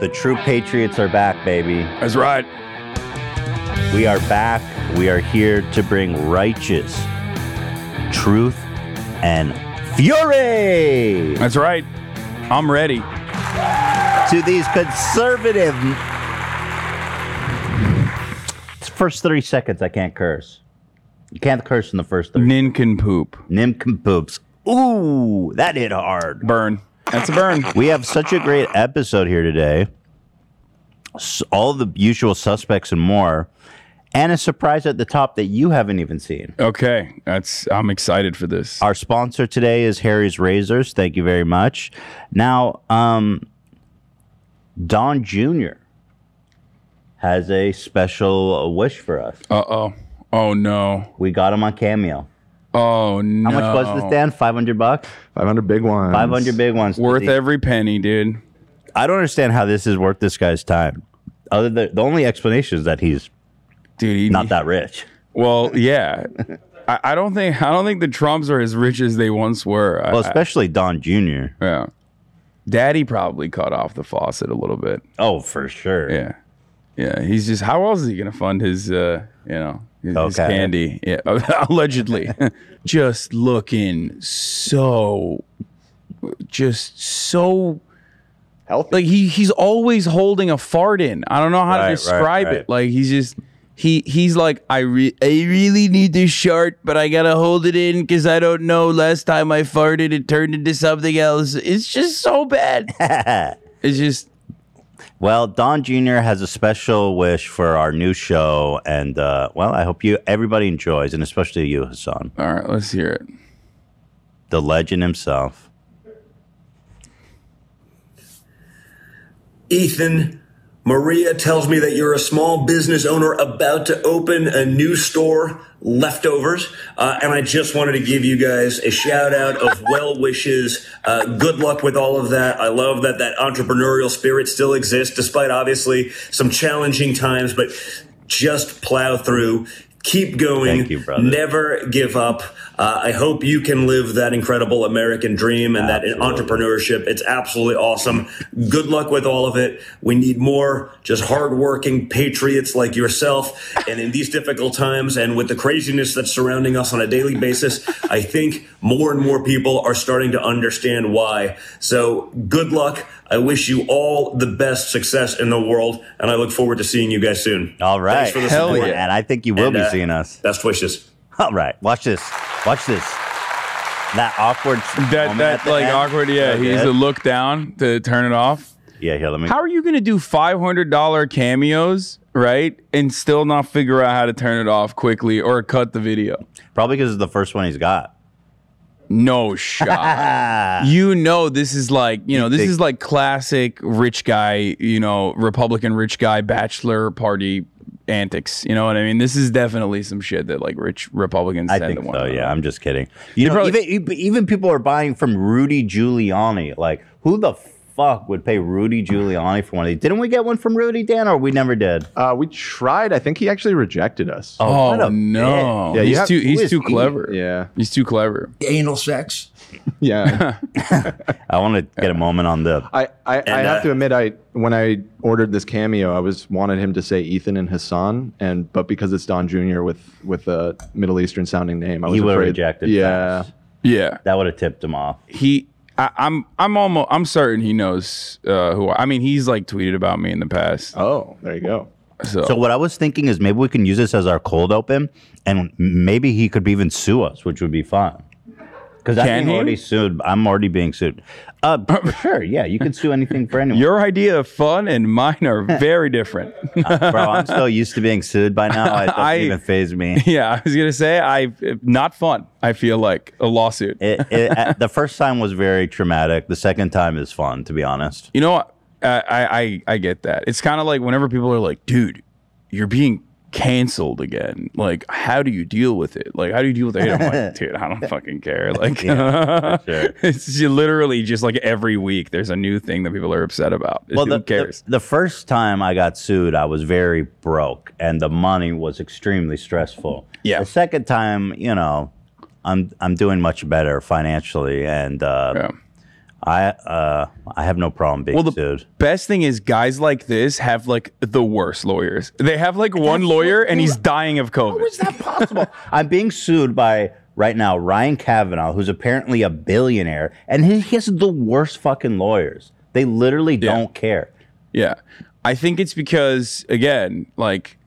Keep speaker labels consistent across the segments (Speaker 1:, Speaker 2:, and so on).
Speaker 1: The true patriots are back, baby.
Speaker 2: That's right.
Speaker 1: We are back. We are here to bring righteous truth and fury
Speaker 2: That's right. I'm ready.
Speaker 1: to these conservative. It's the first 30 seconds I can't curse. You can't curse in the first 30.
Speaker 2: Nincompoop.
Speaker 1: Nimcompoops. Ooh, that hit hard.
Speaker 2: Burn. That's a burn.
Speaker 1: We have such a great episode here today. S- All the usual suspects and more. And a surprise at the top that you haven't even seen.
Speaker 2: Okay. That's I'm excited for this.
Speaker 1: Our sponsor today is Harry's Razors. Thank you very much. Now, um, Don Jr. has a special uh, wish for us.
Speaker 2: Uh oh. Oh no.
Speaker 1: We got him on Cameo.
Speaker 2: Oh no.
Speaker 1: How much was this, Dan? 500 bucks?
Speaker 3: 500 big ones.
Speaker 1: 500 big ones.
Speaker 2: Worth
Speaker 1: it.
Speaker 2: every penny, dude.
Speaker 1: I don't understand how this is worth this guy's time. Other than the only explanation is that he's
Speaker 2: Dude, he,
Speaker 1: not that rich.
Speaker 2: Well, yeah. I, I don't think I don't think the Trumps are as rich as they once were. I-
Speaker 1: Well, especially Don Jr.
Speaker 2: I- yeah. Daddy probably cut off the faucet a little bit.
Speaker 1: Oh, for sure.
Speaker 2: Yeah. Yeah. He's just how else is he gonna fund his uh you know his, his
Speaker 1: Okay.
Speaker 2: candy? Yeah. Allegedly. just looking so just so
Speaker 3: Healthy.
Speaker 2: like he he's always holding a fart in. I don't know how
Speaker 1: Right,
Speaker 2: to
Speaker 1: right,
Speaker 2: describe
Speaker 1: right.
Speaker 2: it. Like he's just he he's like I re- I really need this shirt, but I gotta hold it in because I don't know. Last time I farted, it turned into something else. It's just so bad. it's just
Speaker 1: Well, Don Jr. has a special wish for our new show, and uh, well, I hope you everybody enjoys, and especially you, Hassan,
Speaker 2: all right. Let's hear it.
Speaker 1: the legend himself.
Speaker 4: Ethan, Maria tells me that you're a small business owner about to open a new store, Leftovers. Uh, and I just wanted to give you guys a shout out of well wishes. Uh, good luck with all of that. I love that that entrepreneurial spirit still exists, despite obviously some challenging times, but just plow through. Keep going.
Speaker 1: Thank you, brother.
Speaker 4: Never give up. Uh, I hope you can live that incredible American dream and that entrepreneurship. It's absolutely awesome. Good luck with all of it. We need more just hardworking patriots like yourself. And in these difficult times and with the craziness that's surrounding us on a daily basis, I think more and more people are starting to understand why. So good luck. I wish you all the best success in the world. And I look forward to seeing you guys soon.
Speaker 1: All right,
Speaker 4: Thanks for the
Speaker 2: Hell
Speaker 4: support.
Speaker 2: yeah.
Speaker 1: and I think you will
Speaker 4: And,
Speaker 1: be
Speaker 4: uh,
Speaker 1: seeing us.
Speaker 4: Best wishes.
Speaker 1: All right, watch this. Watch this. That awkward.
Speaker 2: That
Speaker 1: moment at
Speaker 2: that
Speaker 1: the
Speaker 2: like
Speaker 1: end.
Speaker 2: awkward. Yeah,
Speaker 1: So
Speaker 2: he's
Speaker 1: good.
Speaker 2: a look down to turn it off.
Speaker 1: yeah, here. Let me.
Speaker 2: How are you gonna do five hundred dollar cameos? Right, and still not figure out how to turn it off quickly or cut the video.
Speaker 1: Probably because it's the first one he's got.
Speaker 2: No shot. you know this is like you know this
Speaker 1: think-
Speaker 2: is like classic rich guy you know Republican rich guy bachelor party antics. You know what I mean? This is definitely some shit that like rich Republicans.
Speaker 1: I
Speaker 2: tend
Speaker 1: think
Speaker 2: to want
Speaker 1: so.
Speaker 2: to
Speaker 1: Yeah,
Speaker 2: know.
Speaker 1: I'm just kidding. You know,
Speaker 2: probably-
Speaker 1: even e, even people are buying from Rudy Giuliani. Like, who the fuck would pay Rudy Giuliani for one of these? Didn't we get one from Rudy Dan, or we never did?
Speaker 3: Uh, we tried. I think he actually rejected us.
Speaker 1: what
Speaker 2: Oh
Speaker 1: a
Speaker 2: no!
Speaker 3: bitch. Yeah, you
Speaker 2: he's
Speaker 3: have-
Speaker 2: too
Speaker 1: who
Speaker 2: he's
Speaker 1: is
Speaker 2: too
Speaker 1: he?
Speaker 2: clever.
Speaker 3: Yeah.
Speaker 2: he's too clever.
Speaker 5: anal sex.
Speaker 3: Yeah.
Speaker 1: I want to get a moment on the.
Speaker 3: I, I, I
Speaker 4: uh,
Speaker 3: have to admit, I when I ordered this cameo, I was wanted him to say Ethan and Hassan, and but because it's Don Jr. with with a Middle Eastern sounding name, I was
Speaker 1: He would have
Speaker 3: afraid-
Speaker 1: rejected.
Speaker 3: Yeah.
Speaker 1: fast.
Speaker 2: Yeah,
Speaker 1: that would have tipped him off.
Speaker 2: he. I, I'm I'm almost I'm certain he knows uh, who I, I mean. He's like tweeted about me in the past.
Speaker 3: Oh, there you go.
Speaker 2: So,
Speaker 1: So what I was thinking is maybe we can use this as our cold open, and maybe he could even sue us, which would be fun. Because I'm
Speaker 2: Can he?
Speaker 1: already sued. I'm already being sued. Uh, sure, yeah, you can sue anything for anyone.
Speaker 2: Your idea of fun and mine are very different.
Speaker 1: Bro, I'm so used to being sued by now. It doesn't
Speaker 2: I-
Speaker 1: even phase me.
Speaker 2: yeah, I was gonna say I not fun. I feel like a lawsuit.
Speaker 1: It, it, uh, the first time was very traumatic. The second time is fun, to be honest.
Speaker 2: You know, I I I, I get that. It's kind of like whenever people are like, "Dude, you're being canceled again." Like, how do you deal with it? Like, how do you deal with it? I'm like, dude, I don't fucking care. Like,
Speaker 1: sure.
Speaker 2: it's just literally just like every week there's a new thing that people are upset about. Who
Speaker 1: the,
Speaker 2: cares?
Speaker 1: The, the first time I got sued, I was very broke, and the money was extremely stressful.
Speaker 2: Yeah.
Speaker 1: The second time, you know, I'm I'm doing much better financially, and uh,
Speaker 2: Yeah.
Speaker 1: I uh, I have no problem being
Speaker 2: Well, the
Speaker 1: sued.
Speaker 2: best thing is guys like this have like the worst lawyers. They have like one lawyer and he's dying of COVID.
Speaker 1: It's not possible. I'm being sued by right now Ryan Kavanaugh, who's apparently a billionaire, and he, he has the worst fucking lawyers. They literally don't care.
Speaker 2: Yeah. I think it's because again, like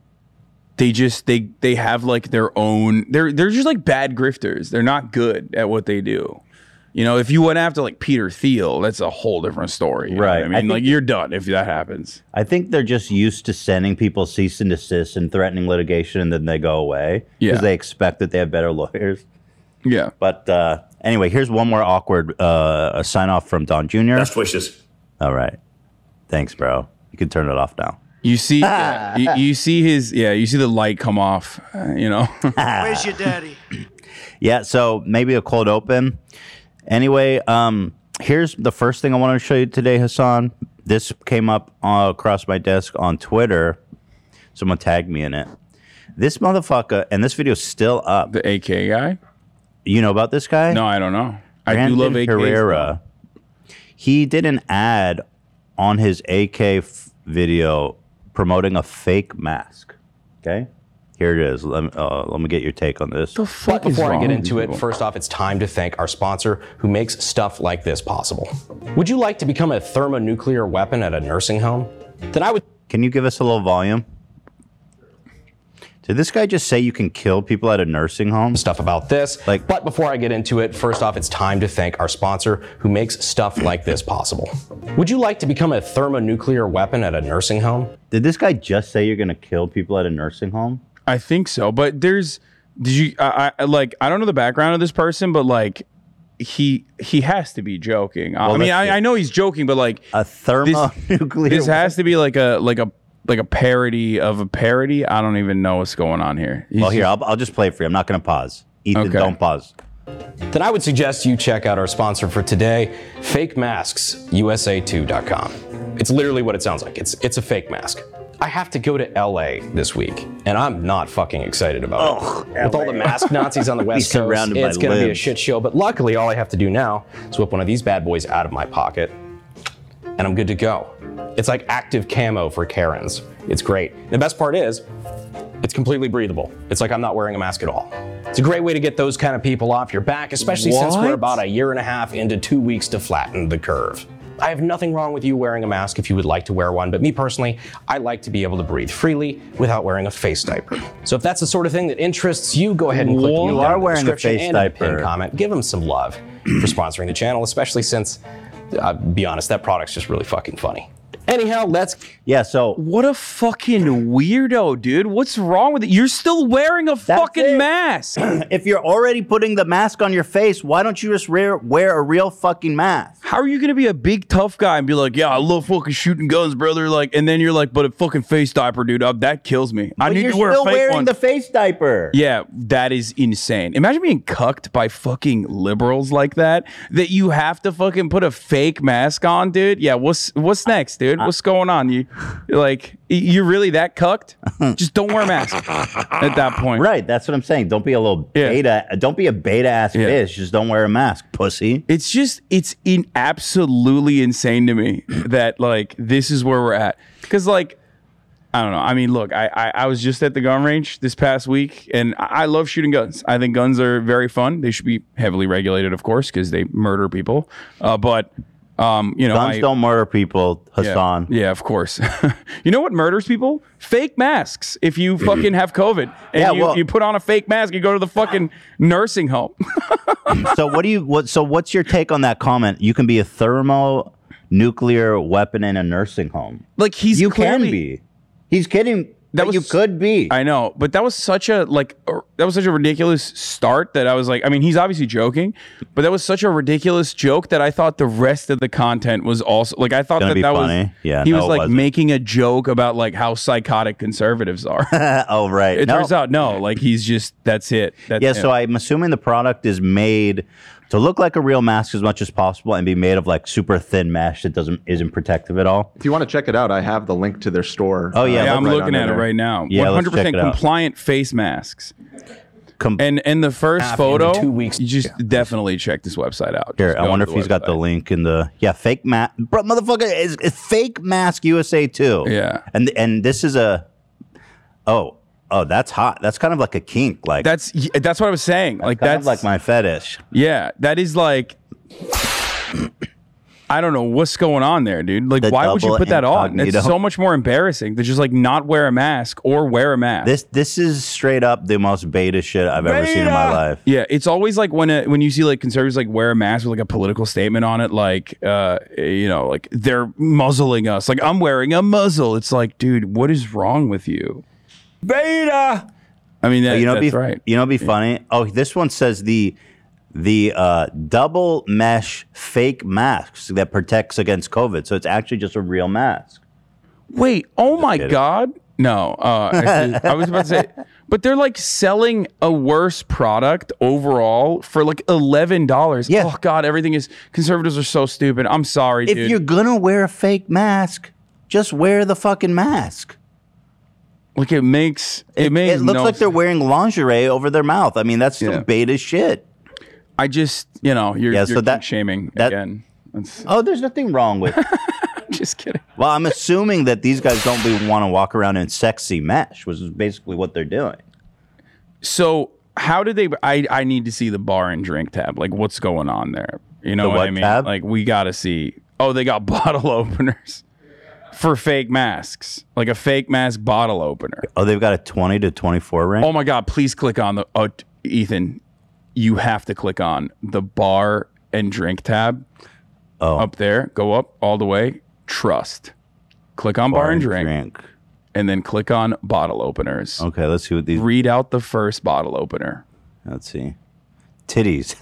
Speaker 2: they just they they have like their own they're they're just like bad grifters. They're not good at what they do. You know, if you went after like Peter Thiel, that's a whole different story. you know what
Speaker 1: Right.
Speaker 2: I
Speaker 1: I
Speaker 2: mean,
Speaker 1: think-
Speaker 2: like you're done if that happens.
Speaker 1: I think they're just used to sending people cease and desist and threatening litigation, and then they go away because
Speaker 2: Yeah.
Speaker 1: they expect that they have better lawyers.
Speaker 2: Yeah.
Speaker 1: But uh, anyway, here's one more awkward uh, sign off from Don Jr.
Speaker 6: Best wishes.
Speaker 1: All right, thanks, bro. You can turn it off now.
Speaker 2: You see yeah, you, you see his yeah, you see the light come off, uh, you know.
Speaker 4: Where's your daddy?
Speaker 1: Yeah, so maybe a cold open. Anyway, um, here's the first thing I want to show you today, Hassan. This came up uh, across my desk on Twitter. Someone tagged me in it. This motherfucker, and this video's still up.
Speaker 2: the AK guy?
Speaker 1: You know about this guy?
Speaker 2: No, I don't know. I do
Speaker 1: Brandon
Speaker 2: love AKs.
Speaker 1: Herrera. He did an ad on his AK f- video promoting a fake mask. Okay, here it is. Let me, uh, let me get your take on this.
Speaker 2: The fuck is
Speaker 7: Before I
Speaker 2: wrong
Speaker 7: get
Speaker 2: with
Speaker 7: into it,
Speaker 2: people?
Speaker 7: first off, it's time to thank our sponsor who makes stuff like this possible. Would you like to become a thermonuclear weapon at a nursing home? Then I would
Speaker 1: Can you give us a little volume? Did this guy just say you can kill people at a nursing home?
Speaker 7: stuff about this.
Speaker 1: Like-
Speaker 7: but before I get into it, first off, it's time to thank our sponsor who makes stuff like this possible. Would you like to become a thermonuclear weapon at a nursing home?
Speaker 1: Did this guy just say you're gonna kill people at a nursing home?
Speaker 2: I think so, but there's did you I, I like I don't know the background of this person, but like he he has to be joking. I- I
Speaker 1: Well,
Speaker 2: mean,
Speaker 1: let's see.
Speaker 2: I, I know he's joking, but like
Speaker 1: A thermonuclear.
Speaker 2: this has to be like a like a like a parody of a parody. I don't even know what's going on here. He's
Speaker 1: well, Oh, here I'll, I'll just play it for you. I'm not gonna pause. Ethan,
Speaker 2: Okay.
Speaker 1: don't pause.
Speaker 7: Then I would suggest you check out our sponsor for today, fakemasks.usa2.com. It's literally what it sounds like. It's it's a fake mask. I have to go to LA this week, and I'm not fucking excited about it. With all the mask Nazis on the West Coast,
Speaker 1: surrounded by
Speaker 7: it's going to be a
Speaker 1: limbs.
Speaker 7: shit show. But luckily, all I have to do now is whip one of these bad boys out of my pocket, and I'm good to go. It's like active camo for Karens. It's great. And the best part is, it's completely breathable. It's like I'm not wearing a mask at all. It's a great way to get those kind of people off your back, especially since
Speaker 2: What?
Speaker 7: we're about a year and a half into two weeks to flatten the curve. I have nothing wrong with you wearing a mask if you would like to wear one, but me personally, I like to be able to breathe freely without wearing a face diaper. So if that's the sort of thing that interests you, go ahead and click the link
Speaker 1: You
Speaker 7: down
Speaker 1: are
Speaker 7: in the
Speaker 1: wearing a
Speaker 7: description
Speaker 1: face
Speaker 7: and in the pinned
Speaker 1: diaper.
Speaker 7: comment. Give them some love for sponsoring the channel, especially since, I'll be honest, that product's just really fucking funny. Anyhow, let's
Speaker 1: Yeah. So
Speaker 2: what a fucking weirdo, dude. What's wrong with it? You're still wearing a fucking
Speaker 1: it.
Speaker 2: mask.
Speaker 1: if you're already putting the mask on your face, why don't you just wear, wear a real fucking mask?
Speaker 2: How are you gonna be a big tough guy and be like, yeah, I love fucking shooting guns, brother? Like, and then you're like, but a fucking face diaper, dude, uh, that kills me. I
Speaker 1: But
Speaker 2: need
Speaker 1: you're
Speaker 2: to wear
Speaker 1: still
Speaker 2: a fake
Speaker 1: wearing
Speaker 2: one.
Speaker 1: the face diaper.
Speaker 2: Yeah, that is insane. Imagine being cucked by fucking liberals like that. That you have to fucking put a fake mask on, dude. Yeah, what's what's next, dude? What's going on? You you're like y- you're really that cucked? Just don't wear a mask at that point.
Speaker 1: Right. That's what I'm saying. Don't be a little
Speaker 2: Yeah.
Speaker 1: beta. Don't be a beta ass
Speaker 2: Yeah.
Speaker 1: bitch. Just don't wear a mask, pussy.
Speaker 2: It's just it's in absolutely insane to me that like this is where we're at. Cause like I don't know. I mean, look, I, I I was just at the gun range this past week, and I I love shooting guns. I think guns are very fun. They should be heavily regulated, of course, because they murder people. Uh, but Um, you know,
Speaker 1: Guns
Speaker 2: I-
Speaker 1: don't murder people, Hassan.
Speaker 2: Yeah, of course. you know what murders people? Fake masks. If you fucking have COVID and
Speaker 1: Yeah,
Speaker 2: you,
Speaker 1: well-
Speaker 2: you put on a fake mask, you go to the fucking nursing home.
Speaker 1: so what do you what so what's your take on that comment? You can be a thermonuclear weapon in a nursing home.
Speaker 2: like he's
Speaker 1: you
Speaker 2: clearly-
Speaker 1: can be. He's kidding.
Speaker 2: That
Speaker 1: That you
Speaker 2: was-
Speaker 1: could be.
Speaker 2: I know, but that was such a like er, that was such a ridiculous start that I was like, I mean, he's obviously joking, but that was such a ridiculous joke that I thought the rest of the content was also like I thought
Speaker 1: Gonna
Speaker 2: that
Speaker 1: be
Speaker 2: that was
Speaker 1: funny. Yeah,
Speaker 2: he
Speaker 1: no,
Speaker 2: was
Speaker 1: it
Speaker 2: like
Speaker 1: wasn't.
Speaker 2: making a joke about like how psychotic conservatives are.
Speaker 1: oh right.
Speaker 2: it
Speaker 1: No.
Speaker 2: turns out no, like he's just that's it. That's
Speaker 1: Yeah,
Speaker 2: him.
Speaker 1: so I'm assuming the product is made to look like a real mask as much as possible and be made of like super thin mesh that doesn't isn't protective at all.
Speaker 3: If you want to check it out, I have the link to their store.
Speaker 1: Oh, yeah,
Speaker 3: uh,
Speaker 2: yeah,
Speaker 1: look
Speaker 2: I'm
Speaker 3: right
Speaker 2: looking
Speaker 3: under
Speaker 2: at it
Speaker 3: there.
Speaker 2: right now.
Speaker 1: Yeah, let's
Speaker 2: 100%
Speaker 1: check it out.
Speaker 2: compliant face masks.
Speaker 1: Com-
Speaker 2: And and the first
Speaker 8: After
Speaker 2: photo,
Speaker 8: two weeks-
Speaker 2: you just definitely check this website out.
Speaker 1: Here,
Speaker 2: Just
Speaker 1: I
Speaker 2: go
Speaker 1: wonder
Speaker 2: to
Speaker 1: if he's got the
Speaker 2: website.
Speaker 1: link in the yeah fake mask, bro, motherfucker. It's, it's fake mask USA too.
Speaker 2: Yeah.
Speaker 1: and and this is a oh oh that's hot. That's kind of like a kink. Like
Speaker 2: That's y- that's what I was saying. Like
Speaker 1: kind
Speaker 2: that's
Speaker 1: of like my fetish.
Speaker 2: yeah. That is like I don't know what's going on there, dude. Like
Speaker 1: The
Speaker 2: why would you
Speaker 1: double
Speaker 2: put that on? It's
Speaker 1: incognito.
Speaker 2: so much more embarrassing to just like not wear a mask or wear a mask.
Speaker 1: This this is straight up the most beta shit I've ever seen in my life.
Speaker 2: Yeah, it's always like when a, when you see like conservatives like wear a mask with like a political statement on it, like uh, you know, like they're muzzling us. Like I'm wearing a muzzle. It's like, dude, what is wrong with you? Beta. I mean, that,
Speaker 1: Oh, you know,
Speaker 2: that's
Speaker 1: be
Speaker 2: right.
Speaker 1: you know, it'd be funny. Oh, this one says the the uh, double mesh fake masks that protects against COVID. So it's actually just a real mask.
Speaker 2: Wait, oh my
Speaker 1: kidding.
Speaker 2: god. No, uh, I, I was about to say, but they're like selling a worse product overall for like eleven dollars.
Speaker 1: Yeah.
Speaker 2: Oh god, everything is conservatives are so stupid. I'm sorry,
Speaker 1: If
Speaker 2: dude.
Speaker 1: you're gonna wear a fake mask, just wear the fucking mask.
Speaker 2: like it makes it, makes
Speaker 1: It looks
Speaker 2: no
Speaker 1: like they're wearing lingerie over their mouth. I mean, that's
Speaker 2: Yeah.
Speaker 1: some beta shit.
Speaker 2: I just, you know, you're,
Speaker 1: Yeah,
Speaker 2: you're
Speaker 1: so
Speaker 2: kink
Speaker 1: that-
Speaker 2: shaming
Speaker 1: that-
Speaker 2: again. That's,
Speaker 1: Oh, there's nothing wrong with. It.
Speaker 2: I'm just kidding.
Speaker 1: well, I'm assuming that these guys don't be want to walk around in sexy mesh, which is basically what they're doing.
Speaker 2: So how did they? I I need to see the bar and drink tab. Like, what's going on there? You know
Speaker 1: The
Speaker 2: what, I
Speaker 1: what
Speaker 2: mean?
Speaker 1: tab?
Speaker 2: Like, we got to see. Oh, they got bottle openers for fake masks, like a fake mask bottle opener.
Speaker 1: Oh, they've got a 20 to 24 range.
Speaker 2: Oh my God! Please click on the. Oh, t- Ethan, you have to click on the bar and drink tab.
Speaker 1: Oh.
Speaker 2: Up there, go up all the way. Trust. Click on bar, and drink,
Speaker 1: drink.
Speaker 2: and then click on bottle openers.
Speaker 1: Okay, let's see what these.
Speaker 2: read out the first bottle opener.
Speaker 1: Let's see. Titties.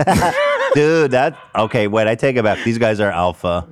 Speaker 1: Dude, that. Okay, wait, I take it back. These guys are alpha.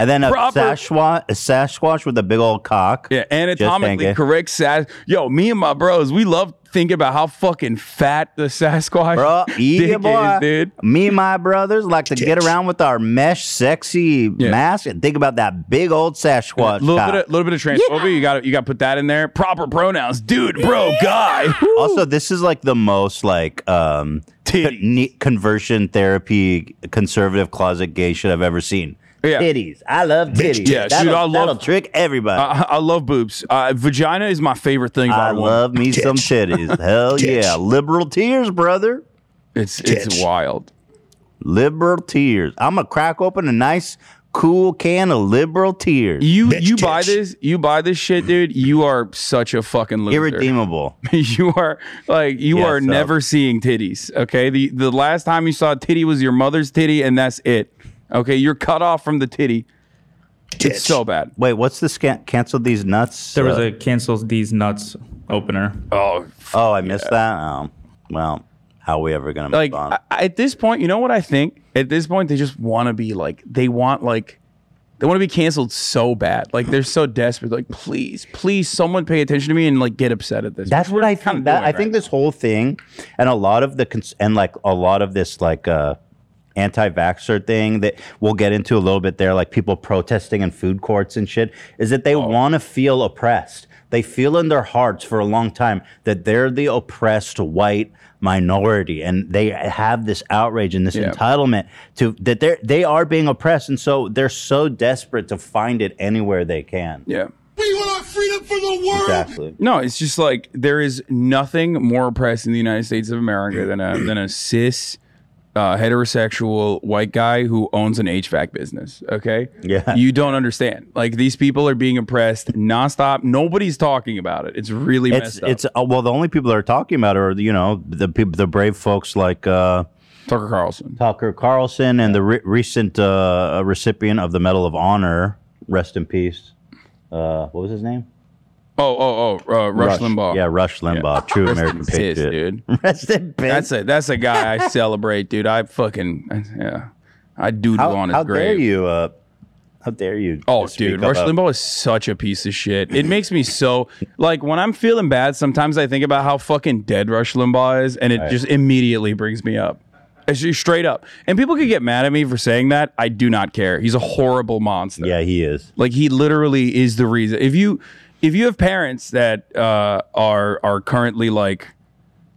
Speaker 1: and then a
Speaker 2: Proper-
Speaker 1: Sasquatch, a Sasquatch with a big old cock.
Speaker 2: Yeah, anatomically
Speaker 1: thinking.
Speaker 2: correct Sas. Yo, me and my bros, we love thinking about how fucking fat the Sasquatch
Speaker 1: Bro, yeah,
Speaker 2: dick
Speaker 1: boy.
Speaker 2: is, dude.
Speaker 1: Me and my brothers like to get around with our mesh sexy mask and think about that big old Sasquatch.
Speaker 2: A little
Speaker 1: cock.
Speaker 2: bit, of, little bit of transphobia. You got to you got to put that in there. Proper pronouns, dude, bro, guy.
Speaker 1: also, this is like the most like um con- ne- conversion therapy conservative closet gay shit I've ever seen.
Speaker 2: Yeah.
Speaker 1: Titties. I love titties.
Speaker 2: yeah, dude,
Speaker 1: that'll,
Speaker 2: I love-
Speaker 1: that'll trick everybody.
Speaker 2: I, I love boobs. Uh, vagina is my favorite thing about
Speaker 1: I
Speaker 2: a woman.
Speaker 1: love me some titties. Hell yeah. Liberal tears, brother.
Speaker 2: It's it's wild.
Speaker 1: Liberal tears. I'm gonna crack open a nice cool can of liberal tears.
Speaker 2: You you buy this you buy this shit, dude. You are such a fucking loser.
Speaker 1: Irredeemable.
Speaker 2: you are like you
Speaker 1: Yeah,
Speaker 2: are
Speaker 1: so-
Speaker 2: never seeing titties. Okay, the the last time you saw a titty was your mother's titty, and that's it. Okay, you're cut off from the titty. It's so bad.
Speaker 1: Wait, what's this? Can- cancel these nuts.
Speaker 9: There was
Speaker 1: Uh,
Speaker 9: a cancels these nuts opener.
Speaker 2: Oh,
Speaker 1: oh, I missed that. Um, well, how are we ever gonna
Speaker 2: like
Speaker 1: move on?
Speaker 2: I, I- at this point, you know what I think? At this point, they just want to be like they want like they want to be canceled so bad. Like they're so desperate. Like please, please, someone pay attention to me and like get upset at this.
Speaker 1: That's what I
Speaker 2: kinda
Speaker 1: think. That,
Speaker 2: doing
Speaker 1: I think
Speaker 2: right
Speaker 1: this whole thing, and a lot of the cons- and like a lot of this like uh, anti-vaxxer thing that we'll get into a little bit there, like people protesting in food courts and shit, is that they
Speaker 2: Oh.
Speaker 1: want to feel oppressed. They feel in their hearts for a long time that they're the oppressed white minority, and they have this outrage and this
Speaker 2: Yeah.
Speaker 1: entitlement to that they are they are being oppressed, and so they're so desperate to find it anywhere they can.
Speaker 2: yeah.
Speaker 10: We want our freedom for the world.
Speaker 1: Exactly.
Speaker 2: No, it's just like there is nothing more oppressed in the United States of America than a than a cis uh, heterosexual white guy who owns an HVAC business. Okay.
Speaker 1: Yeah.
Speaker 2: You don't understand. Like these people are being oppressed nonstop. Nobody's talking about it. It's really
Speaker 1: It's
Speaker 2: messed up.
Speaker 1: it's uh, well the only people that are talking about it are you know the people the brave folks like uh,
Speaker 2: Tucker Carlson.
Speaker 1: Tucker Carlson and the re- recent uh, recipient of the Medal of Honor, rest in peace. Uh, what was his name?
Speaker 2: Oh, oh, oh, uh, Rush, Limbaugh.
Speaker 1: Yeah, Rush Limbaugh, true American
Speaker 2: That's his,
Speaker 1: patriot.
Speaker 2: dude.
Speaker 1: Rest in peace.
Speaker 2: That's a that's a guy I celebrate, dude. I fucking yeah. I doodle
Speaker 1: how
Speaker 2: on his
Speaker 1: how
Speaker 2: grave.
Speaker 1: dare you? Uh, how dare you?
Speaker 2: Oh,
Speaker 1: speak
Speaker 2: dude, Rush
Speaker 1: about-
Speaker 2: Limbaugh is such a piece of shit. It makes me so like when I'm feeling bad. Sometimes I think about how fucking dead Rush Limbaugh is, and it just immediately brings me up. It's just straight up. And people could get mad at me for saying that. I do not care. He's a horrible monster.
Speaker 1: Yeah, he is.
Speaker 2: Like he literally is the reason. If you if you have parents that uh, are are currently like,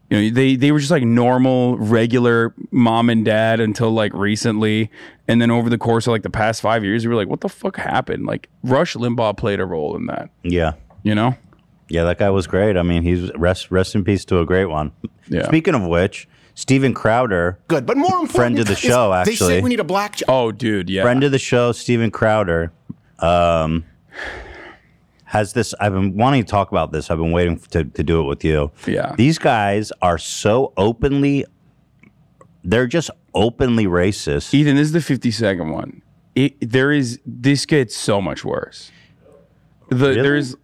Speaker 2: you know, they they were just like normal, regular mom and dad until like recently, and then over the course of like the past five years, we were like, what the fuck happened? Like Rush Limbaugh played a role in that.
Speaker 1: Yeah.
Speaker 2: You know?
Speaker 1: Yeah, that guy was great. I mean, he's rest rest in peace to a great one.
Speaker 2: Yeah.
Speaker 1: Speaking of which, Steven Crowder,
Speaker 10: Good, but more important,
Speaker 1: Friend of the show,
Speaker 10: is They
Speaker 1: actually.
Speaker 10: say we need a black. Jo-
Speaker 2: Oh, dude, yeah.
Speaker 1: friend of the show, Steven Crowder, um, has this. I've been wanting to talk about this. I've been waiting to, to do it with you.
Speaker 2: Yeah.
Speaker 1: These guys are so openly, they're just openly racist.
Speaker 2: Ethan, this is the 50 second one. It, there is this gets so much worse. The there's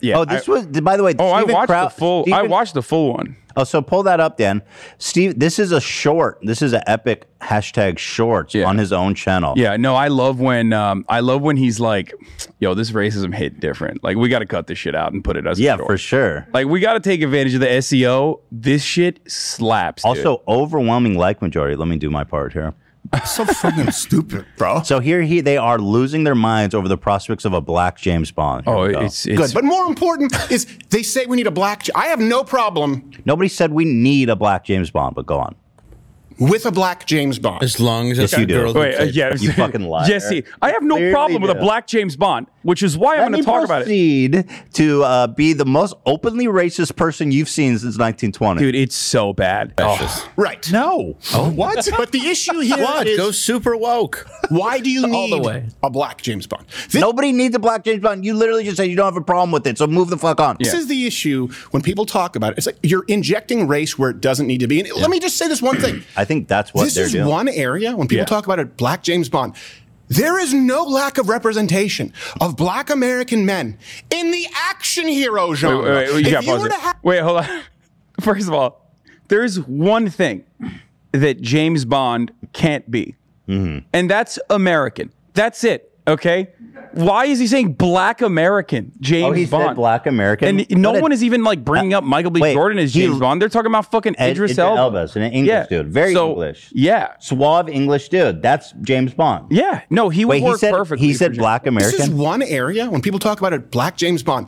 Speaker 2: yeah.
Speaker 1: Oh, this
Speaker 2: I,
Speaker 1: was by the way.
Speaker 2: Oh, I
Speaker 1: Steven
Speaker 2: watched
Speaker 1: Crow-
Speaker 2: the full. I
Speaker 1: Steven-
Speaker 2: watched the full one.
Speaker 1: Oh, so pull that up, Dan. Steve, this is a short. This is an epic hashtag shorts
Speaker 2: Yeah.
Speaker 1: on his own channel.
Speaker 2: Yeah, no, I love when um, I love when he's like, "Yo, this racism hit different. Like, we got to cut this shit out and put it as a
Speaker 1: yeah,
Speaker 2: short."
Speaker 1: for sure.
Speaker 2: Like, we got to take advantage of the SEO. This shit slaps. dude.
Speaker 1: Also, overwhelming like majority. Let me do my part here.
Speaker 10: so fucking stupid, bro.
Speaker 1: So here he they are losing their minds over the prospects of a black James Bond. Here
Speaker 2: oh,
Speaker 1: we go.
Speaker 2: it's it's
Speaker 10: Good, but more important is they say we need a black. Jo- I have no problem
Speaker 1: nobody said we need a black James Bond, but go on.
Speaker 10: with a black James Bond.
Speaker 11: As long as it's
Speaker 1: Yes, you
Speaker 11: a
Speaker 1: do.
Speaker 11: girl.
Speaker 2: wait, uh, yeah,
Speaker 1: You fucking liar.
Speaker 2: Jesse. I have no
Speaker 1: Clearly
Speaker 2: problem with a
Speaker 1: do.
Speaker 2: black James Bond, which is why I'm
Speaker 1: Let
Speaker 2: going
Speaker 1: me
Speaker 2: to talk about it.
Speaker 1: proceed to uh, be the most openly racist person you've seen since 1920.
Speaker 2: Dude, it's so bad. Oh,
Speaker 10: Right.
Speaker 11: No.
Speaker 10: What? But the issue here is
Speaker 11: What? Go super woke.
Speaker 10: why do you
Speaker 11: All the
Speaker 10: need
Speaker 11: way.
Speaker 10: a black James Bond? This
Speaker 1: Nobody needs a black James Bond. You literally just said you don't have a problem with it, so move the fuck on.
Speaker 10: This is the issue when people talk about it. It's like you're injecting race where it doesn't need to be. And let me just say this one thing.
Speaker 1: I think that's what
Speaker 10: this
Speaker 1: they're
Speaker 10: is
Speaker 1: doing.
Speaker 10: one area when people
Speaker 2: Yeah.
Speaker 10: talk about it, black James Bond. There is no lack of representation of black American men in the action hero
Speaker 2: wait,
Speaker 10: genre.
Speaker 2: wait, wait, you
Speaker 10: If
Speaker 2: got
Speaker 10: you were
Speaker 2: pause it.
Speaker 10: to have-
Speaker 2: Wait, hold on. First of all, there's one thing that James Bond can't be,
Speaker 1: Mm-hmm.
Speaker 2: and that's American. That's it. Okay. Why is he saying black American James
Speaker 1: Oh, he
Speaker 2: Bond?
Speaker 1: said black American.
Speaker 2: And no
Speaker 1: What a-
Speaker 2: one is even like bringing up Michael B.
Speaker 1: Wait,
Speaker 2: Jordan as
Speaker 1: he-
Speaker 2: James Bond. They're talking about fucking
Speaker 1: Ed-
Speaker 2: Idris
Speaker 1: Idris
Speaker 2: Elba.
Speaker 1: Elba's an English dude. Very
Speaker 2: So,
Speaker 1: English.
Speaker 2: Yeah.
Speaker 1: Suave English dude. That's James Bond.
Speaker 2: Yeah. No, he would
Speaker 1: Wait,
Speaker 2: work
Speaker 1: he said
Speaker 2: perfectly.
Speaker 1: he
Speaker 2: for
Speaker 1: said
Speaker 2: James-
Speaker 1: black
Speaker 10: This is
Speaker 1: American.
Speaker 10: one area when people talk about it, black James Bond.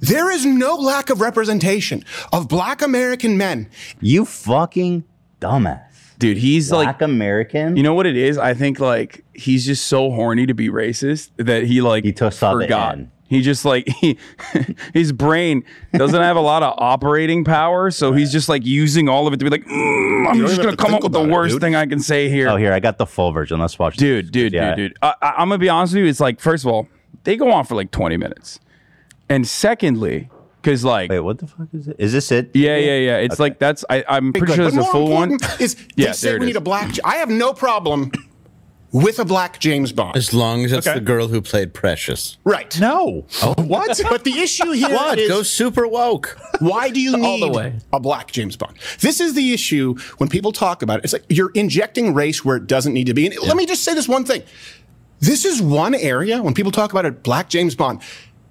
Speaker 10: There is no lack of representation of black American men.
Speaker 1: You fucking dumbass.
Speaker 2: Dude, he's like
Speaker 1: Black American.
Speaker 2: You know what it is? I think like he's just so horny to be racist that he like
Speaker 1: He took- saw the
Speaker 2: forgot.
Speaker 1: end.
Speaker 2: He just like he, his brain doesn't have a lot of operating power, so he's just like using all of it to be like, "Mm, I'm
Speaker 10: don't
Speaker 2: just
Speaker 10: even
Speaker 2: gonna
Speaker 10: have to
Speaker 2: come up
Speaker 10: think
Speaker 2: with the
Speaker 10: about it,
Speaker 2: worst
Speaker 10: dude."
Speaker 2: thing I can say here,
Speaker 1: Oh, here I got the full version. Let's watch. this.
Speaker 2: dude, dude,
Speaker 1: Yeah.
Speaker 2: dude, dude. I, I, I'm gonna be honest with you. It's like first of all, they go on for like 20 minutes, and secondly, because like.
Speaker 1: Wait, what the fuck is it? Is this it?
Speaker 2: yeah, yeah, yeah. It's like that's I, I'm pretty
Speaker 10: Good.
Speaker 2: sure
Speaker 10: But
Speaker 2: that's a
Speaker 10: more
Speaker 2: full one.
Speaker 10: important Is they
Speaker 2: Yeah, there
Speaker 10: say
Speaker 2: it
Speaker 10: we
Speaker 2: is.
Speaker 10: need a black? I have no problem with a black James Bond.
Speaker 11: As long as it's the girl who played Precious.
Speaker 10: Right.
Speaker 11: No.
Speaker 10: What? But the issue here is
Speaker 11: What? Go super woke.
Speaker 10: why do you
Speaker 11: All
Speaker 10: need
Speaker 11: the way.
Speaker 10: a black James Bond? This is the issue when people talk about it. It's like you're injecting race where it doesn't need to be. And let me just say this one thing. This is one area when people talk about it, black James Bond.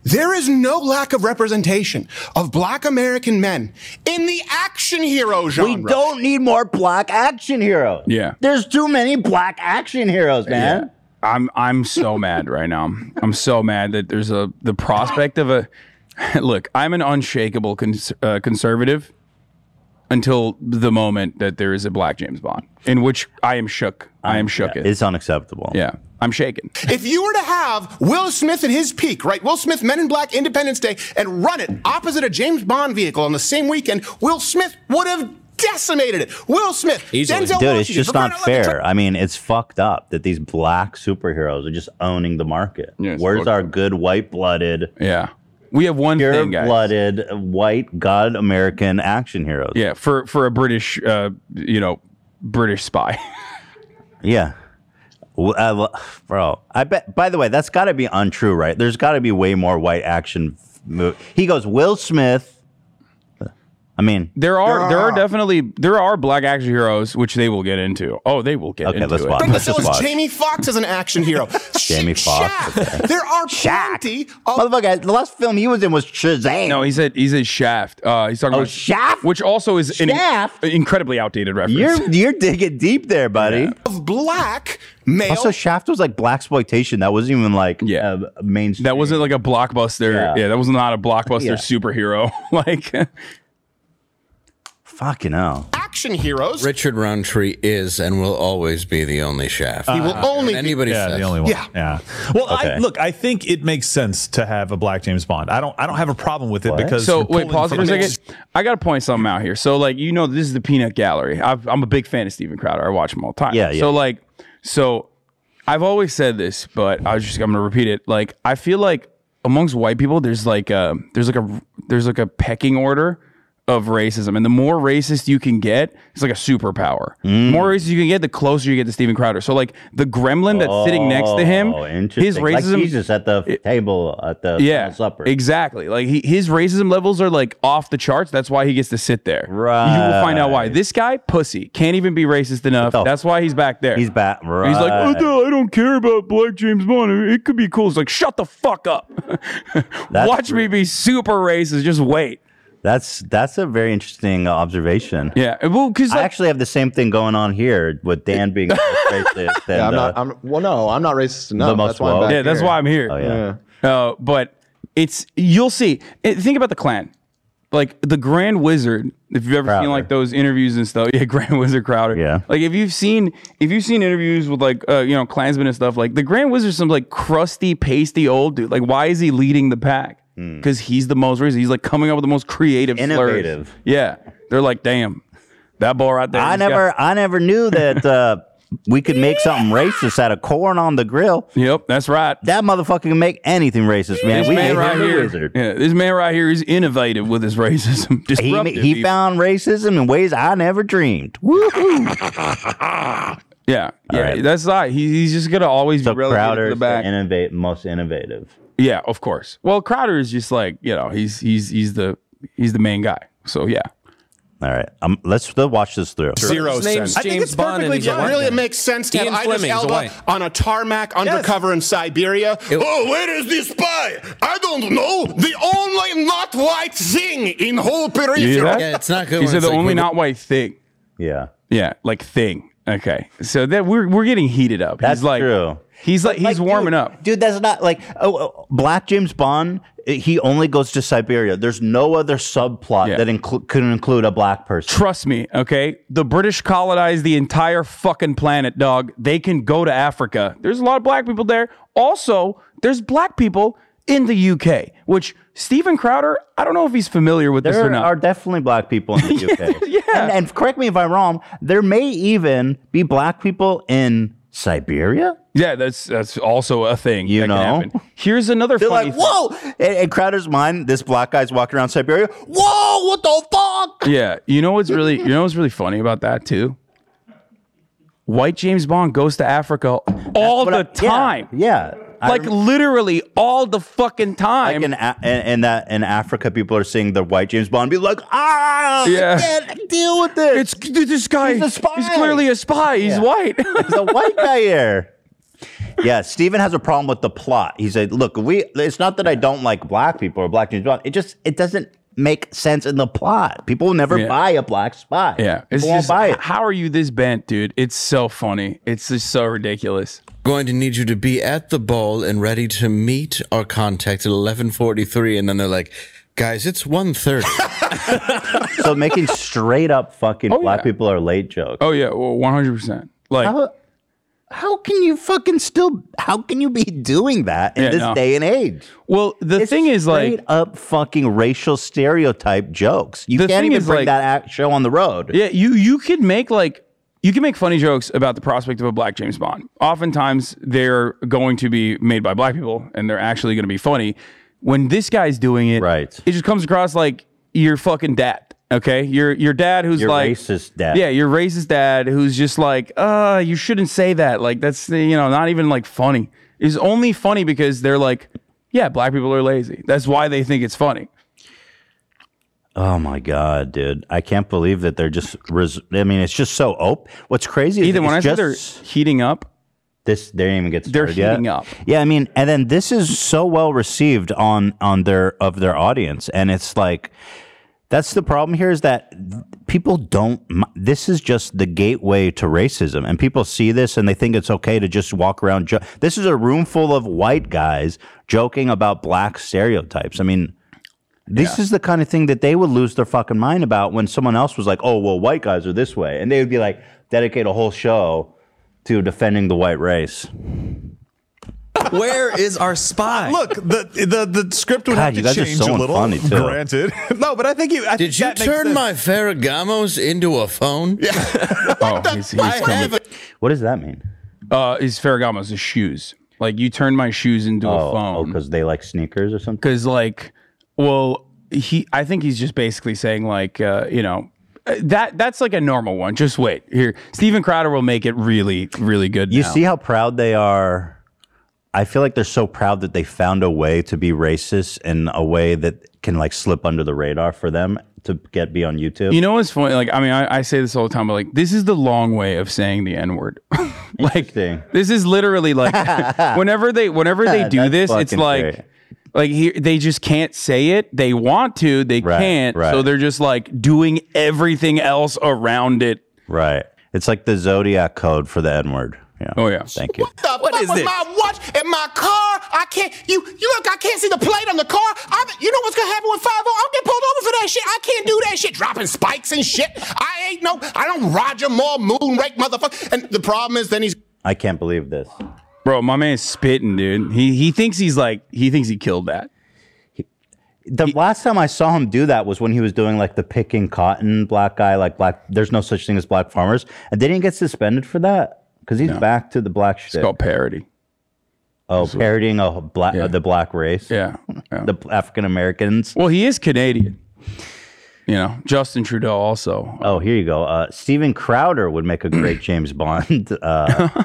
Speaker 10: There is no lack of representation of black American men in the action hero genre.
Speaker 1: We don't need more black action heroes.
Speaker 2: Yeah.
Speaker 1: There's too many black action heroes, man.
Speaker 2: I'm I'm so mad right now. I'm so mad that there's a the prospect of a look. I'm an unshakable cons- uh, conservative until the moment that there is a black James Bond, in which I am shook. I am shook. Yeah,
Speaker 1: It's unacceptable.
Speaker 2: yeah I'm shaken.
Speaker 10: If you were to have Will Smith at his peak, right? Will Smith, Men in Black, Independence Day, and run it opposite a James Bond vehicle on the same weekend, Will Smith would have decimated it. Will Smith,
Speaker 1: Dude,
Speaker 10: Denzel Washington,
Speaker 1: it's just
Speaker 10: for crying
Speaker 1: not
Speaker 10: out loud, the
Speaker 1: fair. I mean, it's fucked up that these black superheroes are just owning the market.
Speaker 2: it's
Speaker 1: Where's
Speaker 2: fucked
Speaker 1: our good white blooded?
Speaker 2: Yeah. We have one
Speaker 1: pure
Speaker 2: thing, guys.
Speaker 1: blooded white god American action heroes.
Speaker 2: Yeah, for for a British, uh, you know, British spy.
Speaker 1: Yeah. Well, I lo- bro, I bet. By the way, that's got to be untrue, right? There's got to be way more white action. Mo- he goes, Will Smith. I mean,
Speaker 2: There are there are definitely there are black action heroes which they will get into. Oh, they will get
Speaker 1: Okay,
Speaker 2: into
Speaker 1: let's
Speaker 2: it.
Speaker 1: watch.
Speaker 10: Brendan
Speaker 1: Let's just
Speaker 10: Silva's
Speaker 1: watch.
Speaker 10: Jamie Foxx is an action hero.
Speaker 1: Jamie Foxx. okay.
Speaker 10: there are plenty of
Speaker 1: Motherfucker, the last film he was in was Shazam.
Speaker 2: No, he said he said Shaft. Uh, he's talking
Speaker 1: Oh,
Speaker 2: about
Speaker 1: Shaft?
Speaker 2: which also is an in-
Speaker 1: Shaft?
Speaker 2: incredibly outdated reference.
Speaker 1: You're you're digging deep there, buddy.
Speaker 10: of black male.
Speaker 1: Also, Shaft was like black exploitation. That wasn't even like
Speaker 2: Yeah.
Speaker 1: uh, mainstream.
Speaker 2: that wasn't like a blockbuster.
Speaker 1: Yeah.
Speaker 2: Yeah, that was not a blockbuster
Speaker 1: Yeah.
Speaker 2: superhero. like
Speaker 1: fucking hell.
Speaker 10: action heroes.
Speaker 11: Richard Roundtree is and will always be the only shaft.
Speaker 10: He will only be-
Speaker 11: anybody
Speaker 12: Uh, yeah,
Speaker 11: says.
Speaker 12: the only one.
Speaker 10: Yeah.
Speaker 12: Well,
Speaker 1: Okay.
Speaker 12: I, look, I think it makes sense to have a black James Bond. I don't. I don't have a problem with it because
Speaker 2: So
Speaker 12: you're
Speaker 2: wait,
Speaker 12: pulling
Speaker 2: pause for
Speaker 12: from-
Speaker 2: a second. I gotta point something out here. So like you know, this is the Peanut Gallery. I've, I'm a big fan of Steven Crowder. I watch him all the time.
Speaker 1: Yeah, yeah.
Speaker 2: So like, so I've always said this, but I was just I'm gonna repeat it. Like I feel like amongst white people, there's like a there's like a there's like a pecking order of racism, and the more racist you can get, it's like a superpower.
Speaker 1: Mm.
Speaker 2: More racist you can get, the closer you get to Steven Crowder. So like the Gremlin that's sitting next to him,
Speaker 1: Oh, interesting.
Speaker 2: his racism
Speaker 1: like Jesus at the table at the
Speaker 2: yeah,
Speaker 1: final supper.
Speaker 2: exactly. Like he, his racism levels are like off the charts. That's why he gets to sit there. You will find out why.
Speaker 1: Right.
Speaker 2: This guy, pussy, can't even be racist enough.
Speaker 1: the-
Speaker 2: That's why he's back there.
Speaker 1: He's back. Right.
Speaker 2: He's like, oh, no, I don't care about Black James Bond. It could be cool. It's like, shut the fuck up.
Speaker 1: That's
Speaker 2: Watch me be super racist. Just wait.
Speaker 1: that's that's a very interesting uh, observation.
Speaker 2: Yeah. Well, because
Speaker 1: I actually have the same thing going on here with Dan being less racist. And,
Speaker 3: Yeah, I'm not.
Speaker 1: uh,
Speaker 3: I'm well. No, I'm not racist enough.
Speaker 1: most
Speaker 3: that's why. I'm
Speaker 1: woke.
Speaker 3: back
Speaker 2: yeah, that's
Speaker 3: here.
Speaker 2: why I'm here.
Speaker 1: oh yeah.
Speaker 3: Yeah.
Speaker 2: Uh, but it's you'll see. Eh, Think about the Klan, like the Grand Wizard. If you've ever
Speaker 1: Crowder.
Speaker 2: seen like those interviews and stuff, yeah, Grand Wizard Crowder.
Speaker 1: Yeah.
Speaker 2: Like if you've seen if you've seen interviews with like uh, you know Klansmen and stuff, like the Grand Wizard's some like crusty, pasty old dude. Like why is he leading the pack?
Speaker 1: Hmm.
Speaker 2: Because he's the most racist. He's like coming up with the most creative, slurs.
Speaker 1: Innovative.
Speaker 2: Yeah, they're like, damn, that ball right there.
Speaker 1: I
Speaker 2: he's
Speaker 1: never
Speaker 2: got-
Speaker 1: I never knew that uh, we could make something racist out of corn on the grill.
Speaker 2: Yep, that's right.
Speaker 1: That motherfucker can make anything racist, man.
Speaker 2: This
Speaker 1: we
Speaker 2: man
Speaker 1: hate
Speaker 2: right
Speaker 1: the
Speaker 2: here,
Speaker 1: wizard.
Speaker 2: yeah, this man right here is innovative with his racism.
Speaker 1: He,
Speaker 2: Disruptive,
Speaker 1: he
Speaker 2: even.
Speaker 1: found racism in ways I never dreamed. Woo-hoo.
Speaker 2: Yeah, yeah,
Speaker 1: right.
Speaker 2: that's right. He, he's just gonna always
Speaker 1: So
Speaker 2: be relegated
Speaker 1: Crowder
Speaker 2: to
Speaker 1: is
Speaker 2: the back.
Speaker 1: the innovate, most innovative.
Speaker 2: yeah, of course. Well, Crowder is just like you know he's he's he's the he's the main guy. So yeah,
Speaker 1: All right, um, let's still watch this through.
Speaker 10: Zero
Speaker 12: His
Speaker 10: sense.
Speaker 12: name's
Speaker 10: I think
Speaker 12: James
Speaker 10: it's
Speaker 12: Bond and
Speaker 10: perfectly
Speaker 12: he's
Speaker 10: fine.
Speaker 12: a white
Speaker 10: Really,
Speaker 12: man.
Speaker 10: it makes sense to
Speaker 11: Ian
Speaker 10: have Idris
Speaker 11: Fleming, he's a
Speaker 10: Elba
Speaker 11: white.
Speaker 10: on a tarmac undercover in Siberia.
Speaker 11: Oh,
Speaker 10: where is this spy? I don't know. The only not white thing in whole
Speaker 2: you hear
Speaker 10: periphery.
Speaker 2: that?
Speaker 11: Yeah, it's not good.
Speaker 2: He
Speaker 11: when
Speaker 2: said
Speaker 11: it's
Speaker 2: the
Speaker 11: like
Speaker 2: only
Speaker 11: when-
Speaker 2: not white thing.
Speaker 1: Yeah,
Speaker 2: Yeah, like thing. Okay, so that we're we're getting heated up.
Speaker 1: That's
Speaker 2: he's like,
Speaker 1: true.
Speaker 2: He's like he's
Speaker 1: Like,
Speaker 2: warming
Speaker 1: dude,
Speaker 2: up.
Speaker 1: dude. That's not like oh, oh, Black James Bond. eh, He only goes to Siberia. There's no other subplot
Speaker 2: Yeah.
Speaker 1: that inclu- could include a black person.
Speaker 2: Trust me, okay? The British colonized the entire fucking planet, dog. They can go to Africa. There's a lot of black people there. Also, there's black people in the UK, which Stephen Crowder, I don't know if he's familiar with this or
Speaker 1: There
Speaker 2: not.
Speaker 1: are definitely black people in the UK.
Speaker 2: Yeah.
Speaker 1: And, and correct me if I'm wrong, there may even be black people in Siberia.
Speaker 2: Yeah, that's that's also a thing.
Speaker 1: You
Speaker 2: that can
Speaker 1: know?
Speaker 2: happen. here's another.
Speaker 1: They're
Speaker 2: funny
Speaker 1: like, whoa! In, in Crowder's mind, this black guy's walking around Siberia. Whoa, what the fuck?
Speaker 2: Thing. Yeah, you know what's really you know what's really funny about that too. White James Bond goes to Africa all
Speaker 1: What I-
Speaker 2: the
Speaker 1: yeah,
Speaker 2: time,
Speaker 1: Yeah. I
Speaker 2: like
Speaker 1: rem-
Speaker 2: literally all the fucking time.
Speaker 1: like in, A- in, in that in Africa, people are seeing the white James Bond be like, ah,
Speaker 2: Yeah.
Speaker 1: I can't deal with this.
Speaker 2: it's this guy.
Speaker 1: He's a spy.
Speaker 2: clearly a spy. He's
Speaker 1: Yeah.
Speaker 2: white.
Speaker 1: There's a white guy here. Yeah, Steven has a problem with the plot. He said, "Look, we. It's not that I don't like black people or black James Bond. It just it doesn't make sense in the plot. People will never
Speaker 2: Yeah.
Speaker 1: buy a black spy.
Speaker 2: yeah,
Speaker 1: it's
Speaker 2: it's
Speaker 1: people
Speaker 2: just
Speaker 1: won't buy it.
Speaker 2: how are you this bent, dude? It's so funny. It's just so ridiculous.
Speaker 11: going to need you to be at the ball and ready to meet our contact at 11:43 and then they're like guys it's 1:30
Speaker 1: so making straight up fucking
Speaker 2: Oh,
Speaker 1: black
Speaker 2: yeah.
Speaker 1: people are late joke.
Speaker 2: Oh yeah, one hundred percent. Like
Speaker 1: How- how can you fucking still? How can you be doing that in
Speaker 2: Yeah,
Speaker 1: this
Speaker 2: no.
Speaker 1: day and age?
Speaker 2: Well, the
Speaker 1: thing is,
Speaker 2: like-
Speaker 1: up fucking racial stereotype jokes. You
Speaker 2: The
Speaker 1: can't
Speaker 2: thing
Speaker 1: even
Speaker 2: is,
Speaker 1: bring
Speaker 2: like-
Speaker 1: that act show on the road.
Speaker 2: Yeah, you you could make like you can make funny jokes about the prospect of a black James Bond. Oftentimes they're going to be made by black people and they're actually going to be funny. When this guy's doing it, right. it just comes across like your fucking dad. Okay? Your your dad who's
Speaker 1: Your
Speaker 2: like
Speaker 1: racist dad.
Speaker 2: Yeah, your racist dad who's just like, uh, you shouldn't say that. Like that's you know, not even like funny. It's only funny because they're like, yeah, black people are lazy. That's why they think it's funny.
Speaker 1: Oh my god, dude! I can't believe that they're just. Res- I mean, it's just so open. What's crazy?
Speaker 2: Ethan,
Speaker 1: is
Speaker 2: when I
Speaker 1: it's
Speaker 2: say they're
Speaker 1: just-
Speaker 2: heating up,
Speaker 1: this they didn't even get
Speaker 2: They're
Speaker 1: started yet.
Speaker 2: heating up.
Speaker 1: Yeah, I mean, and then this is so well received on on their of their audience, and it's like that's the problem here is that people don't. m- This is just the gateway to racism, and people see this and they think it's okay to just walk around. Jo- this is a room full of white guys joking about black stereotypes. I mean. This
Speaker 13: Yeah.
Speaker 1: is the kind of thing that they would lose their fucking mind about when someone else was like, "Oh, well, white guys are this way," and they would be like, dedicate a whole show to defending the white race.
Speaker 11: Where is our spy? Look, the the, the script would
Speaker 1: God,
Speaker 11: have to
Speaker 1: you guys are
Speaker 11: change
Speaker 1: so
Speaker 11: a little.
Speaker 1: unfunny, too.
Speaker 11: Granted, no, but I think you. I
Speaker 14: Did you turn my Ferragamo's into a phone? Yeah.
Speaker 2: oh, he's, he's
Speaker 14: I
Speaker 2: coming.
Speaker 14: have a-
Speaker 1: What does that mean?
Speaker 2: Uh, is Ferragamo's his shoes? Like you turned my shoes into a phone
Speaker 1: because Oh, they like sneakers or something.
Speaker 2: Because like, well, he. I think he's just basically saying like, uh, you know, uh, that that's like a normal one. Just wait here. Steven Crowder will make it really, really good.
Speaker 1: You
Speaker 2: now.
Speaker 1: see how proud they are. I feel like they're so proud that they found a way to be racist in a way that can like slip under the radar for them to get be on YouTube.
Speaker 2: You know what's funny? Like, I mean, I, I say this all the time, but like, this is the long way of saying the N word. like, this is literally like, whenever they, whenever they do
Speaker 1: That's
Speaker 2: this, it's
Speaker 1: fucking
Speaker 2: like,
Speaker 1: great.
Speaker 2: like here, they just can't say it. They want to, they can't. So
Speaker 1: right.
Speaker 2: they're just like doing everything else around it.
Speaker 1: right? It's like the zodiac code for the N word. Yeah. Oh
Speaker 2: yeah.
Speaker 1: Thank you.
Speaker 10: The fuck with my watch and my car? I can't. You, you look. I can't see the plate on the car. I'm, you know what's gonna happen with five O? I'll get pulled over for that shit. I can't do that shit. Dropping spikes and shit. I ain't no. I don't Roger Moore moonrake motherfucker. And the problem is, then he's
Speaker 1: I can't believe this.
Speaker 2: Bro, my man's spitting, dude. He he thinks he's like he thinks he killed that.
Speaker 1: The last time I saw him do that was when he was doing like the picking cotton black guy, like black. There's no such thing as black farmers, and didn't he get suspended for that because he's back to the black shit. It's
Speaker 2: called parody.
Speaker 1: Oh, parodying a black the black race.
Speaker 2: Yeah,
Speaker 1: the African Americans.
Speaker 2: Well, he is Canadian. You know, Justin Trudeau also.
Speaker 1: Oh, here you go. Uh, Steven Crowder would make a great James Bond. Uh,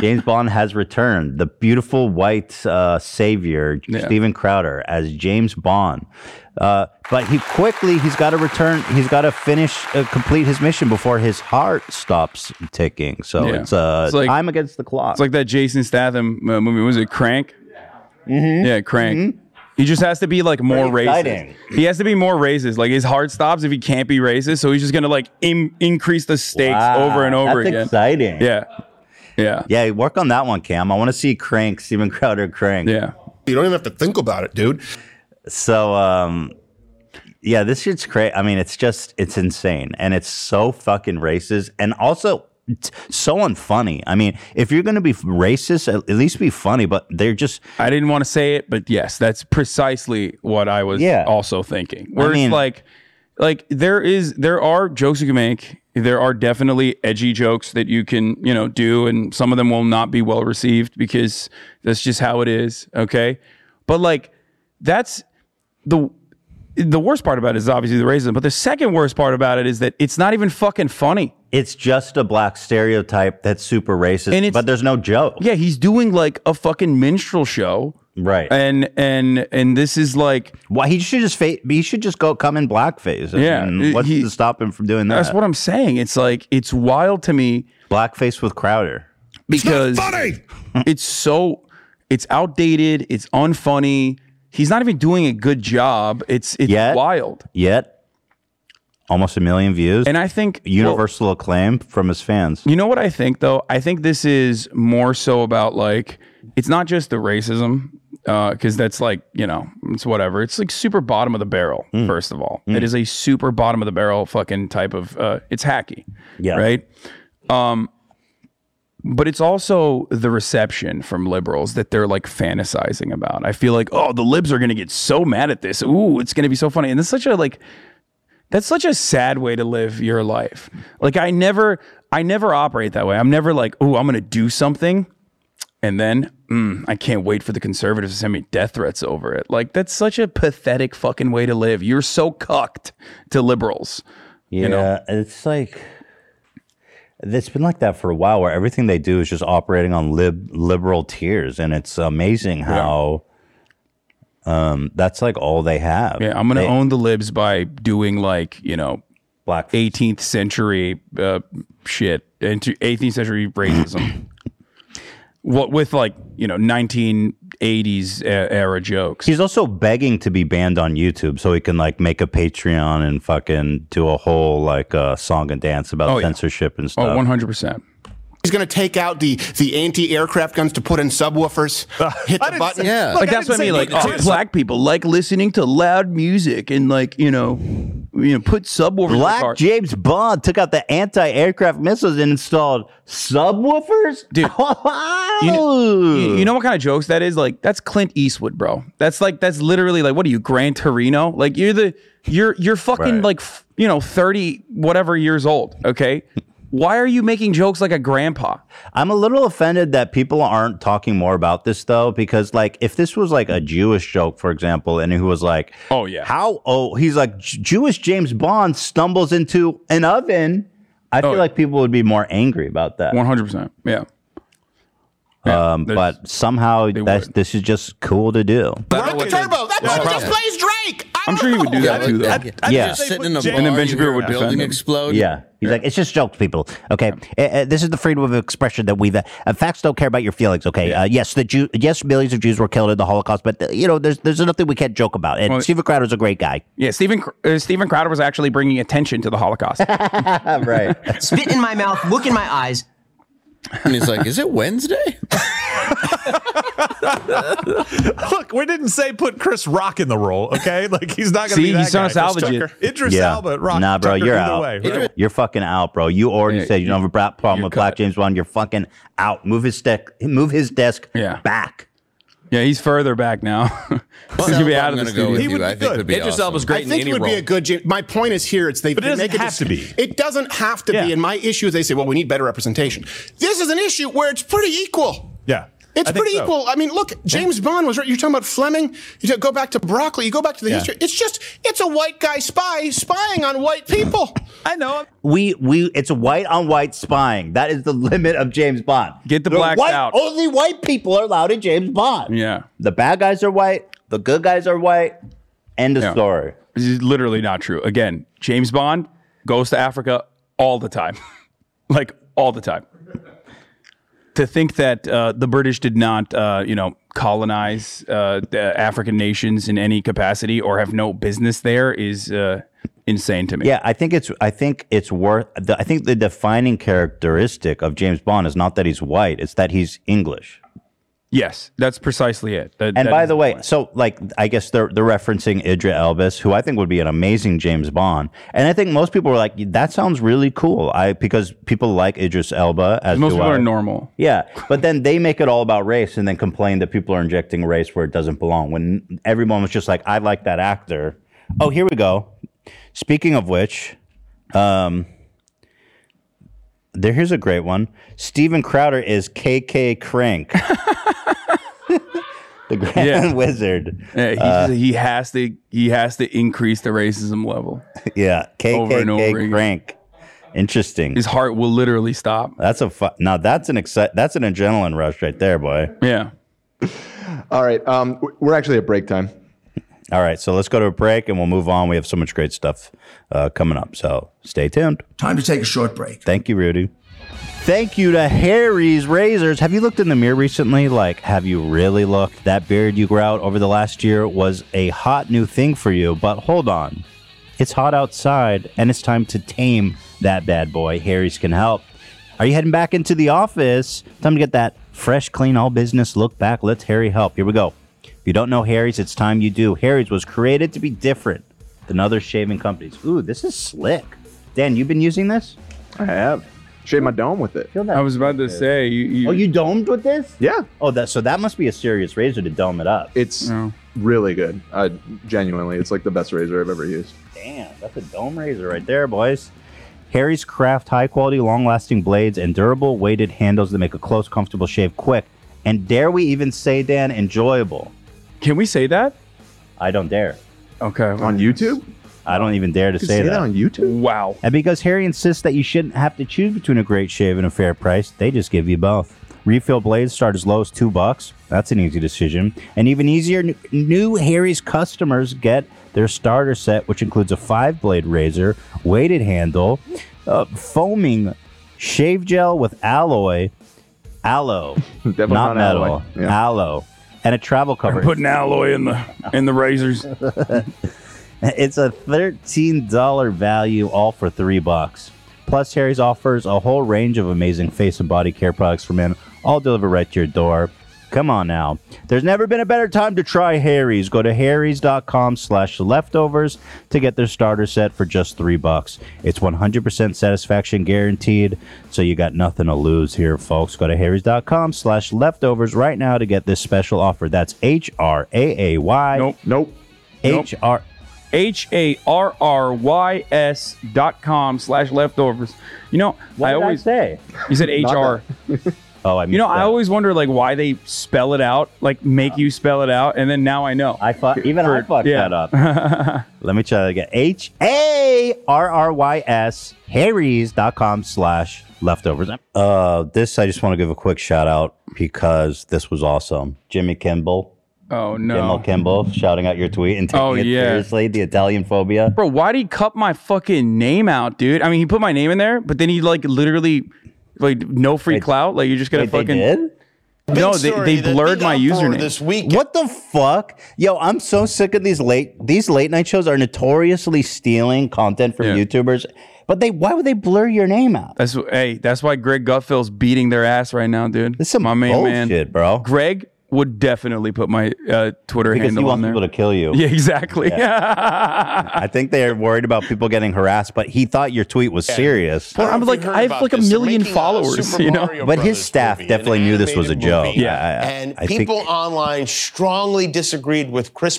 Speaker 1: James Bond has returned. The beautiful white uh, savior, Steven Crowder, as James Bond. Uh, but he quickly, he's got to return. He's got to finish, uh, complete his mission before his heart stops ticking. So
Speaker 2: Yeah.
Speaker 1: it's, uh,
Speaker 2: It's like-
Speaker 1: time against the clock.
Speaker 2: It's like that Jason Statham uh, movie. Was it Crank? Yeah, Crank. He just has to be like more
Speaker 1: Mm-hmm. Pretty
Speaker 2: racist.
Speaker 1: exciting.
Speaker 2: He has to be more racist. Like his heart stops if he can't be racist, so he's just gonna like Im- increase the stakes
Speaker 1: Wow,
Speaker 2: over and over
Speaker 1: that's
Speaker 2: again.
Speaker 1: exciting.
Speaker 2: Yeah, yeah,
Speaker 1: yeah. Work on that one, Cam. I want to see Crank, Steven Crowder, Crank.
Speaker 2: Yeah,
Speaker 10: you don't even have to think about it, dude.
Speaker 1: So, um, yeah, this shit's crazy. I mean, it's just it's insane, and it's so fucking racist, and also it's so unfunny. I mean, if you're gonna be racist, at at least be funny. But they're just
Speaker 2: I didn't want to say it, but yes, that's precisely what I was
Speaker 1: Yeah.
Speaker 2: also thinking. Where
Speaker 1: mean-
Speaker 2: it's like, like there is, there are jokes you can make. There are definitely edgy jokes that you can, you know, do, and some of them will not be well received because that's just how it is. Okay, but like that's the the worst part about it is obviously the racism, but the second worst part about it is that it's not even fucking funny.
Speaker 1: it's just a black stereotype that's super racist,
Speaker 2: And it's-
Speaker 1: but there's no joke.
Speaker 2: Yeah, he's doing like a fucking minstrel show.
Speaker 1: Right.
Speaker 2: And and and this is like
Speaker 1: why he should just fa- he should just go come in blackface. I
Speaker 2: Yeah,
Speaker 1: mean, what's
Speaker 2: he-
Speaker 1: to stop him from doing that?
Speaker 2: That's what I'm saying. It's like it's wild to me.
Speaker 1: Blackface with Crowder.
Speaker 2: Because it's so it's outdated, it's unfunny. He's not even doing a good job. It's it's
Speaker 1: Yet-
Speaker 2: wild.
Speaker 1: Yet, almost a million views,
Speaker 2: And I think
Speaker 1: universal acclaim from his fans.
Speaker 2: You know what I think though? I think this is more so about like it's not just the racism because that's like you know it's whatever. It's like super bottom of the barrel.
Speaker 1: Hmm.
Speaker 2: First of all, it is a super bottom of the barrel fucking type of. Uh, it's hacky.
Speaker 1: Yeah.
Speaker 2: Right. Um, but it's also the reception from liberals that they're like fantasizing about. I feel like, oh, the libs are going to get so mad at this. Ooh, it's going to be so funny. And it's such a like, that's such a sad way to live your life. Like I never, I never operate that way. I'm never like, oh, I'm going to do something. And then mm, I can't wait for the conservatives to send me death threats over it. Like that's such a pathetic fucking way to live. You're so cucked to liberals.
Speaker 1: Yeah, it's like it's been like that for a while, where everything they do is just operating on lib liberal tears, and it's amazing how um, that's like all they have.
Speaker 2: Yeah, I'm gonna
Speaker 1: They-
Speaker 2: own the libs by doing like you know,
Speaker 1: black
Speaker 2: 18th century uh, shit, into 18th century racism. what with like you know 1980s e- era jokes.
Speaker 1: He's also begging to be banned on YouTube so he can like make a Patreon and fucking do a whole like uh, song and dance about
Speaker 10: Oh, yeah.
Speaker 1: censorship and
Speaker 10: Oh,
Speaker 1: stuff.
Speaker 2: 100%.
Speaker 10: He's going to take out the, the anti aircraft guns to put in subwoofers,
Speaker 2: Uh,
Speaker 10: hit the button.
Speaker 2: like that's what I mean. Like oh, black people like listening to loud music and like you know, you know, put subwoofers. in the car.
Speaker 1: Black James Bond took out the anti-aircraft missiles and installed subwoofers.
Speaker 2: Dude, You know, you- you know what kind of jokes that is? Like that's Clint Eastwood, bro. That's like that's literally like what are you, Gran Torino? Like you're the you're you're fucking like f- you know thirty whatever years old. Okay, why are you making jokes like a grandpa?
Speaker 1: I'm a little offended that people aren't talking more about this though, because like if this was like a Jewish joke, for example, and who was like, "Oh yeah, how oh he's like "J- Jewish James Bond stumbles into an oven," I feel like people would be Oh, more angry about that.
Speaker 2: One hundred percent. Yeah.
Speaker 1: um, but somehow that's, this is just cool to do.
Speaker 10: Rock
Speaker 2: oh,
Speaker 10: the turbo. That
Speaker 1: Yeah.
Speaker 10: bug just plays Drake.
Speaker 2: I'm sure you would do
Speaker 1: Yeah, that, too, though. I'd- I'd Yeah. just
Speaker 15: Just
Speaker 1: say
Speaker 15: sitting
Speaker 1: put
Speaker 15: in a
Speaker 1: Jay-
Speaker 15: bar,
Speaker 1: And then Ben
Speaker 15: you
Speaker 1: Shapiro
Speaker 15: hear a
Speaker 1: would
Speaker 15: building
Speaker 1: defend him.
Speaker 15: explode.
Speaker 1: Yeah. He's like, it's just jokes, people. Okay. Uh, uh, this is the freedom of expression that we've. Uh, facts don't care about your feelings. Okay. Uh, yes, the Jew, yes, millions of Jews were killed in the Holocaust, but uh, you know, there's there's nothing we can't joke about. And
Speaker 2: Well-
Speaker 1: Steven Crowder's a great guy.
Speaker 2: Yeah, Stephen Cr- uh, Stephen Crowder was actually bringing attention to the Holocaust.
Speaker 1: right.
Speaker 16: Spit in my mouth, look in my eyes.
Speaker 15: And he's like, is it Wednesday?
Speaker 17: Look, we didn't say put Chris Rock in the role, okay? Like he's not going to
Speaker 2: See,
Speaker 17: be that
Speaker 2: he's trying
Speaker 17: guy.
Speaker 2: to salvage
Speaker 17: Chris
Speaker 2: it.
Speaker 17: Tucker. Idris Elba, Rock.
Speaker 1: Nah, bro,
Speaker 17: Tucker,
Speaker 1: you're
Speaker 17: either
Speaker 1: out.
Speaker 17: way, right?
Speaker 1: You're fucking out, bro. You already
Speaker 17: Yeah,
Speaker 1: said you don't have a bra- problem with Black James Bond. You're fucking out. Move his desk. Move his desk back.
Speaker 2: yeah, he's further back now. he's gonna be out of the studio.
Speaker 10: I think he would be a good. Jam- My point is here. It's they.
Speaker 2: But it
Speaker 10: they
Speaker 2: doesn't
Speaker 10: make a
Speaker 2: have to be.
Speaker 10: It doesn't have to be. And my issue is they say, well, we need better representation. This is an issue where it's pretty equal.
Speaker 17: Yeah.
Speaker 10: It's
Speaker 17: I think
Speaker 10: pretty
Speaker 17: so.
Speaker 10: equal. I mean, look, James Bond was right. You're talking about Fleming. You t- go back to broccoli. You go back to the
Speaker 1: Yeah.
Speaker 10: history. It's just, it's a white guy spy spying on white people.
Speaker 2: I know.
Speaker 1: We we it's white on white spying. That is the limit of James Bond. Get the
Speaker 2: blacks
Speaker 1: white,
Speaker 2: out.
Speaker 1: Only white people are allowed in James Bond.
Speaker 2: Yeah.
Speaker 1: The bad guys are white. The good guys are white. End of story.
Speaker 2: This is literally not true. Again, James Bond goes to Africa all the time, like all the time. To think that uh, the British did not, uh, you know, colonize uh, the African nations in any capacity or have no business there is uh, insane to me.
Speaker 1: Yeah, I think it's I think it's worth. The, I think the defining characteristic of James Bond is not that he's white; it's that he's English.
Speaker 2: Yes, that's precisely it. That-
Speaker 1: And
Speaker 2: that
Speaker 1: by
Speaker 2: is-
Speaker 1: the way, so like I guess they're they're referencing Idris Elbis, who I think would be an amazing James Bond. And I think most people are like, that sounds really cool. I because people like Idris Elba as
Speaker 2: most
Speaker 1: do
Speaker 2: people
Speaker 1: I.
Speaker 2: are normal.
Speaker 1: Yeah, but then they make it all about race and then complain that people are injecting race where it doesn't belong. When everyone was just like, I like that actor. Oh, here we go. Speaking of which, um, there here's a great one. Steven Crowder is KK Crank. the Grand
Speaker 2: Yeah.
Speaker 1: Wizard.
Speaker 2: Yeah, he's,
Speaker 1: Uh,
Speaker 2: he has to he has to increase the racism level.
Speaker 1: yeah,
Speaker 2: Over and over
Speaker 1: KKK
Speaker 2: again.
Speaker 1: Crank. Interesting. His
Speaker 2: heart will literally stop.
Speaker 1: That's a fu- now. That's an exci- That's an adrenaline rush right there, boy.
Speaker 2: Yeah.
Speaker 3: All right. Um, w- we're actually at break time.
Speaker 1: All right, so let's go to a break and we'll move on. We have so much great stuff uh, coming up, so stay tuned.
Speaker 11: Time to take a short break.
Speaker 1: Thank you, Rudy. Thank you to Harry's Razors. Have you looked in the mirror recently? Like, have you really looked? That beard you grew out over the last year was a hot new thing for you, but hold on. It's hot outside and it's time to tame that bad boy. Harry's can help. Are you heading back into the office? Time to get that fresh, clean, all business look back. Let's Harry help. Here we go. If you don't know Harry's, it's time you do. Harry's was created to be different than other shaving companies. Ooh, this is slick. Dan, you've been using this?
Speaker 3: I have. Shave my dome with it.
Speaker 1: I was about to say. You, oh, you domed with this?
Speaker 3: Yeah.
Speaker 1: Oh, that so that must be a serious razor to dome it up.
Speaker 3: It's really good. I genuinely, it's like the best razor I've ever used.
Speaker 1: Damn, that's a dome razor right there, boys. Harry's craft high quality, long lasting blades and durable weighted handles that make a close, comfortable shave quick. And dare we even say, Dan, enjoyable?
Speaker 2: Can we say that?
Speaker 1: I don't dare.
Speaker 2: Okay.
Speaker 3: On YouTube?
Speaker 1: I don't even dare to
Speaker 2: You can
Speaker 1: say,
Speaker 2: say that
Speaker 1: that.
Speaker 2: on
Speaker 3: YouTube.
Speaker 2: Wow.
Speaker 1: And because Harry insists that you shouldn't have to choose between a great shave and a fair price, they just give you both. Refill blades start as low as two bucks. That's an easy decision. And even easier, n- new Harry's customers get their starter set, which includes a five blade razor, weighted handle, uh, foaming shave gel with alloy, aloe, not,
Speaker 2: Definitely not
Speaker 1: metal,
Speaker 2: alloy. Yeah.
Speaker 1: aloe, and a travel cover.
Speaker 2: Putting alloy in the in the razors.
Speaker 1: It's a thirteen dollar value, all for three bucks. Plus, Harry's offers a whole range of amazing face and body care products for men, all delivered right to your door. Come on now. There's never been a better time to try Harry's. Go to harrys.com slash leftovers to get their starter set for just three bucks. It's 100% satisfaction guaranteed, so you got nothing to lose here, folks. Go to harrys.com slash leftovers right now to get this special offer. That's H-R-A-A-Y. Nope.
Speaker 3: Nope.
Speaker 1: H-R...
Speaker 2: H A R R Y S dot com slash leftovers. You know,
Speaker 1: What
Speaker 2: I
Speaker 1: did I
Speaker 2: always
Speaker 1: say?
Speaker 2: you said
Speaker 1: Not
Speaker 2: HR.
Speaker 1: oh, I
Speaker 2: you know, I always wonder like why they spell it out, like make you spell it out, and then now I know.
Speaker 1: I fuck even I fucked that up. Let me try that again. H A R R Y S Harry's.com slash leftovers. Uh, this I just want to give a quick shout out because this was awesome. Jimmy Kimball.
Speaker 2: Oh no.
Speaker 1: Jimmy Kimball shouting out your tweet and taking
Speaker 2: Oh,
Speaker 1: it
Speaker 2: yeah.
Speaker 1: seriously. The Italian phobia.
Speaker 2: Bro, why'd he cut my fucking name out, dude? I mean, he put my name in there, but then he like literally, like no free clout. Like you're just gonna
Speaker 1: wait, they
Speaker 2: fucking.
Speaker 1: did?
Speaker 2: No, they, they blurred my username.
Speaker 1: week. What the fuck? Yo, I'm so sick of these late these late night shows are notoriously stealing content from YouTubers. But they why would they blur your name out?
Speaker 2: That's hey, that's why Greg Gutfeld's beating their ass right now, dude. This
Speaker 1: is my
Speaker 2: main man,
Speaker 1: bullshit, bro.
Speaker 2: Greg would definitely put my uh, Twitter
Speaker 1: Because he
Speaker 2: handle on
Speaker 1: wants
Speaker 2: there.
Speaker 1: people to kill you.
Speaker 2: Yeah, exactly.
Speaker 1: I think they're worried about people getting harassed, but he thought your tweet was serious.
Speaker 2: Well, I'm like, I have like a million followers, you know.
Speaker 1: But his staff definitely knew this was a joke.
Speaker 17: movie.
Speaker 1: I- I-
Speaker 17: and
Speaker 1: I think-
Speaker 17: people online strongly disagreed with Chris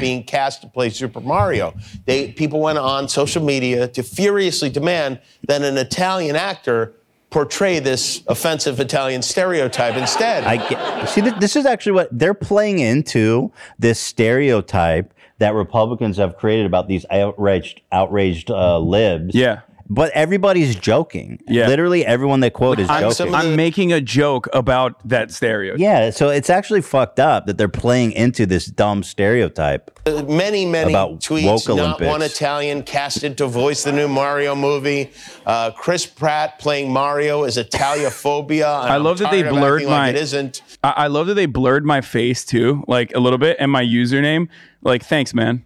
Speaker 17: being cast to play Super Mario. They people went on social media to furiously demand that an Italian actor portray this offensive Italian stereotype instead.
Speaker 1: I get, see. Th- this is actually what they're playing into this stereotype that Republicans have created about these outraged, outraged uh, libs.
Speaker 2: Yeah.
Speaker 1: But everybody's joking. Yeah. Literally, everyone they quote is joking.
Speaker 2: I'm making a joke about that stereo.
Speaker 1: yeah. So it's actually fucked up that they're playing into this dumb stereotype.
Speaker 17: many, many
Speaker 1: About
Speaker 17: tweets.
Speaker 1: woke
Speaker 17: Not
Speaker 1: Olympics.
Speaker 17: one Italian casted to voice the new Mario movie. Uh, Chris Pratt playing Mario is Italiaphobia. and
Speaker 2: I
Speaker 17: I'm
Speaker 2: love that they
Speaker 17: tired of
Speaker 2: blurred
Speaker 17: acting
Speaker 2: my.
Speaker 17: Like it isn't.
Speaker 2: I, I love that they blurred my face too, like a little bit, and my username. Like, thanks, man.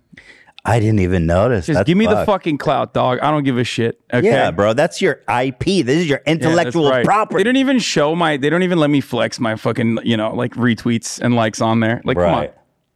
Speaker 1: I didn't even notice.
Speaker 2: Just
Speaker 1: That's
Speaker 2: give me the
Speaker 1: fucked.
Speaker 2: fucking clout, dog. I don't give a shit. Okay?
Speaker 1: Yeah, bro. That's your IP. This is your
Speaker 2: Yeah, that's
Speaker 1: intellectual
Speaker 2: right.
Speaker 1: property.
Speaker 2: They don't even show my. They don't even let me flex my fucking. You know, like retweets and likes on there. Like, come on,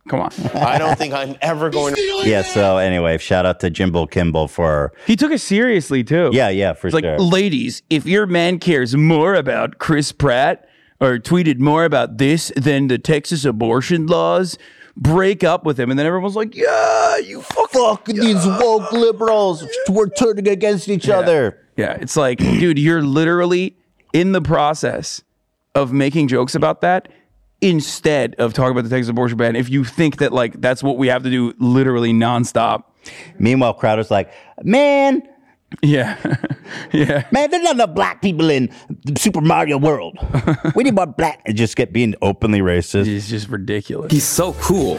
Speaker 2: come on.
Speaker 17: I don't think I'm ever going to.
Speaker 1: Yeah. So anyway, shout out to Jimbo Kimball for.
Speaker 2: He took it seriously too.
Speaker 1: Yeah, yeah, for
Speaker 2: It's like,
Speaker 1: sure.
Speaker 2: ladies, if your man cares more about Chris Pratt or tweeted more about this than the Texas abortion laws, break up with him. And then everyone's like, yeah, you fuck,
Speaker 1: these woke liberals. We're turning against each other.
Speaker 2: Yeah, it's like, dude, you're literally in the process of making jokes about that instead of talking about the Texas abortion ban. If you think that like that's what we have to do, literally nonstop.
Speaker 1: Meanwhile, Crowder's like, man.
Speaker 2: Yeah. yeah.
Speaker 1: Man, there's not enough black people in Super Mario World. we need more black. And just get being openly racist.
Speaker 2: He's just ridiculous.
Speaker 1: He's so cool.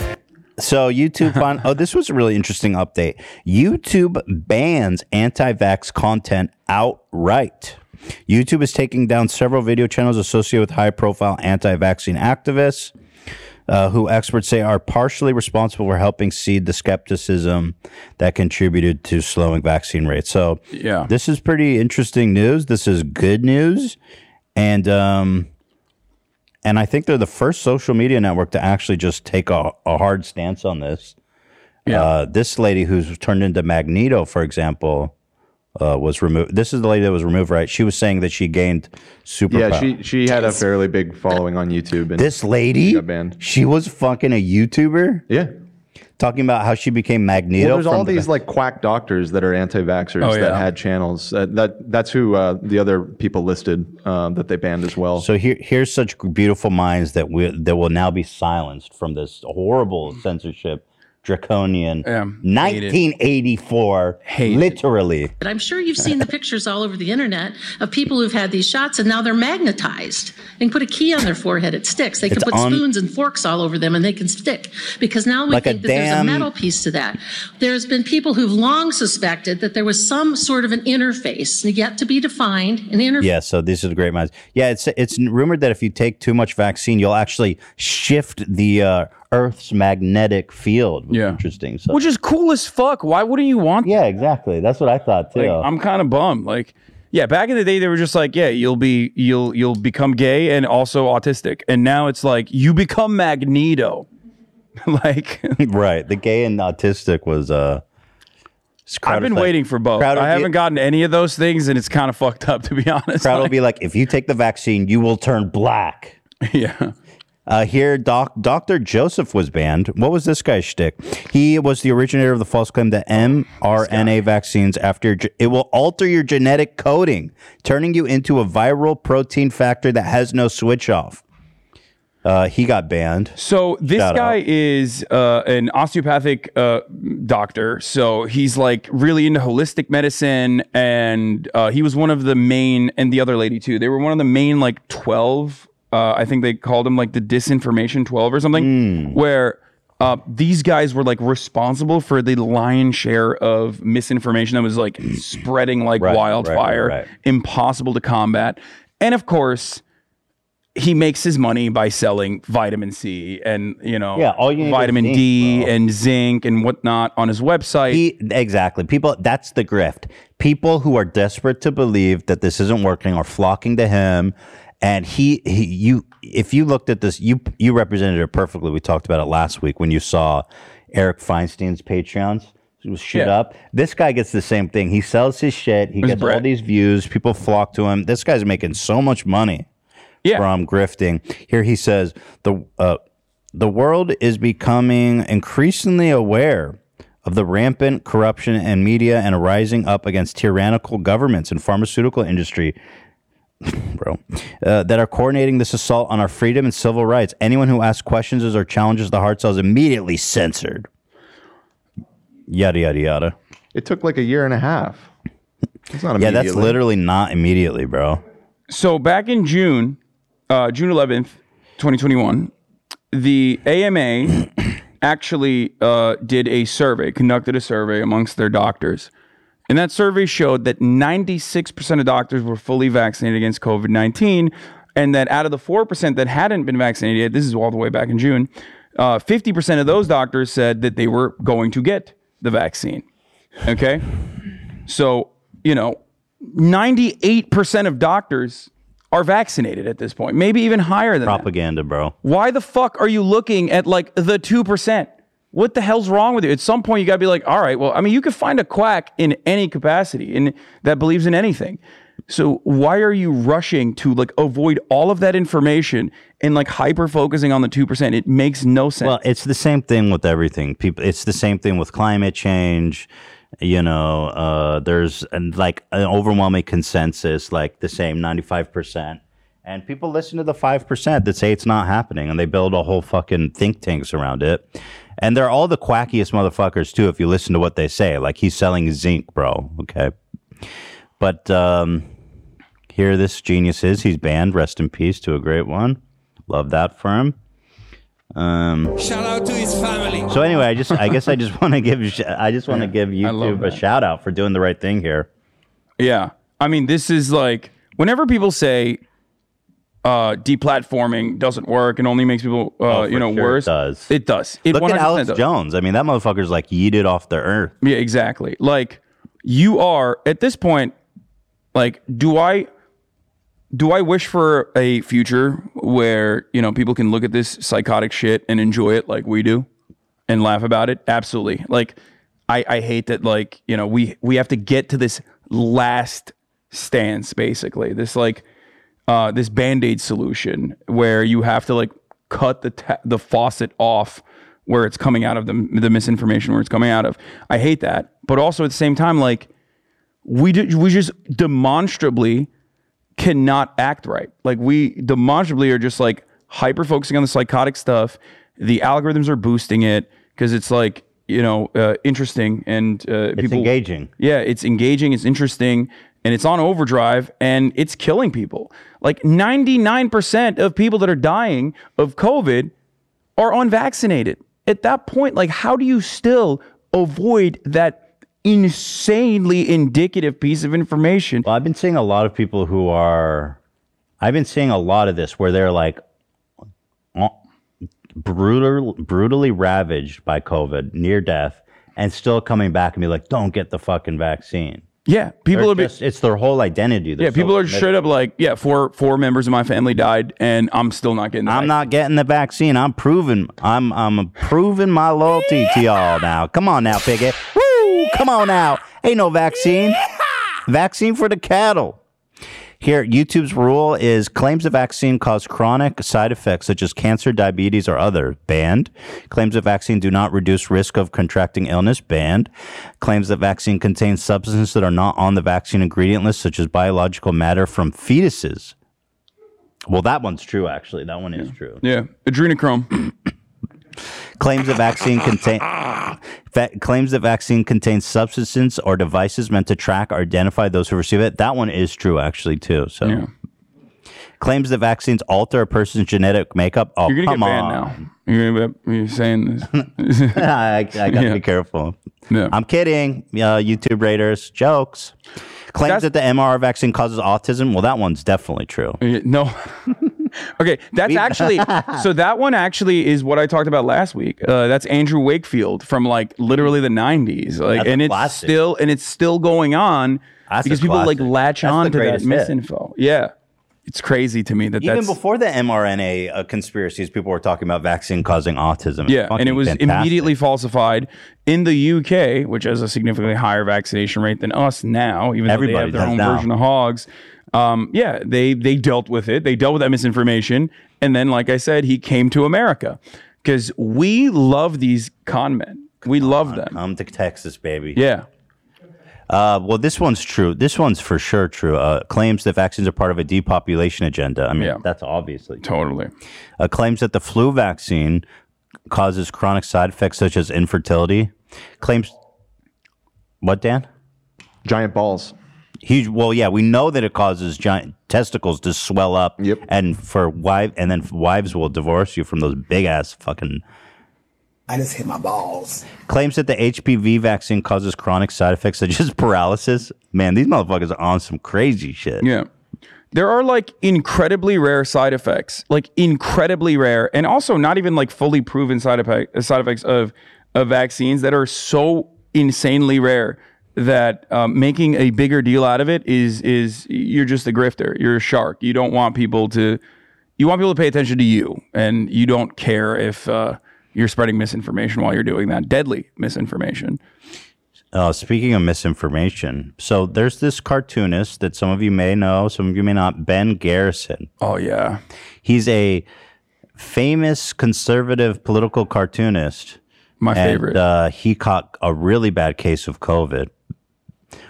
Speaker 1: So YouTube on oh, this was a really interesting update. YouTube bans anti-vax content outright. YouTube is taking down several video channels associated with high-profile anti-vaccine activists, uh, who experts say are partially responsible for helping seed the skepticism that contributed to slowing vaccine rates. So
Speaker 2: Yeah.
Speaker 1: this is pretty interesting news. This is good news, and um, and I think they're the first social media network to actually just take a, a hard stance on this. Uh, this lady who's turned into Magneto, for example, uh, was removed. This is the lady that was removed, right? She was saying that she gained super.
Speaker 3: Yeah, she she had a fairly big following on YouTube. And
Speaker 1: This lady,
Speaker 3: she got banned.
Speaker 1: she was fucking a YouTuber.
Speaker 3: Yeah,
Speaker 1: talking about how she became Magneto.
Speaker 3: Well, there's all
Speaker 1: from the-
Speaker 3: these like quack doctors that are anti-vaxxers
Speaker 1: Oh,
Speaker 3: that
Speaker 1: yeah.
Speaker 3: had channels. That, that that's who uh, the other people listed um, that they banned as well.
Speaker 1: So here, here's such beautiful minds that we that will now be silenced from this horrible
Speaker 2: Mm.
Speaker 1: censorship, draconian,
Speaker 18: Yeah, hate it.
Speaker 1: 1984, literally.
Speaker 19: But I'm sure you've seen the pictures all over the internet of people who've had these shots and now they're magnetized. They can put a key on their forehead, it sticks. They can
Speaker 1: It's
Speaker 19: put
Speaker 1: on-
Speaker 19: spoons and forks all over them and they can stick because now we
Speaker 1: Like a
Speaker 19: think that there's a
Speaker 1: damn-
Speaker 19: metal piece to that. There's been people who've long suspected that there was some sort of an interface yet to be defined, an interface.
Speaker 1: Yeah, so these are the great minds. Yeah, it's it's rumored that if you take too much vaccine, you'll actually shift the uh, Earth's magnetic field. Yeah, interesting. So
Speaker 2: Which is cool as fuck. Why wouldn't you want
Speaker 1: Yeah, exactly. That's what I thought too.
Speaker 2: Like, I'm kind of bummed. Like, yeah, back in the day they were just like, yeah, you'll be you'll you'll become gay and also autistic. And now it's like you become Magneto. like
Speaker 1: right, the gay and autistic was uh.
Speaker 2: I've been waiting for both. I haven't gotten any of those things and it's kind of fucked up to be honest.
Speaker 1: Crowd will be like, if you take the vaccine, you will turn black.
Speaker 2: Yeah.
Speaker 1: Uh, here, doc, Dr. Joseph was banned. What was this guy's shtick? He was the originator of the false claim that mRNA vaccines, after ge- it will alter your genetic coding, turning you into a viral protein factor that has no switch off. Uh, he got banned.
Speaker 2: So this
Speaker 1: Shout
Speaker 2: guy is uh, an osteopathic uh, doctor. So he's like really into holistic medicine, and uh, he was one of the main, and the other lady too. They were one of the main like twelve. Uh, I think they called them like the disinformation twelve or something,
Speaker 1: Hmm.
Speaker 2: where. Uh, these guys were like responsible for the lion's share of misinformation that was like spreading like
Speaker 1: Right, right,
Speaker 2: wildfire,
Speaker 1: right.
Speaker 2: impossible to combat. And of course, he makes his money by selling vitamin C and you know
Speaker 1: Yeah, all you need is
Speaker 2: vitamin
Speaker 1: zinc,
Speaker 2: D and zinc and whatnot on his website.
Speaker 1: He, exactly. People, that's the grift. People who are desperate to believe that this isn't working are flocking to him. And he, he, you, if you looked at this, you, you represented it perfectly. We talked about it last week when you saw Eric Feinstein's Patreons shit
Speaker 2: Yeah.
Speaker 1: up. This guy gets the same thing. He sells his shit. He
Speaker 2: It's
Speaker 1: gets all
Speaker 2: Brett.
Speaker 1: these views. People flock to him. This guy's making so much money from grifting. Here he says the uh, the world is becoming increasingly aware of the rampant corruption in media and rising up against tyrannical governments and pharmaceutical industry. Bro, uh, that are coordinating this assault on our freedom and civil rights. Anyone who asks questions or challenges the hard sell is immediately censored. Yada yada yada.
Speaker 3: It took like a year and a half. It's not
Speaker 1: Yeah, that's
Speaker 3: immediately.
Speaker 1: literally not immediately, bro.
Speaker 2: So back in June, uh, June 11th, 2021, the AMA actually uh, did a survey, conducted a survey amongst their doctors. And that survey showed that 96% of doctors were fully vaccinated against COVID 19. And that out of the 4% that hadn't been vaccinated yet, this is all the way back in June, uh, 50% of those doctors said that they were going to get the vaccine. Okay. So, you know, 98% of doctors are vaccinated at this point, maybe even higher than that.
Speaker 1: Propaganda, bro.
Speaker 2: Why the fuck are you looking at like the 2%? What the hell's wrong with you? At some point, you got to be like, all right, well, I mean, you can find a quack in any capacity in, that believes in anything. So why are you rushing to like avoid all of that information and like hyper focusing on the 2%? It makes no sense.
Speaker 1: Well, it's the same thing with everything. People, it's the same thing with climate change. You know, uh, there's an, like an overwhelming consensus, like the same ninety five percent, and people listen to the five percent that say it's not happening, and they build a whole fucking think tanks around it. And they're all the quackiest motherfuckers too. If you listen to what they say, like he's selling zinc, bro. Okay, but um, here this genius is. He's banned. Rest in peace to a great one. Love that for him. Um,
Speaker 20: Shout out to his family.
Speaker 1: so anyway, I just I guess I just want to give sh- I just want to give YouTube a shout out for doing the right thing here.
Speaker 2: Yeah. I mean, this is like whenever people say uh deplatforming doesn't work and only makes people uh
Speaker 1: Oh, for
Speaker 2: you know
Speaker 1: sure it
Speaker 2: worse.
Speaker 1: does.
Speaker 2: It does. It
Speaker 1: Look at
Speaker 2: 100%
Speaker 1: Alex
Speaker 2: does.
Speaker 1: Jones. I mean, that motherfucker's like yeeted off the earth.
Speaker 2: Yeah, exactly. Like you are at this point like do I do I wish for a future where, you know, people can look at this psychotic shit and enjoy it like we do and laugh about it? Absolutely. Like I I hate that like, you know, we we have to get to this last stance, basically. This like uh, this band aid solution where you have to like cut the ta- the faucet off where it's coming out of the the misinformation where it's coming out of. I hate that, but also at the same time, like we do, we just demonstrably cannot act right. Like we demonstrably are just like hyper focusing on the psychotic stuff. The algorithms are boosting it because it's like you know uh, interesting and uh, people
Speaker 1: engaging.
Speaker 2: Yeah, it's engaging. It's interesting. And it's on overdrive and it's killing people. Like 99% of people that are dying of COVID are unvaccinated. At that point, like, how do you still avoid that insanely indicative piece of information?
Speaker 1: Well, I've been seeing a lot of people who are. I've been seeing a lot of this where they're like uh, brutal, brutally ravaged by COVID, near death, and still coming back and be like, "Don't get the fucking vaccine."
Speaker 2: Yeah, people
Speaker 1: They're
Speaker 2: are be-
Speaker 1: just, it's their whole identity. They're
Speaker 2: Yeah, people
Speaker 1: so
Speaker 2: are straight up like, yeah, four four members of my family died, and I'm still not getting. The
Speaker 1: I'm not getting the vaccine. I'm proving. I'm I'm proving my loyalty to y'all now. Come on now, piggy. Woo! Come on now. Ain't no vaccine. Vaccine for the cattle. Here, YouTube's rule is claims the vaccine cause chronic side effects such as cancer, diabetes, or other. Banned. Claims the vaccine do not reduce risk of contracting illness. Banned. Claims that vaccine contains substances that are not on the vaccine ingredient list, such as biological matter from fetuses. Well, that one's true, actually. That one is true.
Speaker 2: Yeah, adrenochrome.
Speaker 1: claims the vaccine contain fa- claims the vaccine contains substances or devices meant to track or identify those who receive it. That one is true, actually, too. So. Claims the vaccines alter a person's genetic makeup. Oh,
Speaker 2: You're gonna
Speaker 1: come
Speaker 2: get banned
Speaker 1: on.
Speaker 2: now. You're gonna be you're saying this.
Speaker 1: I, I gotta
Speaker 2: Yeah.
Speaker 1: be careful. I'm kidding, uh, YouTube Raiders. Jokes. Claims that the MR vaccine causes autism. Well, that one's definitely true.
Speaker 2: No. okay, that's actually so. That one actually is what I talked about last week. Uh, that's Andrew Wakefield from like literally the '90s, like,
Speaker 1: That's a
Speaker 2: and it's
Speaker 1: classic.
Speaker 2: still and it's still going on
Speaker 1: That's a
Speaker 2: because people like
Speaker 1: classic.
Speaker 2: latch
Speaker 1: That's the
Speaker 2: on to that
Speaker 1: greatest hit.
Speaker 2: misinfo. Yeah, it's crazy to me that
Speaker 1: Even
Speaker 2: that's
Speaker 1: before the mRNA uh, conspiracies, people were talking about vaccine causing autism. It's
Speaker 2: Yeah, and it
Speaker 1: fucking
Speaker 2: was
Speaker 1: fantastic.
Speaker 2: immediately falsified in the UK, which has a significantly higher vaccination rate than us now, even though
Speaker 1: Everybody
Speaker 2: they have
Speaker 1: does
Speaker 2: their own
Speaker 1: now.
Speaker 2: version of hogs. Um, yeah, they they dealt with it. They dealt with that misinformation, and then, like I said, he came to America because we love these con men. We love them.
Speaker 1: Come to Texas, baby.
Speaker 2: Yeah.
Speaker 1: Uh, well, this one's true. This one's for sure true. Uh, claims that vaccines are part of a depopulation agenda. I mean, that's obviously
Speaker 2: totally.
Speaker 1: Uh, claims that the flu vaccine causes chronic side effects such as infertility. Claims what, Dan?
Speaker 3: Giant balls.
Speaker 1: Huge. Well, yeah, we know that it causes giant testicles to swell up. Yep. And for wife, and then wives will divorce you from those big ass fucking
Speaker 20: I just hit my balls.
Speaker 1: claims that the HPV vaccine causes chronic side effects such as paralysis. Man, these motherfuckers are on some crazy shit.
Speaker 2: Yeah. There are like incredibly rare side effects, like incredibly rare, and also not even like fully proven side effect, side effects of, of vaccines that are so insanely rare that um, making a bigger deal out of it is is you're just a grifter, you're a shark. You don't want people to, you want people to pay attention to you, and you don't care if uh, you're spreading misinformation while you're doing that, deadly misinformation.
Speaker 1: Uh, speaking of misinformation, so there's this cartoonist that some of you may know, some of you may not, Ben Garrison.
Speaker 2: Oh, yeah.
Speaker 1: He's a famous conservative political cartoonist.
Speaker 2: My
Speaker 1: And,
Speaker 2: favorite.
Speaker 1: Uh, he caught a really bad case of COVID,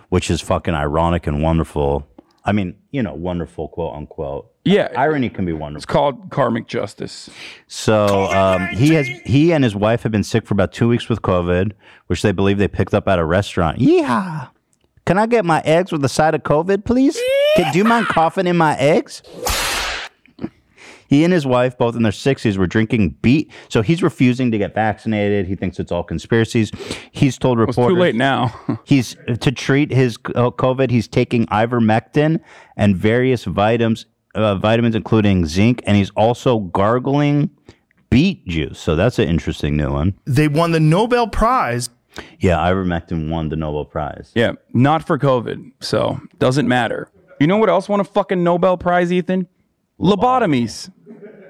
Speaker 1: which is fucking ironic and wonderful. I mean, you know, wonderful, quote unquote.
Speaker 2: Yeah,
Speaker 1: irony can be wonderful. It's
Speaker 2: called karmic justice.
Speaker 1: So um, he has he and his wife have been sick for about two weeks with COVID, which they believe they picked up at a restaurant. Yeehaw! Can I get my eggs with a side of COVID, please? Can, do you mind coughing in my eggs? He and his wife, both in their 60s, were drinking beet. So he's refusing to get vaccinated. He thinks it's all conspiracies. He's told
Speaker 2: It's
Speaker 1: reporters
Speaker 2: too late now.
Speaker 1: he's to treat his uh, COVID. He's taking ivermectin and various vitamins, uh, vitamins including zinc, and he's also gargling beet juice. So that's an interesting new one.
Speaker 21: They won the Nobel Prize.
Speaker 1: Yeah, ivermectin won the Nobel Prize.
Speaker 2: Yeah, not for COVID. So doesn't matter. You know what else won a fucking Nobel Prize, Ethan? Lobotomies.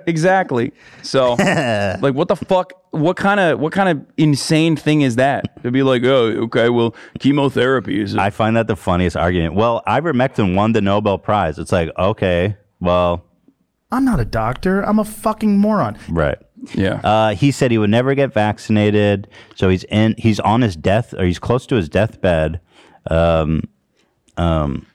Speaker 2: exactly. So, like, what the fuck? What kind of what kind of insane thing is that? To be like, oh, okay, well, chemotherapy is.
Speaker 1: I find that the funniest argument. Well, ivermectin won the Nobel Prize. It's like, okay, well,
Speaker 21: I'm not a doctor. I'm a fucking moron.
Speaker 1: right.
Speaker 2: Yeah.
Speaker 1: Uh, he said he would never get vaccinated, so he's in. He's on his death, or he's close to his deathbed. Um, um,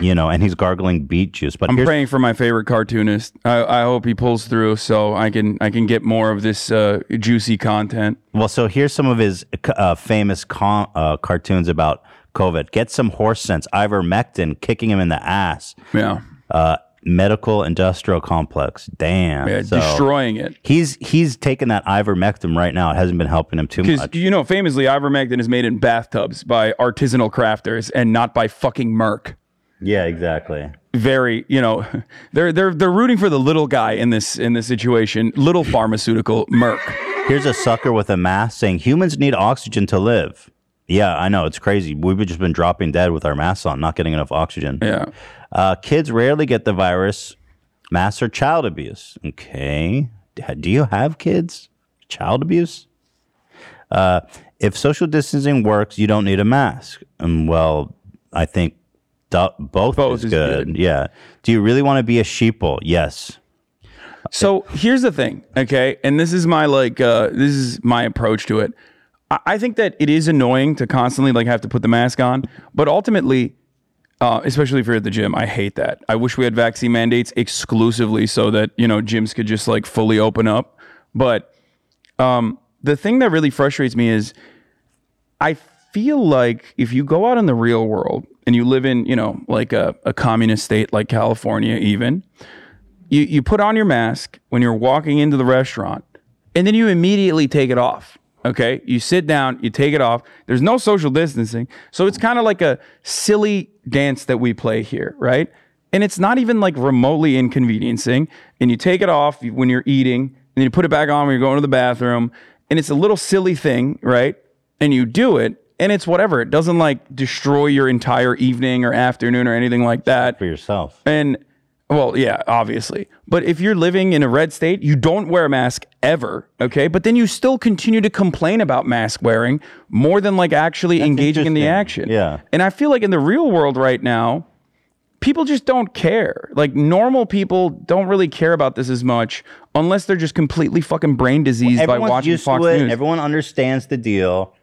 Speaker 1: you know, and he's gargling beet juice. But
Speaker 2: I'm
Speaker 1: here's-
Speaker 2: praying for my favorite cartoonist. I, I hope he pulls through so I can I can get more of this uh, juicy content.
Speaker 1: Well, so here's some of his uh, famous con- uh, cartoons about COVID. Get some horse sense. Ivermectin kicking him in the ass.
Speaker 2: Yeah.
Speaker 1: Uh, medical industrial complex. Damn.
Speaker 2: Yeah, destroying it.
Speaker 1: He's he's taking that ivermectin right now. It hasn't been helping him too
Speaker 2: Because
Speaker 1: much.
Speaker 2: you know, famously, ivermectin is made in bathtubs by artisanal crafters and not by fucking Merck.
Speaker 1: Yeah, exactly.
Speaker 2: Very, you know, they're they're they're rooting for the little guy in this in this situation. Little pharmaceutical Merck.
Speaker 1: Here's a sucker with a mask saying humans need oxygen to live. Yeah, I know. It's crazy. We've just been dropping dead with our masks on, not getting enough oxygen.
Speaker 2: Yeah.
Speaker 1: Uh, kids rarely get the virus. Mass or child abuse. Okay. D- Do you have kids? Child abuse? Uh, if social distancing works, you don't need a mask. And well, I think do- both, is, good. Yeah. Do you really want to be a sheeple? Yes.
Speaker 2: So here's the thing, okay? And this is my like uh this is my approach to it. I, I think that it is annoying to constantly like have to put the mask on, but ultimately uh, especially if you're at the gym, I hate that. I wish we had vaccine mandates exclusively so that you know gyms could just like fully open up. But um, the thing that really frustrates me is I feel like if you go out in the real world and you live in, you know, like a, a communist state like California, even, you, you put on your mask when you're walking into the restaurant and then you immediately take it off. Okay. You sit down, you take it off. There's no social distancing. So it's kind of like a silly dance that we play here, right? And it's not even like remotely inconveniencing. And you take it off when you're eating and then you put it back on when you're going to the bathroom. And it's a little silly thing, right? and you do it and it's whatever it doesn't like destroy your entire evening or afternoon or anything like that for
Speaker 1: yourself
Speaker 2: and well yeah obviously but if you're living in a red state you don't wear a mask ever okay but then you still continue to complain about mask wearing more than like actually engaging in the action yeah and i feel like in the real world right now people just don't care. Like normal people don't really care about this as much unless they're just completely fucking brain diseased by
Speaker 1: Everyone's
Speaker 2: watching
Speaker 1: used
Speaker 2: Fox
Speaker 1: to it.
Speaker 2: News.
Speaker 1: Everyone understands the deal.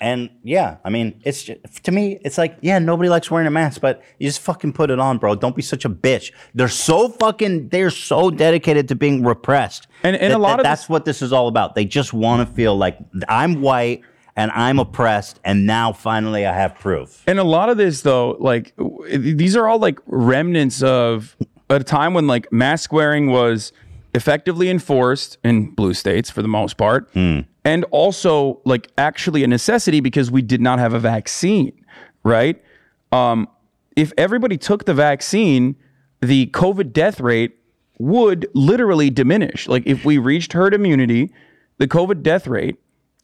Speaker 1: And yeah, I mean, it's just, to me, it's like, yeah, nobody likes wearing a mask, but you just fucking put it on, bro. Don't be such a bitch. They're so fucking, they're so dedicated to being repressed.
Speaker 2: And- and
Speaker 1: that-
Speaker 2: a lot
Speaker 1: that-
Speaker 2: of
Speaker 1: that's what this is all about. They just want to feel like I'm white and I'm oppressed, and now finally I have proof.
Speaker 2: And a lot of this, though, like w- these are all like remnants of a time when like mask wearing was effectively enforced in blue states for the most part, and also like actually a necessity because we did not have a vaccine, right? Um, if everybody took the vaccine, the COVID death rate would literally diminish. Like if we reached herd immunity, the COVID death rate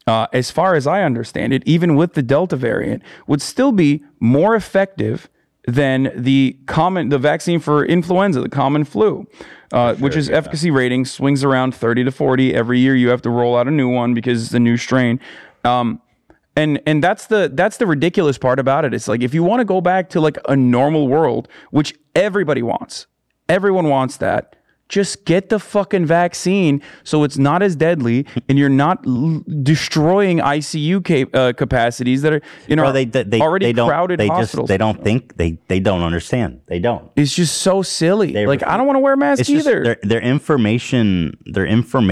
Speaker 2: uh, as far as I understand it, even with the Delta variant, would still be more effective than the common the vaccine for influenza, the common flu, uh, which is efficacy rating swings around thirty to forty every year. You have to roll out a new one because it's a new strain. Um, and and that's the that's the ridiculous part about it. It's like if you want to go back to like a normal world, which everybody wants, everyone wants that. Just get the fucking vaccine so it's not as deadly and you're not l- destroying ICU cap- uh, capacities that are you know
Speaker 1: Bro, they, they, they,
Speaker 2: already
Speaker 1: they don't,
Speaker 2: crowded
Speaker 1: they Just,
Speaker 2: hospitals.
Speaker 1: they don't think, they, they don't understand. They don't.
Speaker 2: It's just so silly. like I don't want to wear a mask
Speaker 1: it's just
Speaker 2: either.
Speaker 1: their, their information their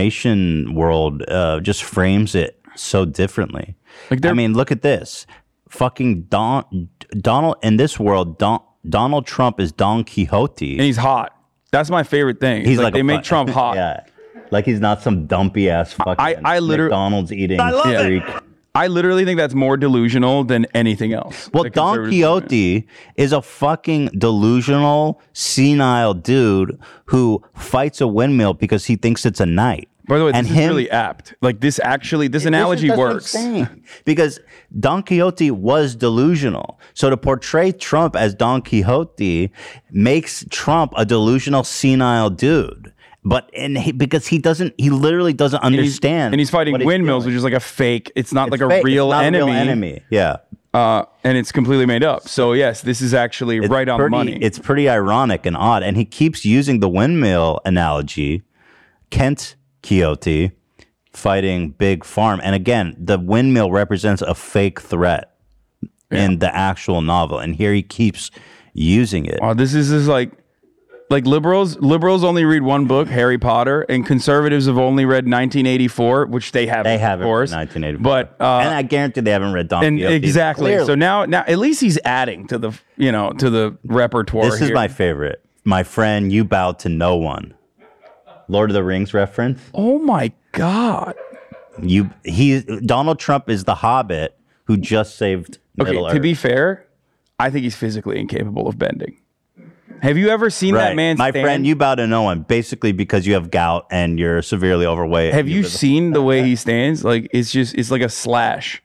Speaker 1: information world uh, just frames it so differently i mean look at this fucking don donald in this world don donald trump is don quixote and
Speaker 2: he's hot that's my favorite thing
Speaker 1: he's
Speaker 2: Like,
Speaker 1: like,
Speaker 2: they
Speaker 1: a
Speaker 2: make
Speaker 1: fu-
Speaker 2: Trump hot.
Speaker 1: yeah like he's not some dumpy ass fucking I,
Speaker 2: I literally-
Speaker 1: McDonald's eating
Speaker 2: I love it.
Speaker 1: freak.
Speaker 2: I literally think that's more delusional than anything else.
Speaker 1: Well,
Speaker 2: that
Speaker 1: Don
Speaker 2: conservatives do.
Speaker 1: Quixote is a fucking delusional, senile dude who fights a windmill because he thinks it's a knight.
Speaker 2: By the way, this
Speaker 1: and
Speaker 2: is
Speaker 1: him,
Speaker 2: really apt. Like this actually, this
Speaker 1: This is-
Speaker 2: analogy
Speaker 1: that's what I'm
Speaker 2: works.
Speaker 1: saying. because Don Quixote was delusional. So to portray Trump as Don Quixote makes Trump a delusional, senile dude. But and he, because he doesn't, he literally doesn't
Speaker 2: And he's-
Speaker 1: understand.
Speaker 2: And he's fighting
Speaker 1: what
Speaker 2: windmills, which is like a fake. It's not like a,
Speaker 1: fake. It's
Speaker 2: real
Speaker 1: not a
Speaker 2: enemy.
Speaker 1: real enemy. Yeah.
Speaker 2: Uh, and it's completely made up. So yes, this is actually right on
Speaker 1: pretty,
Speaker 2: the money.
Speaker 1: It's pretty ironic and odd. And he keeps using the windmill analogy. Kent Quixote fighting Big Farm. And again, the windmill represents a fake threat in the actual novel. And here he keeps using it.
Speaker 2: Wow, this is just like like liberals liberals only read one book, Harry Potter, and conservatives have only read 1984, which they haven't. They haven't. Of course.
Speaker 1: 1984.
Speaker 2: But uh,
Speaker 1: and I guarantee they haven't read Don
Speaker 2: and
Speaker 1: Quixote.
Speaker 2: exactly.
Speaker 1: Clearly.
Speaker 2: So now now at least he's adding to the you know to the repertoire.
Speaker 1: This is
Speaker 2: here.
Speaker 1: my favorite. My friend, you bow to no one. Lord of the Rings reference.
Speaker 2: Oh my god.
Speaker 1: You he Donald Trump is the Hobbit who just saved
Speaker 2: Okay,
Speaker 1: Middle
Speaker 2: to be
Speaker 1: Earth.
Speaker 2: fair, I think he's physically incapable of bending. Have you ever seen that
Speaker 1: Right.
Speaker 2: man
Speaker 1: My
Speaker 2: stand?
Speaker 1: friend, you bow to no one, basically because you have gout and you're severely overweight.
Speaker 2: Have you seen the way he stands? Like it's just it's like a slash.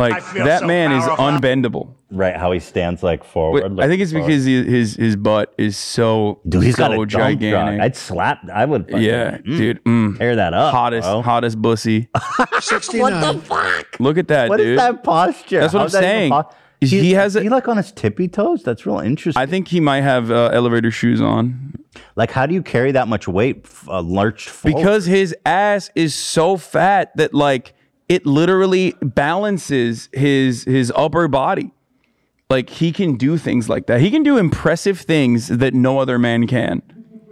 Speaker 2: Like
Speaker 1: feel
Speaker 2: that
Speaker 1: so
Speaker 2: man
Speaker 1: powerful.
Speaker 2: is unbendable.
Speaker 1: Right, how he stands like
Speaker 2: But
Speaker 1: forward.
Speaker 2: I think it's because he, his his butt is so
Speaker 1: Dude, he's got
Speaker 2: so
Speaker 1: a dump truck.
Speaker 2: gigantic.
Speaker 1: I'd slap. I would. fucking-
Speaker 2: yeah,
Speaker 1: Mm.
Speaker 2: dude. Mm.
Speaker 1: Tear that up.
Speaker 2: Hottest
Speaker 1: bro.
Speaker 2: hottest bussy.
Speaker 1: 69. What the fuck?
Speaker 2: Look at that,
Speaker 1: What is
Speaker 2: dude.
Speaker 1: that posture?
Speaker 2: That's what
Speaker 1: How
Speaker 2: I'm
Speaker 1: is that even
Speaker 2: saying.
Speaker 1: pos-
Speaker 2: Is
Speaker 1: He-
Speaker 2: he has a,
Speaker 1: he like on his tippy toes. That's real interesting.
Speaker 2: I think he might have uh, elevator shoes on.
Speaker 1: Like, how do you carry that much weight f- uh, lurched forward?
Speaker 2: because his ass is so fat that like it literally balances his his upper body like he can do things like that he can do impressive things that no other man can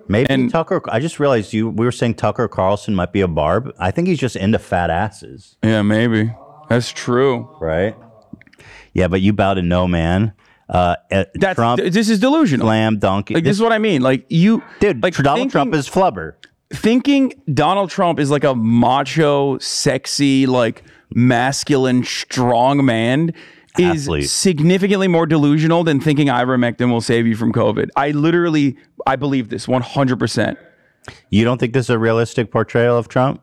Speaker 1: maybe Tucker. I just realized you. We were saying Tucker Carlson might be a barb. I think he's just into fat asses,
Speaker 2: yeah maybe that's true
Speaker 1: right? Yeah, but you bow to no man. Uh, That's, Trump.
Speaker 2: This is delusional.
Speaker 1: Slam donkey.
Speaker 2: like this, is what i mean like you dude like
Speaker 1: Donald Trump is flubber
Speaker 2: thinking donald trump is like a macho sexy like masculine strong man is
Speaker 1: Athlete.
Speaker 2: significantly more delusional than thinking ivermectin will save you from covid i literally i believe this 100%
Speaker 1: You don't think this is a realistic portrayal of Trump?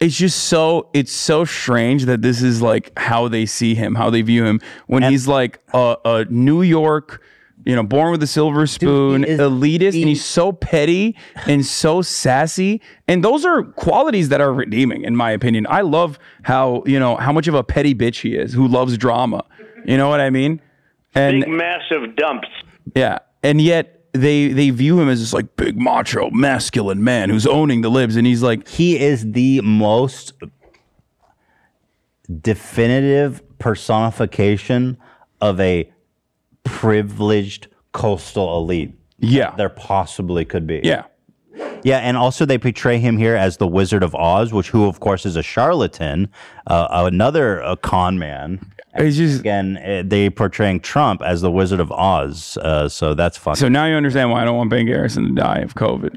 Speaker 2: it's just so it's so strange that this is like how they see him, how they view him when he's like a, a New York, you know, born with a silver spoon, elitist, and he's so petty and so sassy. And those are qualities that are redeeming, in my opinion. I love how you know how much of a petty bitch he is, who loves drama. You know what I mean? And
Speaker 22: Big massive dumps.
Speaker 2: yeah, and yet they they view him as this like big macho, masculine man who's owning the libs, and he's like
Speaker 1: he is the most definitive personification of a privileged coastal elite.
Speaker 2: Yeah.
Speaker 1: There possibly could be.
Speaker 2: Yeah.
Speaker 1: Yeah, and also they portray him here as the Wizard of Oz, which who of course is a charlatan, uh, another uh, con man.
Speaker 2: It's just
Speaker 1: again uh, they portraying Trump as the Wizard of Oz, uh, so that's fun.
Speaker 2: So now you understand why I don't want Ben Garrison to die of COVID.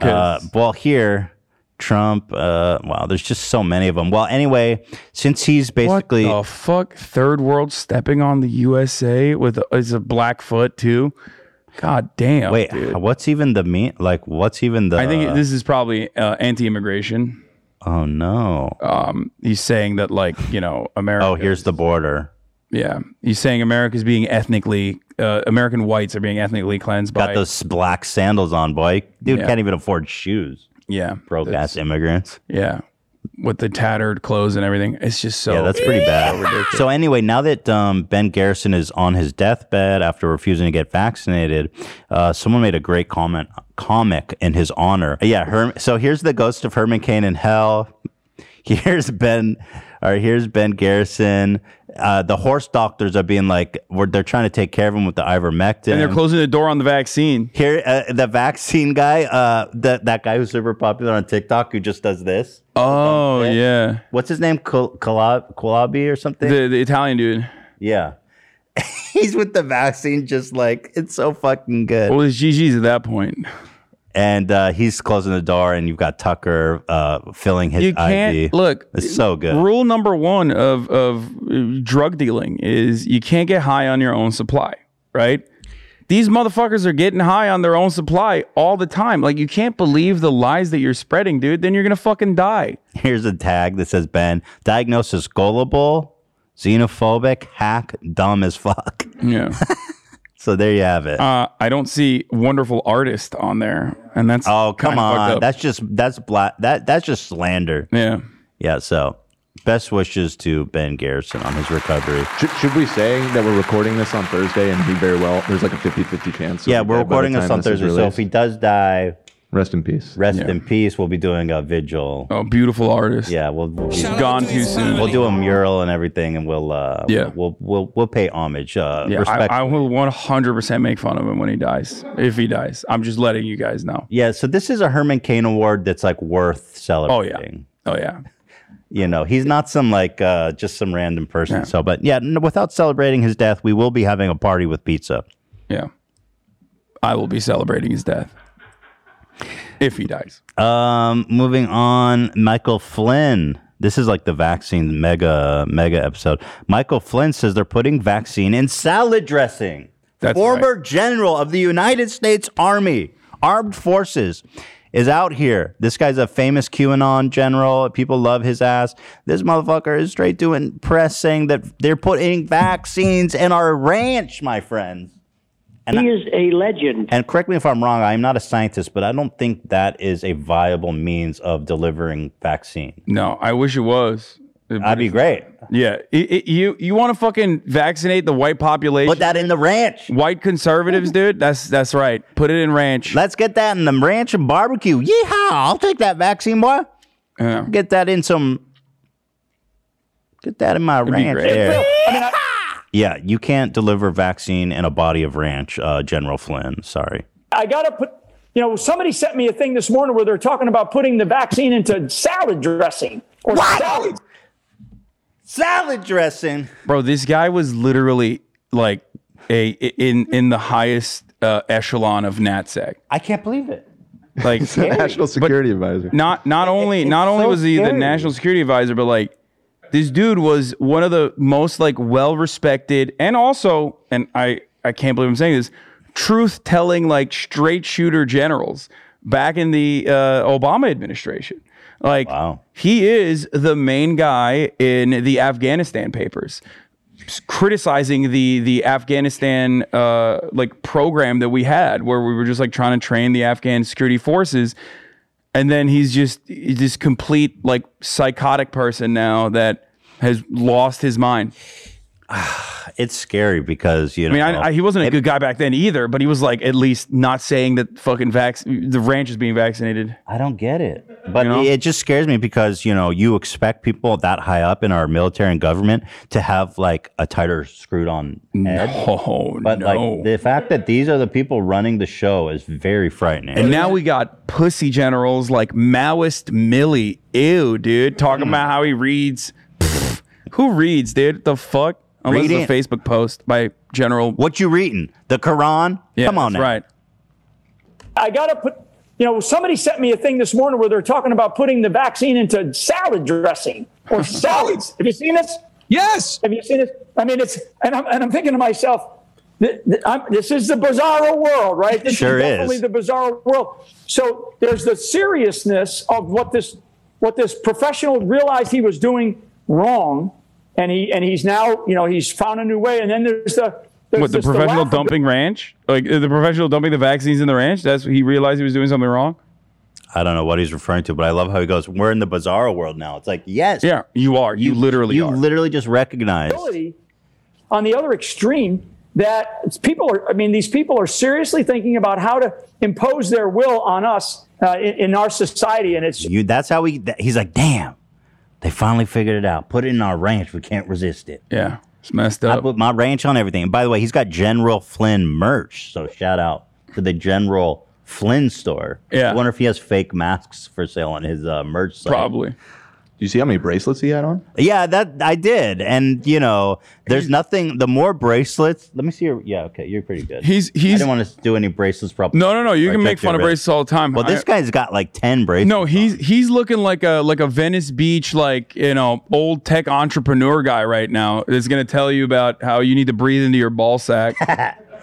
Speaker 2: 'Cause-
Speaker 1: Uh, well, here, Trump. Uh, wow, there's just so many of them. Well, anyway, since he's basically
Speaker 2: what the fuck? Third world stepping on the USA with a, is a black foot too. God damn.
Speaker 1: wait,
Speaker 2: dude.
Speaker 1: what's even the mean? Like, what's even the?
Speaker 2: I think this is probably uh, anti-immigration.
Speaker 1: Oh no.
Speaker 2: Um, he's saying that like you know America.
Speaker 1: Oh, here's the border.
Speaker 2: Yeah, he's saying America's being ethnically uh, American whites are being ethnically cleansed by
Speaker 1: Got those black sandals on, boy. Dude
Speaker 2: Yeah.
Speaker 1: can't even afford shoes.
Speaker 2: Yeah,
Speaker 1: broke ass immigrants.
Speaker 2: yeah with the tattered clothes and everything. It's just so
Speaker 1: yeah, that's pretty
Speaker 2: so
Speaker 1: bad.
Speaker 2: ridiculous.
Speaker 1: So anyway, now that um, Ben Garrison is on his deathbed after refusing to get vaccinated, uh, someone made a great comment comic in his honor. Uh, Yeah, Herm- so here's the ghost of Herman Cain in hell. Here's Ben, or here's Ben Garrison. Uh, the horse doctors are being like, we're, they're trying to take care of him with the ivermectin.
Speaker 2: and they're closing the door on the vaccine.
Speaker 1: Here, uh, the vaccine guy, uh, that that guy who's super popular on TikTok, who just does this.
Speaker 2: Oh yeah,
Speaker 1: what's his name? Kal- Kalab- Kalabi or something?
Speaker 2: the the Italian dude.
Speaker 1: Yeah. He's with the vaccine, just like it's so fucking good.
Speaker 2: Well, it's GG's at that point.
Speaker 1: And uh, he's closing the door, and you've got Tucker uh, filling his
Speaker 2: you can't
Speaker 1: ID.
Speaker 2: look.
Speaker 1: it's so good.
Speaker 2: Rule number one of of uh, drug dealing is you can't get high on your own supply, right? These motherfuckers are getting high on their own supply all the time. Like you can't believe the lies that you're spreading, dude. Then you're gonna fucking die.
Speaker 1: Here's a tag that says Ben diagnosis gullible, xenophobic, hack, dumb as fuck.
Speaker 2: Yeah.
Speaker 1: So there you have it.
Speaker 2: Uh, I don't see wonderful artist on there, and that's
Speaker 1: oh come on, that's just that's black that that's just slander.
Speaker 2: Yeah,
Speaker 1: yeah. So best wishes to Ben Garrison on his recovery.
Speaker 3: Should, should we say that we're recording this on Thursday and he very well, there's like a 50 50 chance?
Speaker 1: yeah, we're recording this on Thursday. So if he does die,
Speaker 3: rest in peace.
Speaker 1: Rest in peace. We'll be doing a vigil.
Speaker 2: Oh, beautiful artist.
Speaker 1: Yeah, we'll, we'll
Speaker 2: He's gone too soon.
Speaker 1: We'll do a mural and everything, and we'll uh,
Speaker 2: Yeah.
Speaker 1: we'll we'll we'll pay homage. Uh,
Speaker 2: yeah, I,
Speaker 1: respect.
Speaker 2: I will 100% make fun of him when he dies. If he dies, I'm just letting you guys know.
Speaker 1: yeah. So this is a Herman Cain award that's like worth celebrating.
Speaker 2: Oh yeah.
Speaker 1: You know, he's not some like uh, just some random person. So, but yeah, no, without celebrating his death, we will be having a party with pizza.
Speaker 2: Yeah. I will be celebrating his death if he dies.
Speaker 1: Um, moving on, Michael Flynn. This is like the vaccine mega mega episode. Michael Flynn says they're putting vaccine in salad dressing. Former general of the United States Army, Armed Forces, is out here. This guy's a famous QAnon general. People love his ass. This motherfucker is straight doing press saying that they're putting vaccines in our ranch, my friends.
Speaker 22: he is a legend.
Speaker 1: And correct me if I'm wrong, I'm not a scientist, but I don't think that is a viable means of delivering vaccine.
Speaker 2: No, I wish it was.
Speaker 1: That'd be great.
Speaker 2: Yeah, It- it- you you want to fucking vaccinate the white population? Put
Speaker 1: that in the ranch.
Speaker 2: White conservatives, dude. That's that's right. Put it in ranch.
Speaker 1: Let's get that in the ranch and barbecue. Yeehaw! I'll take that vaccine, boy.
Speaker 2: Yeah.
Speaker 1: Get that in some. Get that in my
Speaker 2: It'd be
Speaker 1: ranch.
Speaker 2: great.
Speaker 1: there. yeah, you can't deliver vaccine in a body of ranch, uh, General Flynn. Sorry.
Speaker 5: I got to put, you know, somebody sent me a thing this morning where they're talking about putting the vaccine into salad dressing or salad.
Speaker 1: Salad dressing.
Speaker 2: Bro, this guy was literally like a in in the highest uh, echelon of NatSec.
Speaker 1: I can't believe it.
Speaker 2: Like
Speaker 3: National Security Advisor.
Speaker 2: not not only not only
Speaker 3: so
Speaker 2: was he the
Speaker 3: scary.
Speaker 2: national security advisor, but like this dude was one of the most like well respected and also and I I can't believe I'm saying this truth telling like straight shooter generals back in the uh, Obama administration. Like he is the main guy in the Afghanistan papers criticizing the the Afghanistan uh, like program that we had, where we were just like trying to train the Afghan security forces, and then he's just he's this complete like psychotic person now that has lost his mind.
Speaker 1: It's scary because you
Speaker 2: I
Speaker 1: know.
Speaker 2: mean, I, I, he wasn't a good guy back then either, but he was like at least not saying that fucking vac- the ranch is being vaccinated.
Speaker 1: I don't get it. But it just scares me because you know you expect people that high up in our military and government to have like a tighter screwed on head.
Speaker 2: No,
Speaker 1: but
Speaker 2: no.
Speaker 1: like the fact that these are the people running the show is very frightening.
Speaker 2: And now we got pussy generals like Maoist Millie. Ew, dude.
Speaker 1: Hmm.
Speaker 2: Talking about how he reads. Pfft. who reads, dude? The fuck? Unless it's
Speaker 1: Reading-
Speaker 2: a Facebook post by General.
Speaker 1: What you reading? The Quran?
Speaker 2: Yeah,
Speaker 1: Come on
Speaker 2: that's
Speaker 1: now.
Speaker 2: right.
Speaker 5: I got to put, you know, somebody sent me a thing this morning where they're talking about putting the vaccine into salad dressing or salads. Have you seen this? Yes. Have you seen this? I mean, it's, and I'm, and I'm thinking to myself, th- th- I'm, this is the bizarro world, right? This
Speaker 1: Sure
Speaker 5: is
Speaker 1: is.
Speaker 5: definitely the bizarro world. So there's the seriousness of what this, what this professional realized he was doing wrong. And he, and he's now, you know, he's found a new way. And then there's the, there's
Speaker 2: What the
Speaker 5: just the
Speaker 2: professional
Speaker 5: laugh-
Speaker 2: dumping ranch? Like uh, the professional dumping the vaccines in the ranch? That's he realized he was doing something wrong.
Speaker 1: I don't know what he's referring to, but I love how he goes, We're in the bizarro world now. It's like, yes.
Speaker 2: Yeah, you are. You, literally
Speaker 1: You literally just recognize.
Speaker 5: responsibility on the other extreme that it's people are, I mean, these people are seriously thinking about how to impose their will on us uh, in, in our society. And it's,
Speaker 1: You that's how he that, he's like, damn. They finally figured it out. Put it in our ranch. We can't resist it.
Speaker 2: Yeah. It's messed up.
Speaker 1: I put my ranch on everything. And by the way, he's got General Flynn merch. So shout out to the General Flynn store.
Speaker 2: Yeah.
Speaker 1: I wonder if he has fake masks for sale on his uh, merch site.
Speaker 2: Probably.
Speaker 1: Do you see how many bracelets he had on? Yeah, that I did. And you know, there's nothing the more bracelets. Let me see your yeah, okay, you're pretty good.
Speaker 2: He's he's I
Speaker 1: didn't want to do any bracelets problem.
Speaker 2: No, no, no. You can make fun of braces all the time.
Speaker 1: Well, this
Speaker 2: I-
Speaker 1: guy's got like ten bracelets.
Speaker 2: No, he's he's looking like a like a Venice Beach like you know old tech entrepreneur guy right now. That's gonna tell you about how you need to breathe into your ball sack.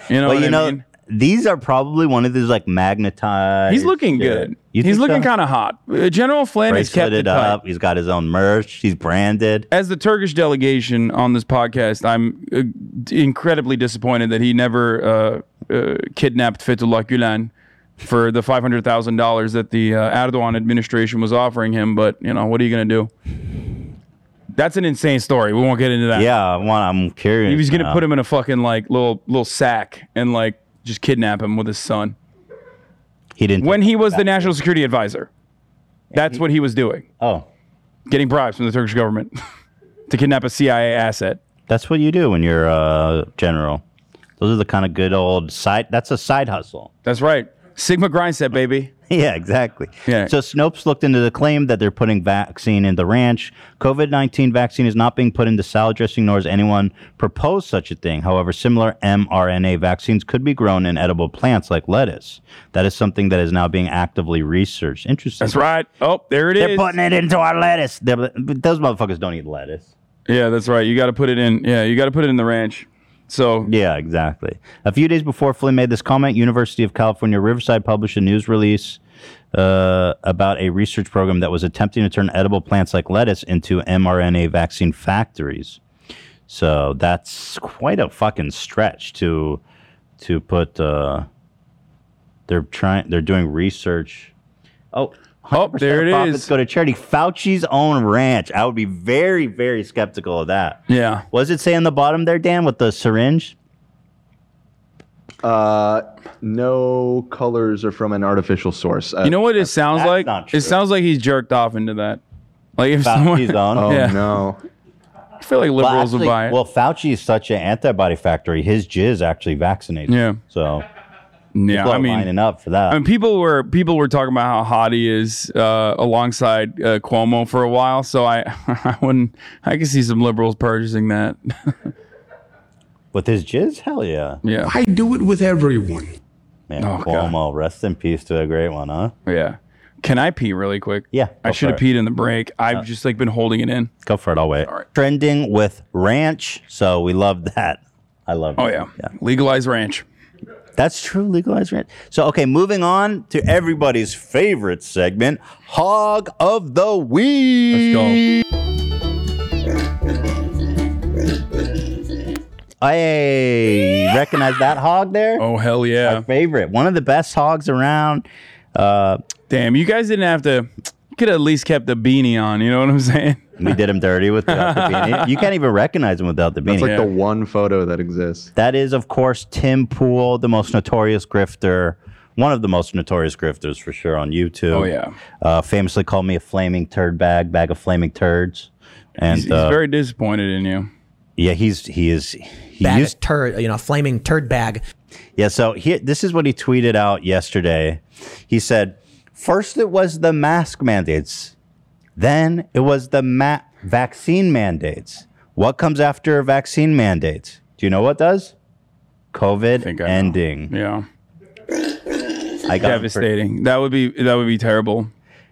Speaker 2: You know,
Speaker 1: well,
Speaker 2: what
Speaker 1: you
Speaker 2: I
Speaker 1: know,
Speaker 2: mean?
Speaker 1: these are probably one of those like magnetized.
Speaker 2: He's looking
Speaker 1: shit.
Speaker 2: good.
Speaker 1: You
Speaker 2: He's
Speaker 1: think
Speaker 2: looking
Speaker 1: so?
Speaker 2: kind of hot. Uh, General Flynn has kept
Speaker 1: Braceleted
Speaker 2: it tight.
Speaker 1: up. He's got his own merch. He's branded.
Speaker 2: As the Turkish delegation on this podcast, I'm uh, d- incredibly disappointed that he never uh, uh, kidnapped Fethullah Gulen for the five hundred thousand dollars that the uh, Erdogan administration was offering him. But you know, what are you going to do? That's an insane story. We won't get into that.
Speaker 1: Yeah, I want- I'm curious.
Speaker 2: He was going to
Speaker 1: now.
Speaker 2: put him in a fucking like little little sack and like just kidnap him with his son.
Speaker 1: He didn't.
Speaker 2: When he was the national security advisor, that's what he was doing.
Speaker 1: Oh,
Speaker 2: getting bribes from the Turkish government to kidnap a CIA asset.
Speaker 1: That's what you do when you're uh, general. Those are the kind of good old side. That's a side hustle.
Speaker 2: That's right. Sigma grindset, baby.
Speaker 1: yeah, exactly.
Speaker 2: Yeah.
Speaker 1: So Snopes looked into the claim that they're putting vaccine in the ranch. COVID 19 vaccine is not being put into salad dressing, nor has anyone proposed such a thing. However, similar mRNA vaccines could be grown in edible plants like lettuce. That is something that is now being actively researched. Interesting.
Speaker 2: That's right. Oh, there it
Speaker 1: They're
Speaker 2: is.
Speaker 1: putting it into our lettuce. They're- but those motherfuckers don't eat lettuce.
Speaker 2: Yeah, that's right. You got to put it in. Yeah, you got to put it in the ranch. So oh,
Speaker 1: yeah, exactly. A few days before Flynn made this comment, University of California Riverside published a news release uh, about a research program that was attempting to turn edible plants like lettuce into mRNA vaccine factories. So that's quite a fucking stretch to to put. Uh, they're trying. They're doing research. Oh. Oh,
Speaker 2: there it
Speaker 1: profits
Speaker 2: is.
Speaker 1: Go to charity. Fauci's own ranch. I would be very, very skeptical of that.
Speaker 2: Yeah.
Speaker 1: What does it say on the bottom there, Dan, with the syringe?
Speaker 3: Uh, no colors are from an artificial source. Uh,
Speaker 2: you know what it sounds like? It sounds like he's jerked off into that. Like if someone,
Speaker 1: Fauci's own.
Speaker 2: yeah.
Speaker 3: oh, no.
Speaker 2: I feel like
Speaker 1: Well,
Speaker 2: liberals
Speaker 1: actually-
Speaker 2: would buy it.
Speaker 1: Well, Fauci is such an antibody factory. His jizz actually vaccinated.
Speaker 2: Yeah.
Speaker 1: So.
Speaker 2: Yeah,
Speaker 1: people
Speaker 2: I
Speaker 1: are
Speaker 2: mean-
Speaker 1: lining up for that.
Speaker 2: I mean, people were people were talking about how hot he is uh, alongside uh, Cuomo for a while. So I, I wouldn't. I could see some liberals purchasing that.
Speaker 1: With his jizz, hell yeah.
Speaker 2: Yeah.
Speaker 1: I do it with everyone. Man,
Speaker 2: Oh,
Speaker 1: Cuomo, rest in peace to a great one, huh?
Speaker 2: Yeah. Can I pee really quick?
Speaker 1: Yeah.
Speaker 2: I
Speaker 1: go
Speaker 2: should have
Speaker 1: for it.
Speaker 2: peed in the break. I've just like been holding it in.
Speaker 1: Go for it. I'll wait. Trending with ranch, so we love that. I love.
Speaker 2: Oh
Speaker 1: it.
Speaker 2: yeah. Legalize ranch.
Speaker 1: That's true. Legalized ranch. So okay, moving on to everybody's favorite segment, Hog of the Week. Let's go. Hey, recognize that hog there?
Speaker 2: Oh hell yeah!
Speaker 1: Our favorite, one of the best hogs around. Uh,
Speaker 2: Damn, you guys didn't have to. Could at least kept the beanie on. You know what I'm saying?
Speaker 1: We did him dirty with without the beanie. You can't even recognize him without the beanie.
Speaker 2: That's like the Yeah.
Speaker 1: one photo that exists. That is, of course, Tim Pool, the most notorious grifter, one of the most notorious grifters for sure on YouTube.
Speaker 2: Oh, yeah.
Speaker 1: uh, famously called me a flaming turd bag, bag of flaming turds, and
Speaker 2: He's, he's
Speaker 1: uh,
Speaker 2: very disappointed in you.
Speaker 1: yeah, he's he is he
Speaker 15: Bag of
Speaker 1: used
Speaker 15: turd, you know, flaming turd bag.
Speaker 1: Yeah, so here this is what he tweeted out yesterday. He said, first it was the mask mandates, then it was the ma- vaccine mandates. What comes after vaccine mandates? Do you know what does? COVID ending.
Speaker 2: Yeah.
Speaker 1: I got
Speaker 2: Devastating. that would be that would be terrible.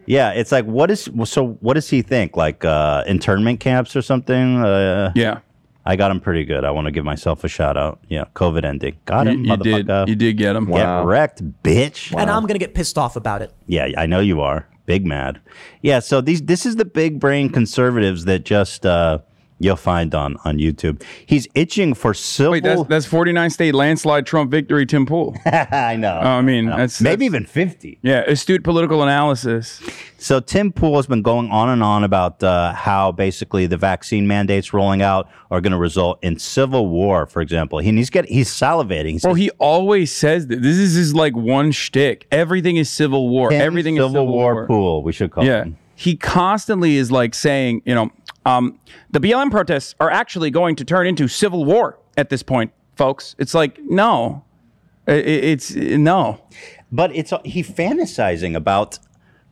Speaker 1: Yeah, it's like what is so what does he think? Like uh internment camps or something? Uh
Speaker 2: Yeah.
Speaker 1: I got him pretty good. I want to give myself a shout out. Yeah, COVID ending. Got
Speaker 2: You-
Speaker 1: him,
Speaker 2: you did.
Speaker 1: motherfucker.
Speaker 2: You did get him.
Speaker 1: Get
Speaker 2: Wow.
Speaker 1: wrecked, bitch.
Speaker 15: And I'm going to get pissed off about it.
Speaker 1: Yeah, I know you are. Big mad. Yeah, so these this is the big brain conservatives that just uh you'll find on on YouTube. He's itching for civil
Speaker 2: Wait, that's that's 49 state landslide Trump victory. Tim Pool.
Speaker 1: I know.
Speaker 2: I mean, that's
Speaker 1: maybe even 50.
Speaker 2: Yeah, astute political analysis.
Speaker 1: So Tim Pool has been going on and on about uh, how basically the vaccine mandates rolling out are going to result in civil war, for example. He, and he's get he's salivating. He's
Speaker 2: Bro, he always says that this is his like one shtick. Everything is civil war.
Speaker 1: Tim
Speaker 2: Everything
Speaker 1: Civil
Speaker 2: is civil war.
Speaker 1: War Pool, we should call
Speaker 2: yeah.
Speaker 1: him.
Speaker 2: He constantly is like saying, you know, um, the BLM protests are actually going to turn into civil war at this point, folks. It's like no, I- I- it's no.
Speaker 1: But it's uh, he fantasizing about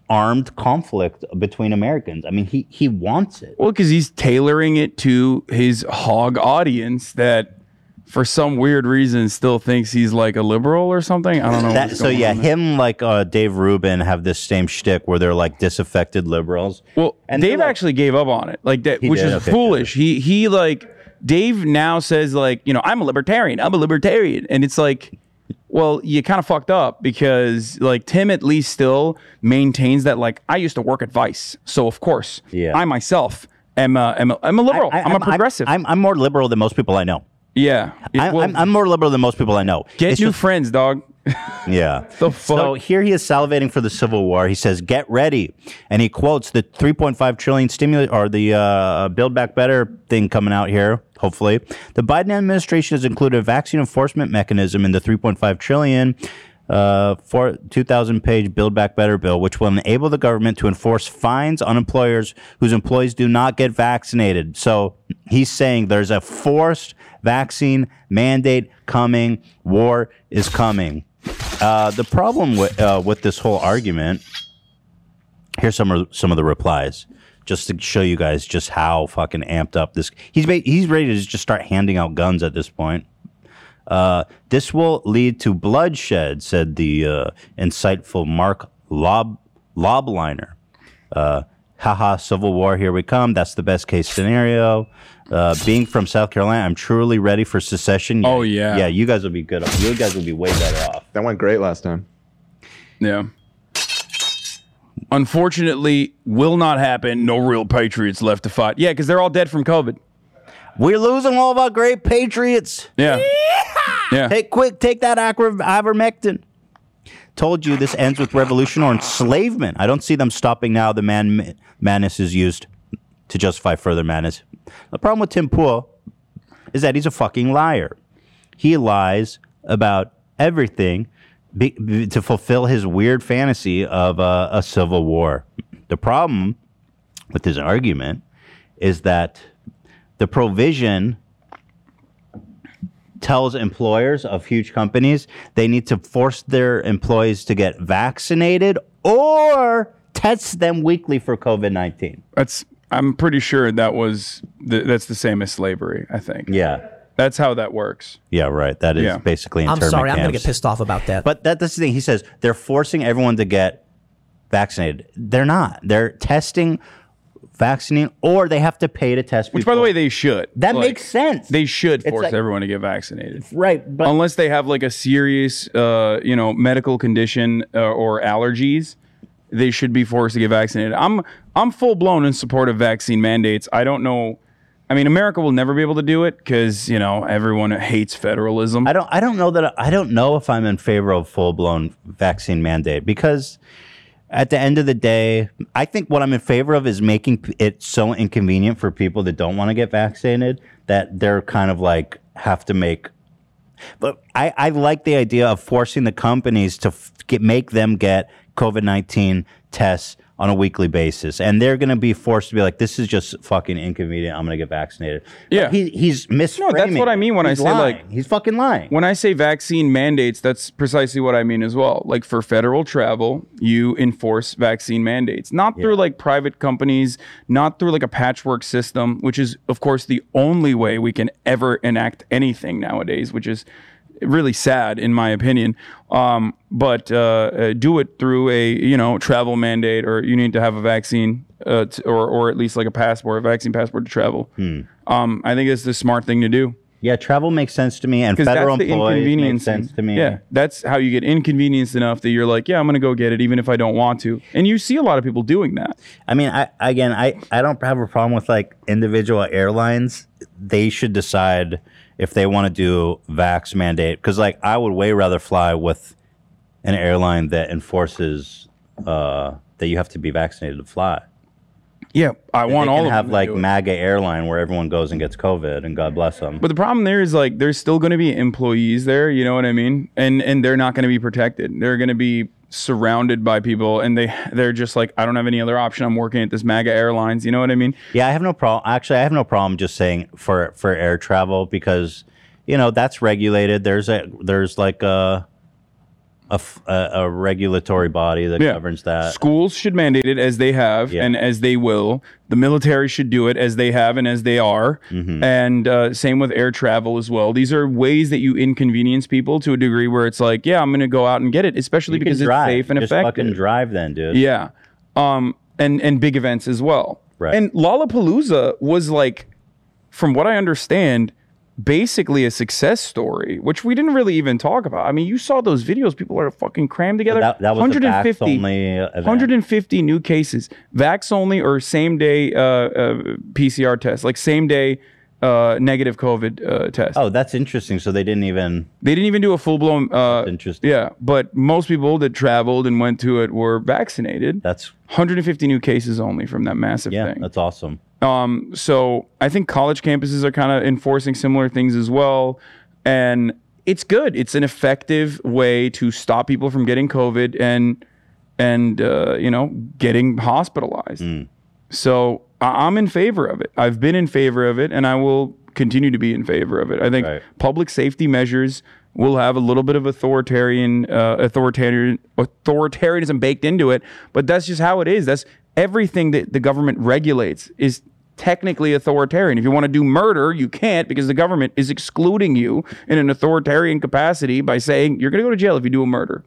Speaker 1: armed conflict between Americans. I mean, he he wants it.
Speaker 2: Well, because he's tailoring it to his hog audience that, for some weird reason, still thinks he's like a liberal or something. I don't know.
Speaker 1: That,
Speaker 2: what's
Speaker 1: so
Speaker 2: going
Speaker 1: yeah,
Speaker 2: on there.
Speaker 1: him like uh, Dave Rubin have this same shtick where they're like disaffected liberals.
Speaker 2: Well, Dave actually gave up on it, like that,
Speaker 1: He
Speaker 2: which
Speaker 1: did?
Speaker 2: is
Speaker 1: Okay, good.
Speaker 2: foolish. He he like Dave now says like you know I'm a libertarian, I'm a libertarian, and it's like well, you kind of fucked up because like Tim at least still maintains that like I used to work at Vice, so of course, yeah. I myself am a, am a, am a liberal. I, am a progressive.
Speaker 1: I'm, I'm more liberal than most people I know.
Speaker 2: yeah,
Speaker 1: I, I'm, I'm more liberal than most people I know.
Speaker 2: get
Speaker 1: It's
Speaker 2: new
Speaker 1: just-
Speaker 2: friends, dog.
Speaker 1: Yeah.
Speaker 2: The
Speaker 1: So here he is salivating for the Civil War. He says, "Get ready," and he quotes the 3.5 trillion stimulus or the uh, Build Back Better thing coming out here. Hopefully, the Biden administration has included a vaccine enforcement mechanism in the 3.5 trillion. Uh, for 2000 page Build Back Better bill, which will enable the government to enforce fines on employers whose employees do not get vaccinated. So he's saying there's a forced vaccine mandate coming. War is coming. Uh, the problem with uh, with this whole argument. Here's some of, some of the replies, just to show you guys just how fucking amped up this. He's ba- he's ready to just start handing out guns at this point. Uh, this will lead to bloodshed," said the uh, insightful Mark Lob Lobliner. Uh, haha, civil war, here we come. That's the best case scenario. Uh, being from South Carolina, I'm truly ready for secession.
Speaker 2: Oh, yeah.
Speaker 1: yeah. You guys will be good. You guys will be way better off.
Speaker 3: That went great last time.
Speaker 2: Yeah. Unfortunately, will not happen. No real patriots left to fight. Yeah, because they're all dead from COVID.
Speaker 1: We're losing all of our great patriots.
Speaker 2: Yeah. Yeah.
Speaker 1: Take quick, take that acro- ivermectin. Told you this ends with revolution or enslavement. I don't see them stopping now. The man madness is used to justify further madness. The problem with Tim Pool is that he's a fucking liar. He lies about everything be, be- to fulfill his weird fantasy of uh, a civil war. The problem with his argument is that the provision tells employers of huge companies they need to force their employees to get vaccinated or test them weekly for COVID 19.
Speaker 2: That's. I'm pretty sure that was. The, that's the same as slavery. I think.
Speaker 1: Yeah.
Speaker 2: That's how that works.
Speaker 1: Yeah, right. That is
Speaker 2: Yeah.
Speaker 1: basically
Speaker 2: I'm
Speaker 1: internment
Speaker 2: sorry, I'm gonna
Speaker 1: camps.
Speaker 2: get
Speaker 15: pissed off about that.
Speaker 1: But that, that's the thing. He says they're forcing everyone to get vaccinated. They're not. They're testing, vaccinating, or they have to pay to test.
Speaker 2: Which, by the way, they should.
Speaker 1: That makes sense.
Speaker 2: They should
Speaker 1: It's
Speaker 2: force
Speaker 1: like-
Speaker 2: everyone to get vaccinated.
Speaker 1: Right, but
Speaker 2: unless they have like a serious, uh, you know, medical condition uh, or allergies, they should be forced to get vaccinated. I'm I'm full blown in support of vaccine mandates. I don't know. I mean, America will never be able to do it because you know everyone hates federalism.
Speaker 1: I don't. I don't know that. I don't know if I'm in favor of full blown vaccine mandate because at the end of the day, I think what I'm in favor of is making p- it so inconvenient for people that don't want to get vaccinated that they're kind of like have to make. But I, I like the idea of forcing the companies to f- get, make them get COVID 19 tests on a weekly basis. And they're going to be forced to be like, this is just fucking inconvenient. I'm going to get vaccinated.
Speaker 2: Yeah.
Speaker 1: He, he's misframing.
Speaker 2: No, that's what I mean when
Speaker 1: He's
Speaker 2: I say
Speaker 1: lying.
Speaker 2: like
Speaker 1: he's fucking lying.
Speaker 2: When I say vaccine mandates, that's precisely what I mean as well. Like for federal travel, you enforce vaccine mandates, not through like private companies, not through like a patchwork system, which is of course the only way we can ever enact anything nowadays, which is really sad in my opinion. Um, but uh, uh, do it through a you know travel mandate, or you need to have a vaccine, uh, t- or or at least like a passport, a vaccine passport to travel. Um, I think it's the smart thing to do.
Speaker 1: Yeah, travel makes sense to me, and
Speaker 2: 'Cause
Speaker 1: federal
Speaker 2: that's the
Speaker 1: employees make
Speaker 2: inconvenience
Speaker 1: sense
Speaker 2: and-
Speaker 1: to me.
Speaker 2: Yeah, that's how you get inconvenienced enough that you're like, yeah, I'm gonna go get it, even if I don't want to. And you see a lot of people doing that.
Speaker 1: I mean, I again, I I don't have a problem with like individual airlines. They should decide if they want to do vax mandate because like I would way rather fly with an airline that enforces uh, that you have to be vaccinated to fly.
Speaker 2: Yeah, I want
Speaker 1: they
Speaker 2: all
Speaker 1: can
Speaker 2: of
Speaker 1: have
Speaker 2: them to
Speaker 1: like
Speaker 2: do it.
Speaker 1: MAGA airline where everyone goes and gets COVID, and God bless them.
Speaker 2: But the problem there is like there's still going to be employees there, you know what I mean? And and they're not going to be protected. They're going to be surrounded by people and they they're just like I don't have any other option. I'm working at this MAGA Airlines, you know what I mean?
Speaker 1: Yeah, I have no problem. Actually, I have no problem just saying for for air travel because you know that's regulated. There's a there's like a a, f- a- a regulatory body that
Speaker 2: Yeah.
Speaker 1: governs that.
Speaker 2: Schools should mandate it as they have and as they will. The military should do it as they have and as they are.
Speaker 1: Mm-hmm.
Speaker 2: And uh, same with air travel as well. These are ways that you inconvenience people to a degree where it's like, yeah, I'm going to go out and get it, especially
Speaker 1: You can
Speaker 2: because it's
Speaker 1: drive.
Speaker 2: safe and
Speaker 1: just
Speaker 2: effective.
Speaker 1: fucking drive then, dude.
Speaker 2: Yeah. Um, and and big events as well.
Speaker 1: Right.
Speaker 2: And Lollapalooza was like, from what I understand, basically a success story, which we didn't really even talk about. I mean, you saw those videos; people are fucking crammed together.
Speaker 1: That, that was 150 the vax only event.
Speaker 2: 150 new cases, vax only or same day uh, uh, PCR test, like same day uh, negative COVID uh, test.
Speaker 1: Oh, that's interesting. So they didn't even
Speaker 2: They didn't even do a full blown. Uh, interesting. Yeah, but most people that traveled and went to it were vaccinated.
Speaker 1: That's
Speaker 2: 150 new cases only from that massive
Speaker 1: yeah.
Speaker 2: thing.
Speaker 1: That's awesome.
Speaker 2: Um, so I think college campuses are kind of enforcing similar things as well, and it's good. It's an effective way to stop people from getting COVID and and uh, you know getting hospitalized. So I- I'm in favor of it. I've been in favor of it, and I will continue to be in favor of it. I think public safety measures will have a little bit of authoritarian uh, authoritarian authoritarianism baked into it, but that's just how it is. That's everything that the government regulates is technically authoritarian. If you want to do murder, you can't because the government is excluding you in an authoritarian capacity by saying you're going to go to jail if you do a murder.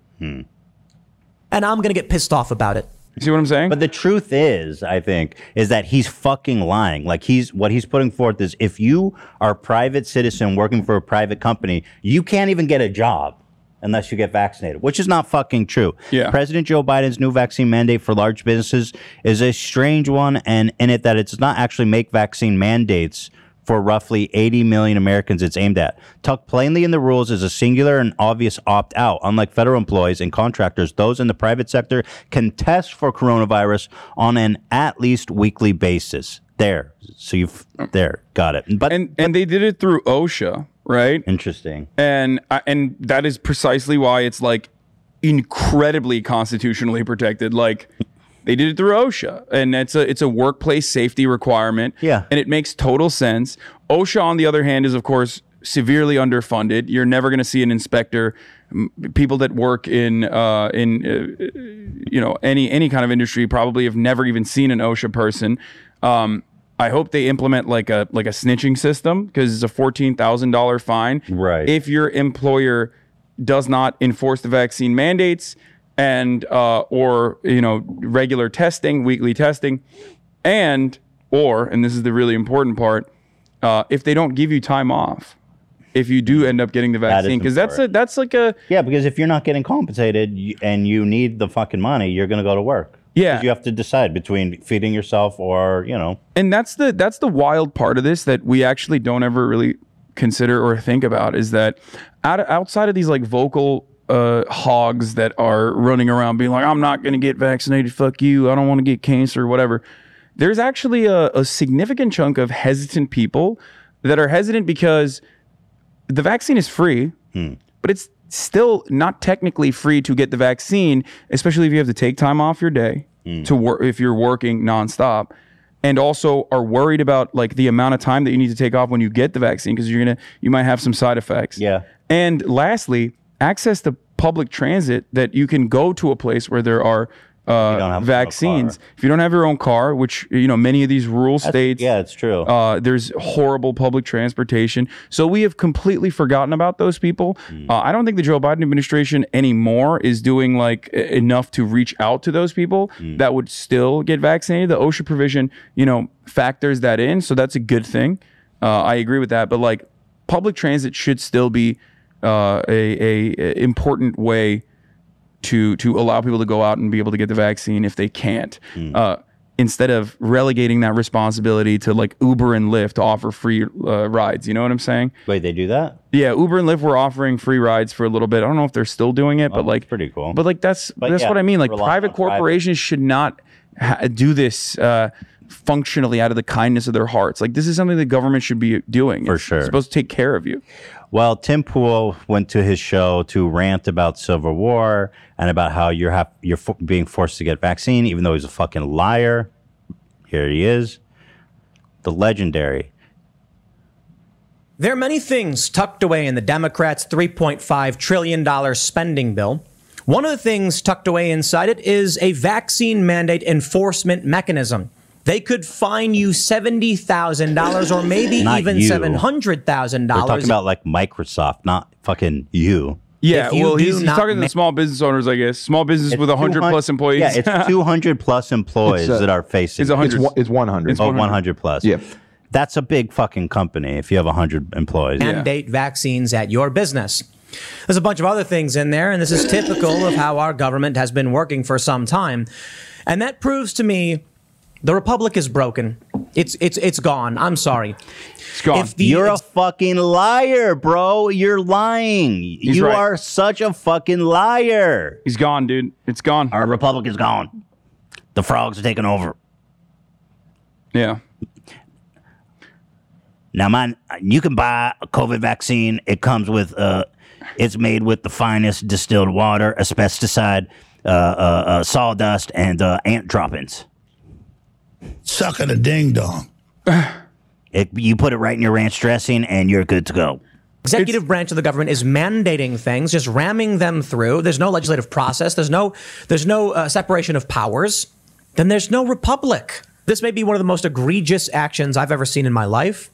Speaker 15: And I'm going to get pissed off about it.
Speaker 2: See what I'm saying?
Speaker 1: But the truth is, I think, is that he's fucking lying. Like he's what he's putting forth is if you are a private citizen working for a private company, you can't even get a job unless you get vaccinated, which is not fucking true.
Speaker 2: Yeah.
Speaker 1: President Joe Biden's new vaccine mandate for large businesses is a strange one and in it that it does not actually make vaccine mandates for roughly 80 million Americans it's aimed at. Tucked plainly in the rules is a singular and obvious opt out. Unlike federal employees and contractors, those in the private sector can test for coronavirus on an at least weekly basis. There. So you've, there, got it. But,
Speaker 2: and, and they did it through OSHA, right?
Speaker 1: Interesting.
Speaker 2: And I- and that is precisely why it's like incredibly constitutionally protected. Like they did it through OSHA, and it's a it's a workplace safety requirement.
Speaker 1: Yeah.
Speaker 2: and it makes total sense. OSHA, on the other hand, is of course severely underfunded. You're never going to see an inspector. M- People that work in uh, in uh, you know any any kind of industry probably have never even seen an OSHA person. Um, I hope they implement like a like a snitching system because it's a fourteen thousand dollar fine.
Speaker 1: Right.
Speaker 2: If your employer does not enforce the vaccine mandates and uh, or you know regular testing, weekly testing, and or and this is the really important part, uh, if they don't give you time off, if you do end up getting the
Speaker 1: That is
Speaker 2: vaccine, because that's a, that's like a
Speaker 1: yeah, because if you're not getting compensated y- and you need the fucking money, you're gonna go to work.
Speaker 2: Yeah.
Speaker 1: 'Cause you have to decide between feeding yourself or you know.
Speaker 2: and that's the that's the wild part of this that we actually don't ever really consider or think about is that out, outside of these like vocal uh, hogs that are running around being like I'm not going to get vaccinated fuck you I don't want to get cancer or whatever there's actually a, a significant chunk of hesitant people that are hesitant because the vaccine is free, but it's still not technically free to get the vaccine, especially if you have to take time off your day to work if you're working nonstop and also are worried about like the amount of time that you need to take off when you get the vaccine because you're gonna you might have some side effects.
Speaker 1: Yeah.
Speaker 2: And lastly, access to public transit that you can go to a place where there are uh, vaccines. If you don't have your own car, which you know many of these rural states,
Speaker 1: yeah, it's true.
Speaker 2: Uh, there's horrible public transportation, so we have completely forgotten about those people. Uh, I don't think the Joe Biden administration anymore is doing like e- enough to reach out to those people that would still get vaccinated. The OSHA provision, you know, factors that in, so that's a good thing. Uh, I agree with that, but like public transit should still be uh, a, a, a important way to to allow people to go out and be able to get the vaccine if they can't.
Speaker 1: Hmm.
Speaker 2: Uh, instead of relegating that responsibility to like Uber and Lyft to offer free uh, rides, you know what I'm saying?
Speaker 1: Wait, they do that?
Speaker 2: Yeah, Uber and Lyft were offering free rides for a little bit. I don't know if they're still doing it, but like
Speaker 1: Oh, pretty cool.
Speaker 2: But like that's
Speaker 1: But
Speaker 2: that's
Speaker 1: yeah,
Speaker 2: what I mean. Like
Speaker 1: rely on
Speaker 2: private
Speaker 1: private.
Speaker 2: corporations should not ha- do this uh, functionally out of the kindness of their hearts. Like this is something the government should be doing. For sure, supposed to take care of you.
Speaker 1: Well, Tim Pool went to his show to rant about Civil War and about how you're hap- you're fo- being forced to get vaccine, even though he's a fucking liar. Here he is, the legendary.
Speaker 15: There are many things tucked away in the Democrats' $3.5 trillion spending bill. One of the things tucked away inside it is a vaccine mandate enforcement mechanism. They could fine you $70,000 or maybe
Speaker 1: Not
Speaker 15: even
Speaker 1: you.
Speaker 15: $700,000.
Speaker 1: We're talking about like Microsoft, not fucking you.
Speaker 2: Yeah,
Speaker 15: If you
Speaker 2: well,
Speaker 15: do
Speaker 2: he's, he's
Speaker 15: not
Speaker 2: talking to
Speaker 15: ma-
Speaker 2: the small business owners, I guess. Small business
Speaker 1: It's
Speaker 2: with 100
Speaker 1: 200
Speaker 2: plus employees.
Speaker 1: Yeah, it's 200 plus employees
Speaker 2: It's, uh,
Speaker 1: that are facing.
Speaker 2: it's 100. It's one- it's 100.
Speaker 1: Oh, 100 plus.
Speaker 3: Yeah.
Speaker 1: That's a big fucking company if you have 100 employees.
Speaker 15: mandate vaccines at your business. There's a bunch of other things in there, and this is typical of how our government has been working for some time. And that proves to me the republic is broken. It's it's it's gone. I'm sorry. It's
Speaker 1: gone. You're a fucking liar, bro. You're lying. you
Speaker 2: right.
Speaker 1: are such a fucking liar.
Speaker 2: He's gone, dude. It's gone.
Speaker 1: Our republic is gone. The frogs are taking over.
Speaker 2: Yeah.
Speaker 1: Now, mine, you can buy a COVID vaccine. It comes with, uh, it's made with the finest distilled water, asbesticide, uh, uh, uh, sawdust, and uh, ant droppings.
Speaker 23: Sucking a ding dong.
Speaker 1: It, you put it right in your ranch dressing, and you're good to go.
Speaker 15: Executive branch of the government is mandating things, just ramming them through. There's no legislative process. There's no there's no uh, separation of powers. Then there's no republic. This may be one of the most egregious actions I've ever seen in my life.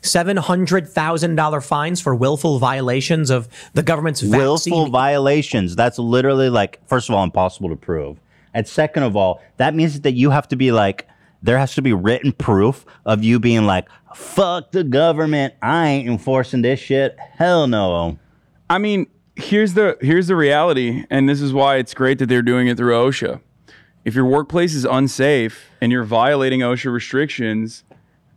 Speaker 15: Seven hundred thousand dollar fines for willful violations of the government's vaccine
Speaker 1: willful violations. That's literally like, first of all, impossible to prove. And second of all, that means that you have to be like, there has to be written proof of you being like, fuck the government. I ain't enforcing this shit. Hell no.
Speaker 2: I mean, here's the here's the reality, and this is why it's great that they're doing it through OSHA. If your workplace is unsafe and you're violating OSHA restrictions,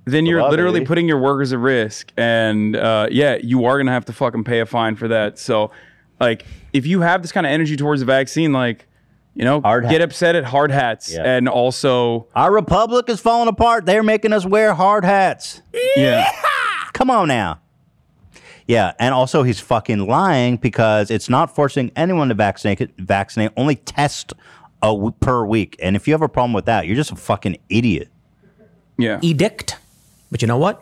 Speaker 2: then you're
Speaker 18: Lovely.
Speaker 1: eh?
Speaker 2: literally putting your workers at risk, and uh, yeah, you are gonna have to fucking pay a fine for that. So, like, if you have this kind of energy towards the vaccine, like, you know, get upset at hard hats,
Speaker 1: Yeah.
Speaker 2: and also
Speaker 1: our republic is falling apart. They're making us wear hard hats.
Speaker 2: Yeah.
Speaker 1: Come on now. Yeah, and also he's fucking lying because it's not forcing anyone to vaccinate. Vaccinate only test a w- per week, and if you have a problem with that, you're just a fucking idiot.
Speaker 2: Yeah.
Speaker 15: edict. But you know what?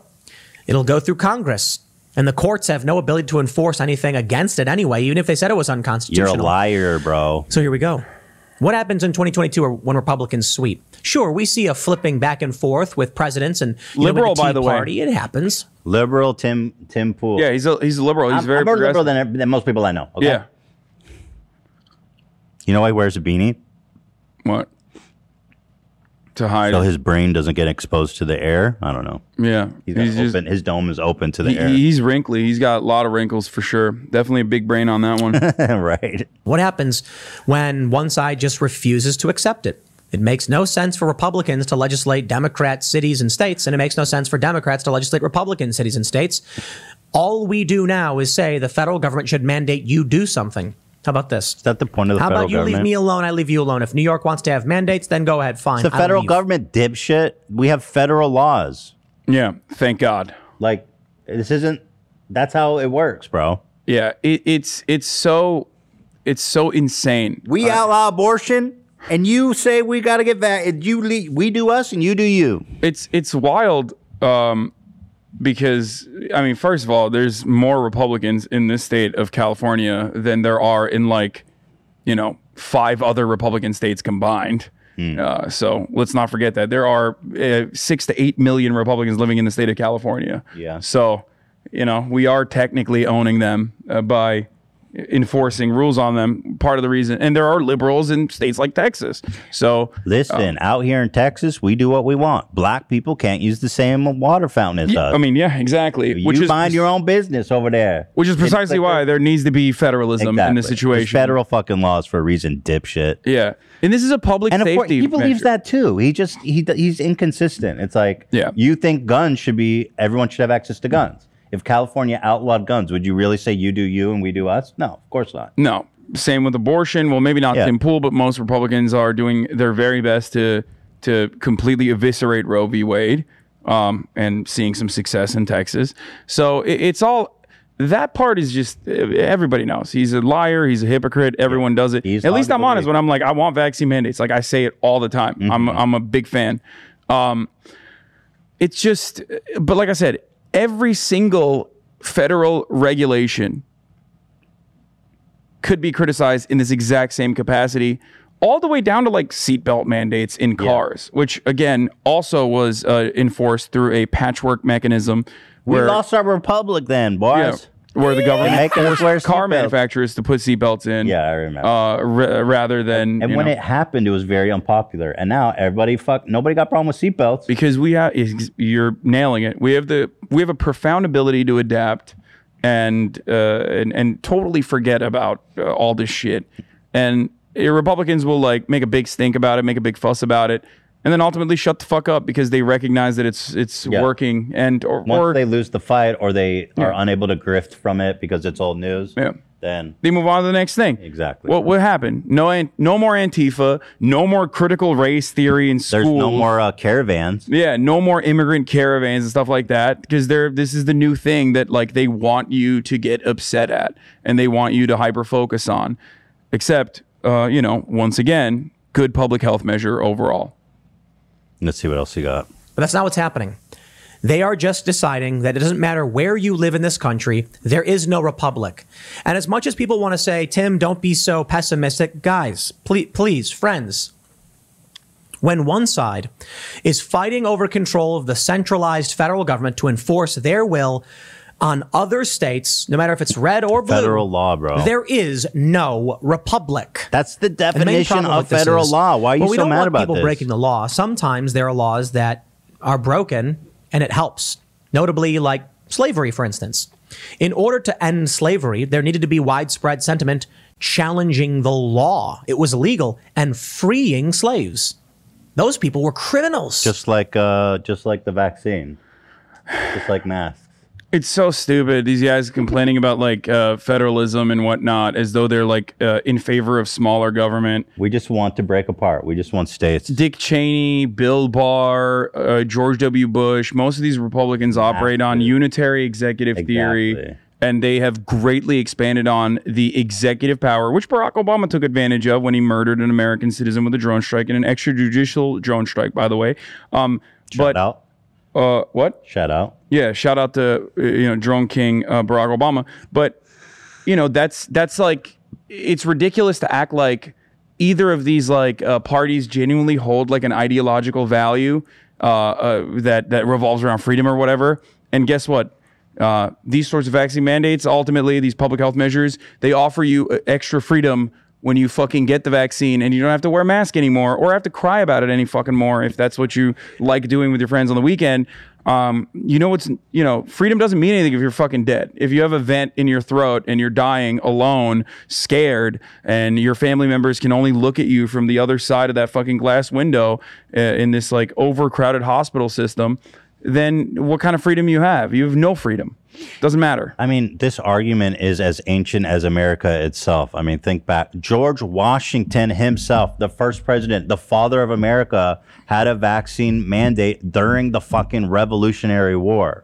Speaker 15: It'll go through Congress, and the courts have no ability to enforce anything against it anyway, even if they said it was
Speaker 1: You're
Speaker 15: unconstitutional.
Speaker 1: a liar, bro.
Speaker 15: So here we go. What happens in 2022 or when Republicans sweep? Sure, we see a flipping back and forth with presidents and you know, with
Speaker 2: Liberal,
Speaker 15: the Tea
Speaker 2: by the way.
Speaker 15: Party. It happens.
Speaker 1: Liberal Tim Tim Pool.
Speaker 2: Yeah, he's a he's a liberal. He's
Speaker 1: I'm,
Speaker 2: very
Speaker 1: I'm more liberal
Speaker 2: progressive.
Speaker 1: than, ev- than most people I know. Okay?
Speaker 2: Yeah.
Speaker 1: You know why he wears a beanie?
Speaker 2: What? To hide.
Speaker 1: So his brain doesn't get exposed to the air. I don't know.
Speaker 2: Yeah,
Speaker 1: He's, got open, his dome is open to the
Speaker 2: He-
Speaker 1: air.
Speaker 2: he's wrinkly. He's got a lot of wrinkles for sure. Definitely a big brain on that one.
Speaker 1: right.
Speaker 15: What happens when one side just refuses to accept it? It makes no sense for Republicans to legislate Democrat cities and states, and it makes no sense for Democrats to legislate Republican cities and states. All we do now is say the federal government should mandate you do something. How about this? Is
Speaker 1: that the point of the
Speaker 15: How
Speaker 1: federal
Speaker 15: about you leave
Speaker 1: government?
Speaker 15: me alone? I leave you alone. If New York wants to have mandates, then go ahead. Fine.
Speaker 1: It's the
Speaker 15: I'll
Speaker 1: federal
Speaker 15: leave.
Speaker 1: government, dipshit. We have federal laws.
Speaker 2: Yeah, thank God.
Speaker 1: Like, this isn't. That's how it works, bro.
Speaker 2: yeah, it, it's it's so it's so insane.
Speaker 1: We outlaw abortion, and you say we got to get back. You le- we do us, and you do you.
Speaker 2: It's it's wild um, because I mean, first of all, there's more Republicans in this state of California than there are in like you know five other Republican states combined.
Speaker 1: Hmm.
Speaker 2: Uh, so let's not forget that there are uh, six to eight million Republicans living in the state of California.
Speaker 1: Yeah.
Speaker 2: So you know we are technically owning them uh, by enforcing rules on them. Part of the reason, and there are liberals in states like Texas. So
Speaker 1: Listen,
Speaker 2: Oh.
Speaker 1: out here in Texas, we do what we want. Black people can't use the same water fountain as us.
Speaker 2: I mean, yeah, exactly.
Speaker 1: You
Speaker 2: which is
Speaker 1: mind your own business over there.
Speaker 2: Which is precisely why there needs to be federalism in
Speaker 1: Exactly.
Speaker 2: this
Speaker 1: There's
Speaker 2: situation.
Speaker 1: federal fucking laws for a reason, dipshit.
Speaker 2: Yeah, and this is a public
Speaker 1: and of course,
Speaker 2: safety.
Speaker 1: he believes
Speaker 2: measure.
Speaker 1: that too. He just he he's inconsistent. It's like
Speaker 2: Yeah.
Speaker 1: you think guns should be everyone should have access to guns. If California outlawed guns, would you really say you do you and we do us? No, of course not.
Speaker 2: No, same with abortion. Well, maybe not
Speaker 1: Yeah.
Speaker 2: Tim Pool, but most Republicans are doing their very best to to completely eviscerate Roe v. Wade, um, and seeing some success in Texas. So it, it's all. That part is just everybody knows. He's a liar. He's a hypocrite. Everyone does it. At least I'm honest when I'm like, I want vaccine mandates. Like I say it all the time. I'm I'm a big fan. Um, it's just but like i said every single federal regulation could be criticized in this exact same capacity all the way down to like seatbelt mandates in cars which again also was uh, enforced through a patchwork mechanism
Speaker 1: We
Speaker 2: where
Speaker 1: lost our republic then, boys.
Speaker 2: where the government
Speaker 1: They're making us
Speaker 2: forced
Speaker 1: wear
Speaker 2: car
Speaker 1: seatbelts.
Speaker 2: manufacturers to put seatbelts in. Yeah, I remember. Uh, ra- rather than
Speaker 1: And
Speaker 2: you
Speaker 1: when
Speaker 2: know,
Speaker 1: it happened, it was very unpopular. And now everybody fuck nobody got problem with seatbelts.
Speaker 2: because we have is- you're nailing it. We have the we have a profound ability to adapt and uh, and and totally forget about uh, all this shit. And uh, Republicans will like make a big stink about it, make a big fuss about it, and then ultimately shut the fuck up because they recognize that it's it's
Speaker 1: Yeah.
Speaker 2: working and or,
Speaker 1: Once
Speaker 2: or
Speaker 1: they lose the fight or they are
Speaker 2: Yeah.
Speaker 1: unable to grift from it because it's old news,
Speaker 2: Yeah.
Speaker 1: then
Speaker 2: they move on to the next thing.
Speaker 1: Exactly.
Speaker 2: What what happened? No an- no more Antifa, no more critical race theory in schools.
Speaker 1: there's no more uh, caravans.
Speaker 2: Yeah, no more immigrant caravans and stuff like that because they're this is the new thing that like they want you to get upset at and they want you to hyper focus on. Except, uh, you know, once again, good public health measure overall.
Speaker 1: Let's see what else you got.
Speaker 15: But that's not what's happening. They are just deciding that it doesn't matter where you live in this country, there is no republic. And as much as people want to say, Tim, don't be so pessimistic, guys, please, please friends, when one side is fighting over control of the centralized federal government to enforce their will on other states, no matter if it's red or blue,
Speaker 1: Federal law, bro.
Speaker 15: There is no republic.
Speaker 1: That's the
Speaker 15: main
Speaker 1: definition
Speaker 15: problem
Speaker 1: of
Speaker 15: with this
Speaker 1: federal
Speaker 15: is-
Speaker 1: law. Why are you
Speaker 15: well, we
Speaker 1: so
Speaker 15: don't
Speaker 1: mad
Speaker 15: want
Speaker 1: about
Speaker 15: people
Speaker 1: this?
Speaker 15: breaking the law. Sometimes there are laws that are broken and it helps. Notably, like slavery, for instance. In order to end slavery, there needed to be widespread sentiment challenging the law. It was illegal and freeing slaves. Those people were criminals.
Speaker 1: Just like uh, just like the vaccine, just like masks.
Speaker 2: It's so stupid. These guys complaining about like uh, federalism and whatnot as though they're like uh, in favor of smaller government.
Speaker 1: We just want to break apart. We just want states.
Speaker 2: Dick Cheney, Bill Barr, uh, George W. Bush, most of these Republicans operate on unitary executive theory. And they have greatly expanded on the executive power, which Barack Obama took advantage of when he murdered an American citizen with a drone strike and an extrajudicial drone strike, by the way. Um, shout but,
Speaker 1: out.
Speaker 2: Uh, what?
Speaker 1: Shout out.
Speaker 2: Yeah, shout out to uh, you know drone king uh, Barack Obama. But you know that's that's like it's ridiculous to act like either of these like uh, parties genuinely hold like an ideological value uh, uh, that that revolves around freedom or whatever. And guess what? Uh, these sorts of vaccine mandates, ultimately these public health measures, they offer you uh, extra freedom when you fucking get the vaccine and you don't have to wear a mask anymore or have to cry about it any fucking more if that's what you like doing with your friends on the weekend. Um, you know what's you know, freedom doesn't mean anything if you're fucking dead. If you have a vent in your throat and you're dying alone, scared, and your family members can only look at you from the other side of that fucking glass window uh, in this like overcrowded hospital system, then what kind of freedom you have? You have no freedom. Doesn't matter.
Speaker 1: I mean, this argument is as ancient as America itself. I mean, think back. George Washington himself, the first president, the father of America, had a vaccine mandate during the fucking Revolutionary War.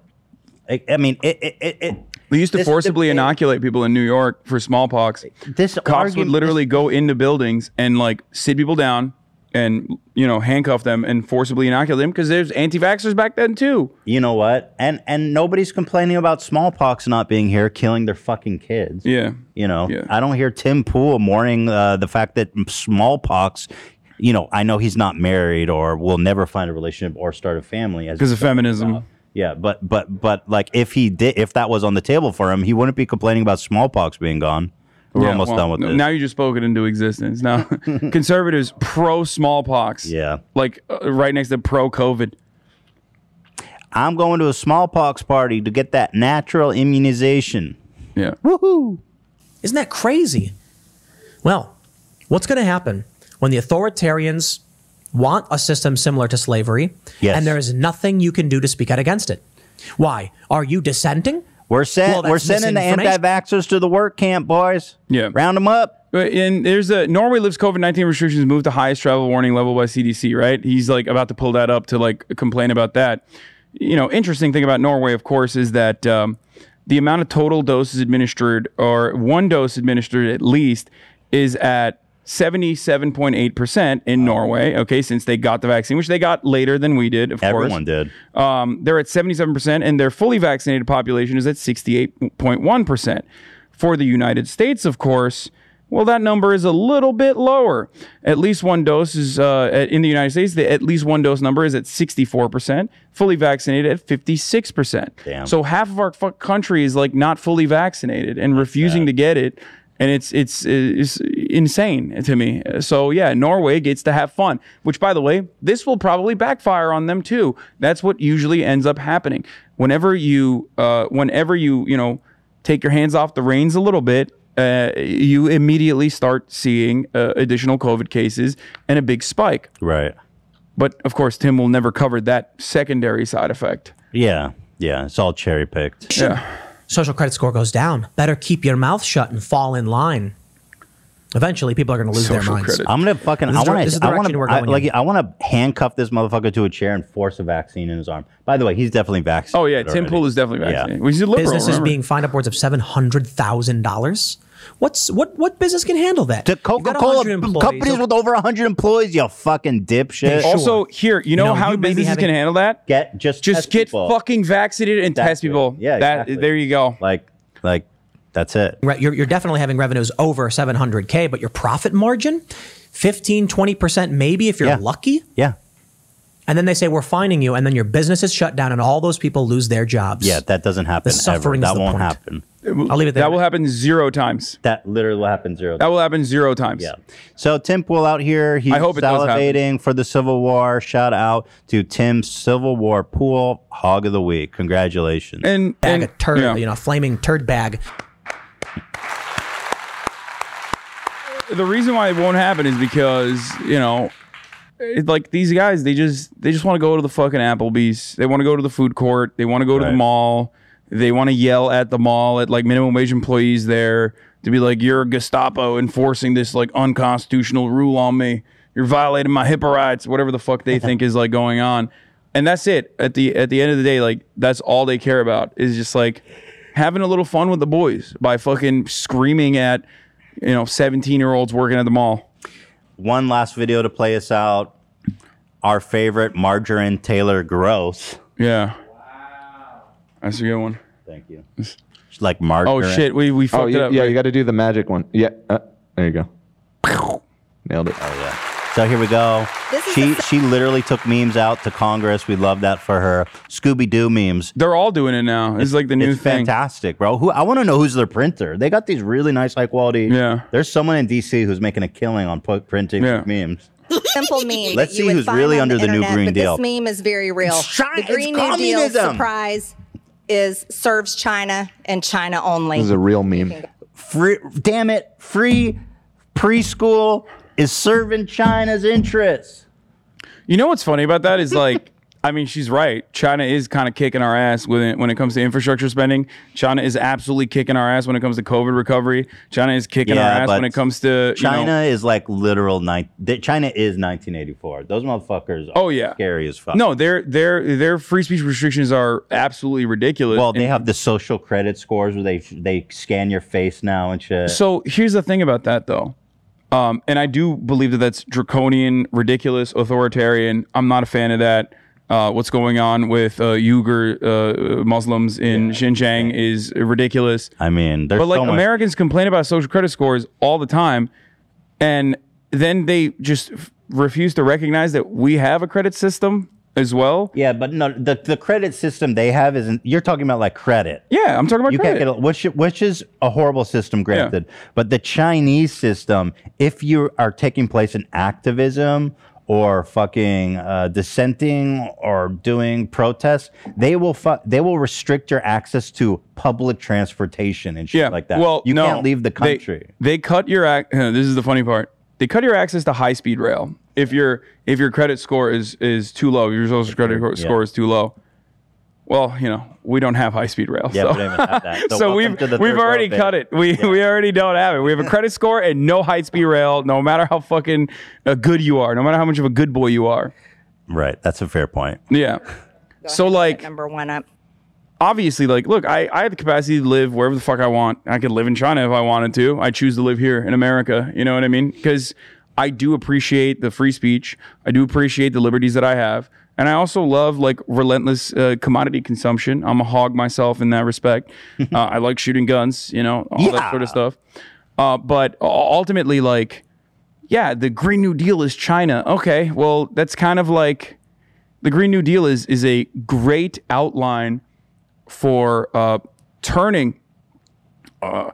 Speaker 1: I, I mean, it. it, it, it
Speaker 2: They used to forcibly inoculate people in New York for smallpox.
Speaker 1: This
Speaker 2: cops would
Speaker 1: argument-
Speaker 2: literally go into buildings and like sit people down and you know handcuff them and forcibly inoculate them because there's anti-vaxxers back then too.
Speaker 1: You know what? And and nobody's complaining about smallpox not being here, killing their fucking kids.
Speaker 2: Yeah.
Speaker 1: You know, I don't hear Tim Pool mourning uh, the fact that smallpox. You know, I know he's not married or will never find a relationship or start a family as
Speaker 2: Because of feminism.
Speaker 1: Yeah, but but but like if he did, if that was on the table for him, he wouldn't be complaining about smallpox being gone. We're
Speaker 2: Yeah,
Speaker 1: almost
Speaker 2: well,
Speaker 1: done with this.
Speaker 2: Now you just spoke it into existence. Now conservatives pro smallpox.
Speaker 1: Yeah.
Speaker 2: Like uh, right next to pro COVID.
Speaker 1: I'm going to a smallpox party to get that natural immunization.
Speaker 2: Yeah.
Speaker 1: Woohoo!
Speaker 15: Isn't that crazy? Well, what's going to happen when the authoritarians want a system similar to slavery
Speaker 1: Yes.
Speaker 15: and there is nothing you can do to speak out against it? Why? Are you dissenting?
Speaker 1: We're sent.
Speaker 15: Well,
Speaker 1: we're
Speaker 15: that's
Speaker 1: sending the
Speaker 15: misinformation.
Speaker 1: anti-vaxxers to the work camp, boys.
Speaker 2: Yeah.
Speaker 1: Round them up.
Speaker 2: And there's a Norway lifts COVID 19 restrictions, moved to highest travel warning level by CDC, right? He's like about to pull that up to like complain about that. You know, interesting thing about Norway, of course, is that um, the amount of total doses administered or one dose administered at least is at 77.8% in Norway, okay, since they got the vaccine, which they got later than we did, of course.
Speaker 1: Everyone did.
Speaker 2: Um, they're at 77%, and their fully vaccinated population is at 68.1%. For the United States, of course, Well, that number is a little bit lower. At least one dose is uh, at- in the United States. The at least one dose number is at 64%, fully vaccinated at 56%.
Speaker 1: Damn.
Speaker 2: So half of our fu- country is like not fully vaccinated and refusing to get it. And it's, it's it's insane to me. So yeah, Norway gets to have fun, which by the way, this will probably backfire on them too. That's what usually ends up happening. Whenever you uh, whenever you you know take your hands off the reins a little bit, uh, you immediately start seeing uh, additional COVID cases and a big spike.
Speaker 1: Right.
Speaker 2: But of course, Tim will never cover that secondary side effect.
Speaker 1: Yeah. Yeah. It's all cherry picked.
Speaker 15: Social credit score goes down. Better keep your mouth shut and fall in line. Eventually, people are going to lose their minds.
Speaker 1: I'm gonna fucking.
Speaker 15: This
Speaker 1: I
Speaker 15: is the-
Speaker 1: want
Speaker 15: this is
Speaker 1: to.
Speaker 15: the
Speaker 1: I want
Speaker 15: direction
Speaker 1: to.
Speaker 15: we're
Speaker 1: I,
Speaker 15: going
Speaker 1: like.
Speaker 15: in.
Speaker 1: I want to handcuff this motherfucker to a chair and force a vaccine in his arm. By the way, he's definitely vaccinated.
Speaker 2: Oh, yeah, Tim Pool is definitely vaccinated. Well, he's a liberal,
Speaker 15: Businesses
Speaker 2: remember?
Speaker 15: being fined upwards of seven hundred thousand dollars. What's what? What business can handle that? To
Speaker 1: Coca-Cola companies with over 100 employees, you fucking dipshit.
Speaker 2: Also, here, you know, how businesses can handle that?
Speaker 1: Get just
Speaker 2: Just
Speaker 1: test
Speaker 2: get
Speaker 1: people.
Speaker 2: fucking vaccinated and test
Speaker 1: Exactly.
Speaker 2: people.
Speaker 1: Yeah,
Speaker 2: That-
Speaker 1: exactly.
Speaker 2: there you go.
Speaker 1: Like, like that's it.
Speaker 15: Right, you're, you're definitely having revenues over 700k, but your profit margin, 15, 20 percent, maybe if you're lucky.
Speaker 1: Yeah.
Speaker 15: And then they say we're fining you, and then your business is shut down, and all those people lose their jobs.
Speaker 1: Yeah, that doesn't happen.
Speaker 15: The
Speaker 1: ever.
Speaker 15: suffering's
Speaker 1: That
Speaker 15: the
Speaker 1: won't
Speaker 15: point.
Speaker 1: happen.
Speaker 15: I'll leave it there.
Speaker 2: That will happen zero times.
Speaker 1: That literally will happen zero.
Speaker 2: That will happen zero times.
Speaker 1: Yeah. So Tim Pool out here, he's
Speaker 2: I hope it does happen.
Speaker 1: salivating for the Civil War. Shout out to Tim Civil War Pool Hog of the Week. Congratulations.
Speaker 2: And
Speaker 15: bag of turd, you know, flaming turd bag.
Speaker 2: the reason why it won't happen is because you know it, like these guys they just they just want to go to the fucking applebee's they want to go to the food court they want to go to the mall they want to yell at the mall at like minimum wage employees there to be like you're gestapo enforcing this like unconstitutional rule on me you're violating my hipaa rights whatever the fuck they think is like going on and that's it at the at the end of the day like that's all they care about is just like having a little fun with the boys by fucking screaming at you know 17 year olds working at the mall
Speaker 1: One last video to play us out. Our favorite Margarine Taylor Gross.
Speaker 2: Yeah. That's a good one.
Speaker 1: Thank you. She's like margarine.
Speaker 3: Oh, you- Yeah, you got to do the magic one. Yeah, uh, there you go. Nailed it.
Speaker 1: Oh yeah. So here we go. She she literally took memes out to Congress. We love that for her. Scooby Doo memes.
Speaker 2: They're all doing it now. It's, like the new
Speaker 1: it's
Speaker 2: thing.
Speaker 1: Fantastic, bro. Who I want to know who's their printer. They got these really nice, high quality. Yeah. There's someone in DC who's making a killing on pu- printing memes.
Speaker 24: simple meme.
Speaker 1: Let's
Speaker 24: that you
Speaker 1: see
Speaker 24: would
Speaker 1: who's
Speaker 24: find
Speaker 1: really
Speaker 24: on
Speaker 1: under the New
Speaker 24: internet,
Speaker 1: Green
Speaker 24: but
Speaker 1: Deal.
Speaker 24: This meme is very real. the
Speaker 1: it's
Speaker 24: Green New Deal
Speaker 1: communism.
Speaker 24: surprise is serves China and China only.
Speaker 3: This is a real meme.
Speaker 1: Free, damn it, free preschool is serving China's interests.
Speaker 2: You know what's funny about that is like, I mean, she's right. China is kind of kicking our ass when it, when it comes to infrastructure spending. China is absolutely kicking our ass when it comes to COVID recovery. China is kicking our ass
Speaker 1: but
Speaker 2: when it comes to you know-
Speaker 1: China is like literal nine. th- China is 1984. Those motherfuckers. Are oh yeah, scary as fuck.
Speaker 2: no, their their their free speech restrictions are absolutely ridiculous.
Speaker 1: Well, they have the social credit scores where they they scan your face now and shit.
Speaker 2: So here's the thing about that, though. Um, and I do believe that that's draconian, ridiculous, authoritarian. I'm not a fan of that. Uh, what's going on with uh, Uyghur uh, Muslims in Xinjiang is ridiculous.
Speaker 1: I mean, there's
Speaker 2: but like
Speaker 1: so much-
Speaker 2: Americans complain about social credit scores all the time, and then they just f- refuse to recognize that we have a credit system as well.
Speaker 1: Yeah, but no, the, the credit system they have isn't. You're talking about like credit.
Speaker 2: Yeah, I'm talking about
Speaker 1: you
Speaker 2: credit.
Speaker 1: can't get a, which which is a horrible system, granted. But the Chinese system, if you are taking place in activism or fucking uh, dissenting or doing protests, they will fu- they will restrict your access to public transportation and shit like that.
Speaker 2: Well,
Speaker 1: you
Speaker 2: no,
Speaker 1: can't leave the
Speaker 2: they-
Speaker 1: country.
Speaker 2: They, cut your ac- This is the funny part. They cut your access to high speed rail if your if your credit score is is too low. Your social credit cor-
Speaker 1: Yeah.
Speaker 2: score is too low. Well, you know we don't have high speed rail.
Speaker 1: Yeah,
Speaker 2: so.
Speaker 1: we don't even have that. So
Speaker 2: So,
Speaker 1: welcome
Speaker 2: we've
Speaker 1: to the third
Speaker 2: we've already
Speaker 1: world,
Speaker 2: cut
Speaker 1: babe.
Speaker 2: it. We we already don't have it. We have a credit score and no high speed rail. No matter how fucking uh, good you are, no matter how much of a good boy you are.
Speaker 1: Right, that's a fair point.
Speaker 2: Yeah. So like
Speaker 24: number one up.
Speaker 2: obviously like look I, I have the capacity to live wherever the fuck i want i could live in china if i wanted to i choose to live here in america you know what i mean because i do appreciate the free speech i do appreciate the liberties that i have and i also love like relentless uh, commodity consumption i'm a hog myself in that respect uh, i like shooting guns you know all
Speaker 1: Yeah.
Speaker 2: that sort of stuff Uh, but u- ultimately, like, yeah, the Green New Deal is China. Okay, well, that's kind of like the Green New Deal is is a great outline for uh, turning uh,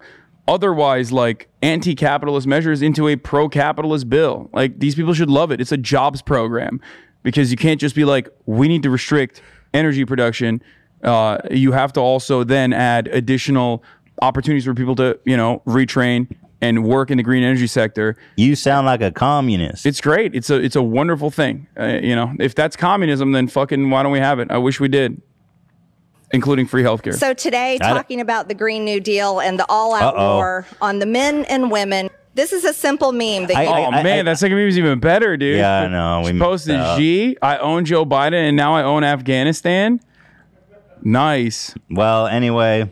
Speaker 2: otherwise like anti-capitalist measures into a pro-capitalist bill. Like these people should love it. It's a jobs program because you can't just be like, we need to restrict energy production. Uh, you have to also then add additional opportunities for people to you know retrain and work in the green energy sector.
Speaker 1: You sound like a communist.
Speaker 2: It's great. It's a it's a wonderful thing. Uh, you know, if that's communism, then fucking why don't we have it? I wish we did, including free healthcare.
Speaker 24: So today,
Speaker 2: Got it.
Speaker 24: talking about the Green New Deal and the all-out
Speaker 2: Uh-oh.
Speaker 24: war on the men and women. This is a simple meme that you,
Speaker 2: oh man, that second meme is even better, dude.
Speaker 1: Yeah, I know. We
Speaker 2: She
Speaker 1: messed
Speaker 2: posted
Speaker 1: up.
Speaker 2: G. I own Joe Biden, and now I own Afghanistan. Nice.
Speaker 1: Well, anyway,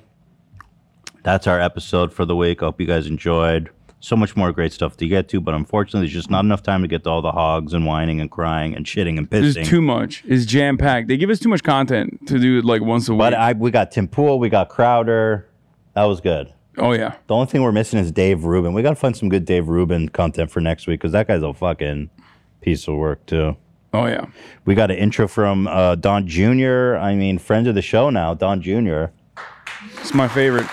Speaker 1: that's our episode for the week. I hope you guys enjoyed. So much more great stuff to get to, but unfortunately, there's just not enough time to get to all the hogs and whining and crying and shitting and pissing.
Speaker 2: There's too much. It's jam packed. They give us too much content to do it like once a week.
Speaker 1: But I, we got Tim Pool, we got Crowder. That was good.
Speaker 2: Oh yeah.
Speaker 1: The only thing we're missing is Dave Rubin. We gotta find some good Dave Rubin content for next week because that guy's a fucking piece of work too.
Speaker 2: Oh yeah.
Speaker 1: We got an intro from uh, Don Jr. I mean, friend of the show now, Don Jr.
Speaker 2: It's my favorite.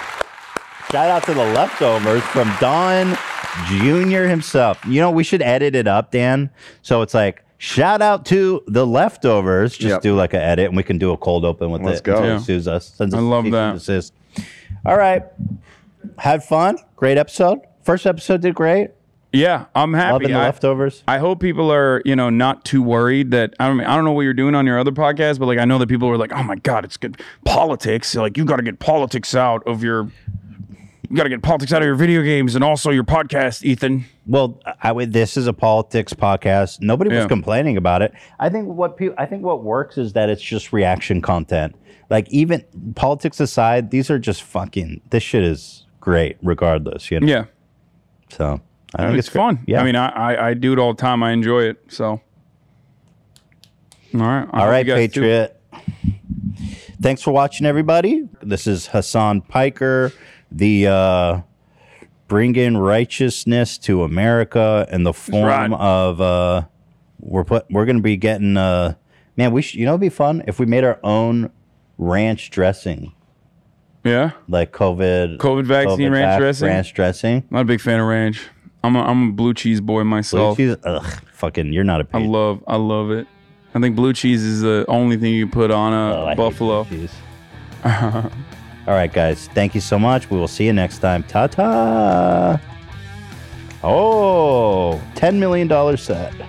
Speaker 1: Shout out to the leftovers from Don Jr. himself. You know, we should edit it up, Dan. So it's like shout out to the leftovers. Just do like an edit, and we can do a cold open with
Speaker 3: Let's
Speaker 1: it.
Speaker 3: go.
Speaker 1: until he
Speaker 3: Yeah.
Speaker 1: Sues us. Sends us
Speaker 3: I
Speaker 1: a
Speaker 3: love
Speaker 1: cease and
Speaker 3: that.
Speaker 1: desist. All right. Had fun. Great episode. First episode did great.
Speaker 2: Yeah, I'm happy.
Speaker 1: Loving the
Speaker 2: I-
Speaker 1: leftovers.
Speaker 2: I hope people are, you know, not too worried that I don't mean, I don't know what you're doing on your other podcast, but like I know that people are like, "Oh my god, it's good politics." Like you got to get politics out of your you got to get politics out of your video games and also your podcast, Ethan.
Speaker 1: Well, I would. This is a politics podcast. Nobody was
Speaker 2: Yeah.
Speaker 1: complaining about it. I think what people. I think what works is that it's just reaction content. Like even politics aside, these are just fucking. This shit is great, regardless. You know.
Speaker 2: Yeah.
Speaker 1: So I
Speaker 2: I
Speaker 1: think
Speaker 2: mean,
Speaker 1: it's,
Speaker 2: it's
Speaker 1: great.
Speaker 2: fun.
Speaker 1: Yeah.
Speaker 2: I mean, I, I I do it all the time. I enjoy it. So, all right, I hope
Speaker 1: All
Speaker 2: you
Speaker 1: right,
Speaker 2: guys do.
Speaker 1: Patriot. Thanks for watching, everybody. This is Hassan Piker, the uh, bring in righteousness to America in the form of uh, we're put, we're going to be getting uh, man. We should, you know, it'd be fun if we made our own ranch dressing,
Speaker 2: Yeah,
Speaker 1: like COVID
Speaker 2: COVID vaccine ranch
Speaker 1: vac-
Speaker 2: dressing?
Speaker 1: Ranch dressing.
Speaker 2: not a big fan of ranch. I'm a, I'm a blue cheese boy myself.
Speaker 1: cheese- ugh, fucking, you're not a.
Speaker 2: I love I love it. I think blue cheese is the only thing you put on
Speaker 1: Oh,
Speaker 2: a buffalo.
Speaker 1: All right, guys. Thank you so much. We will see you next time. Ta ta. Oh, $10 million set.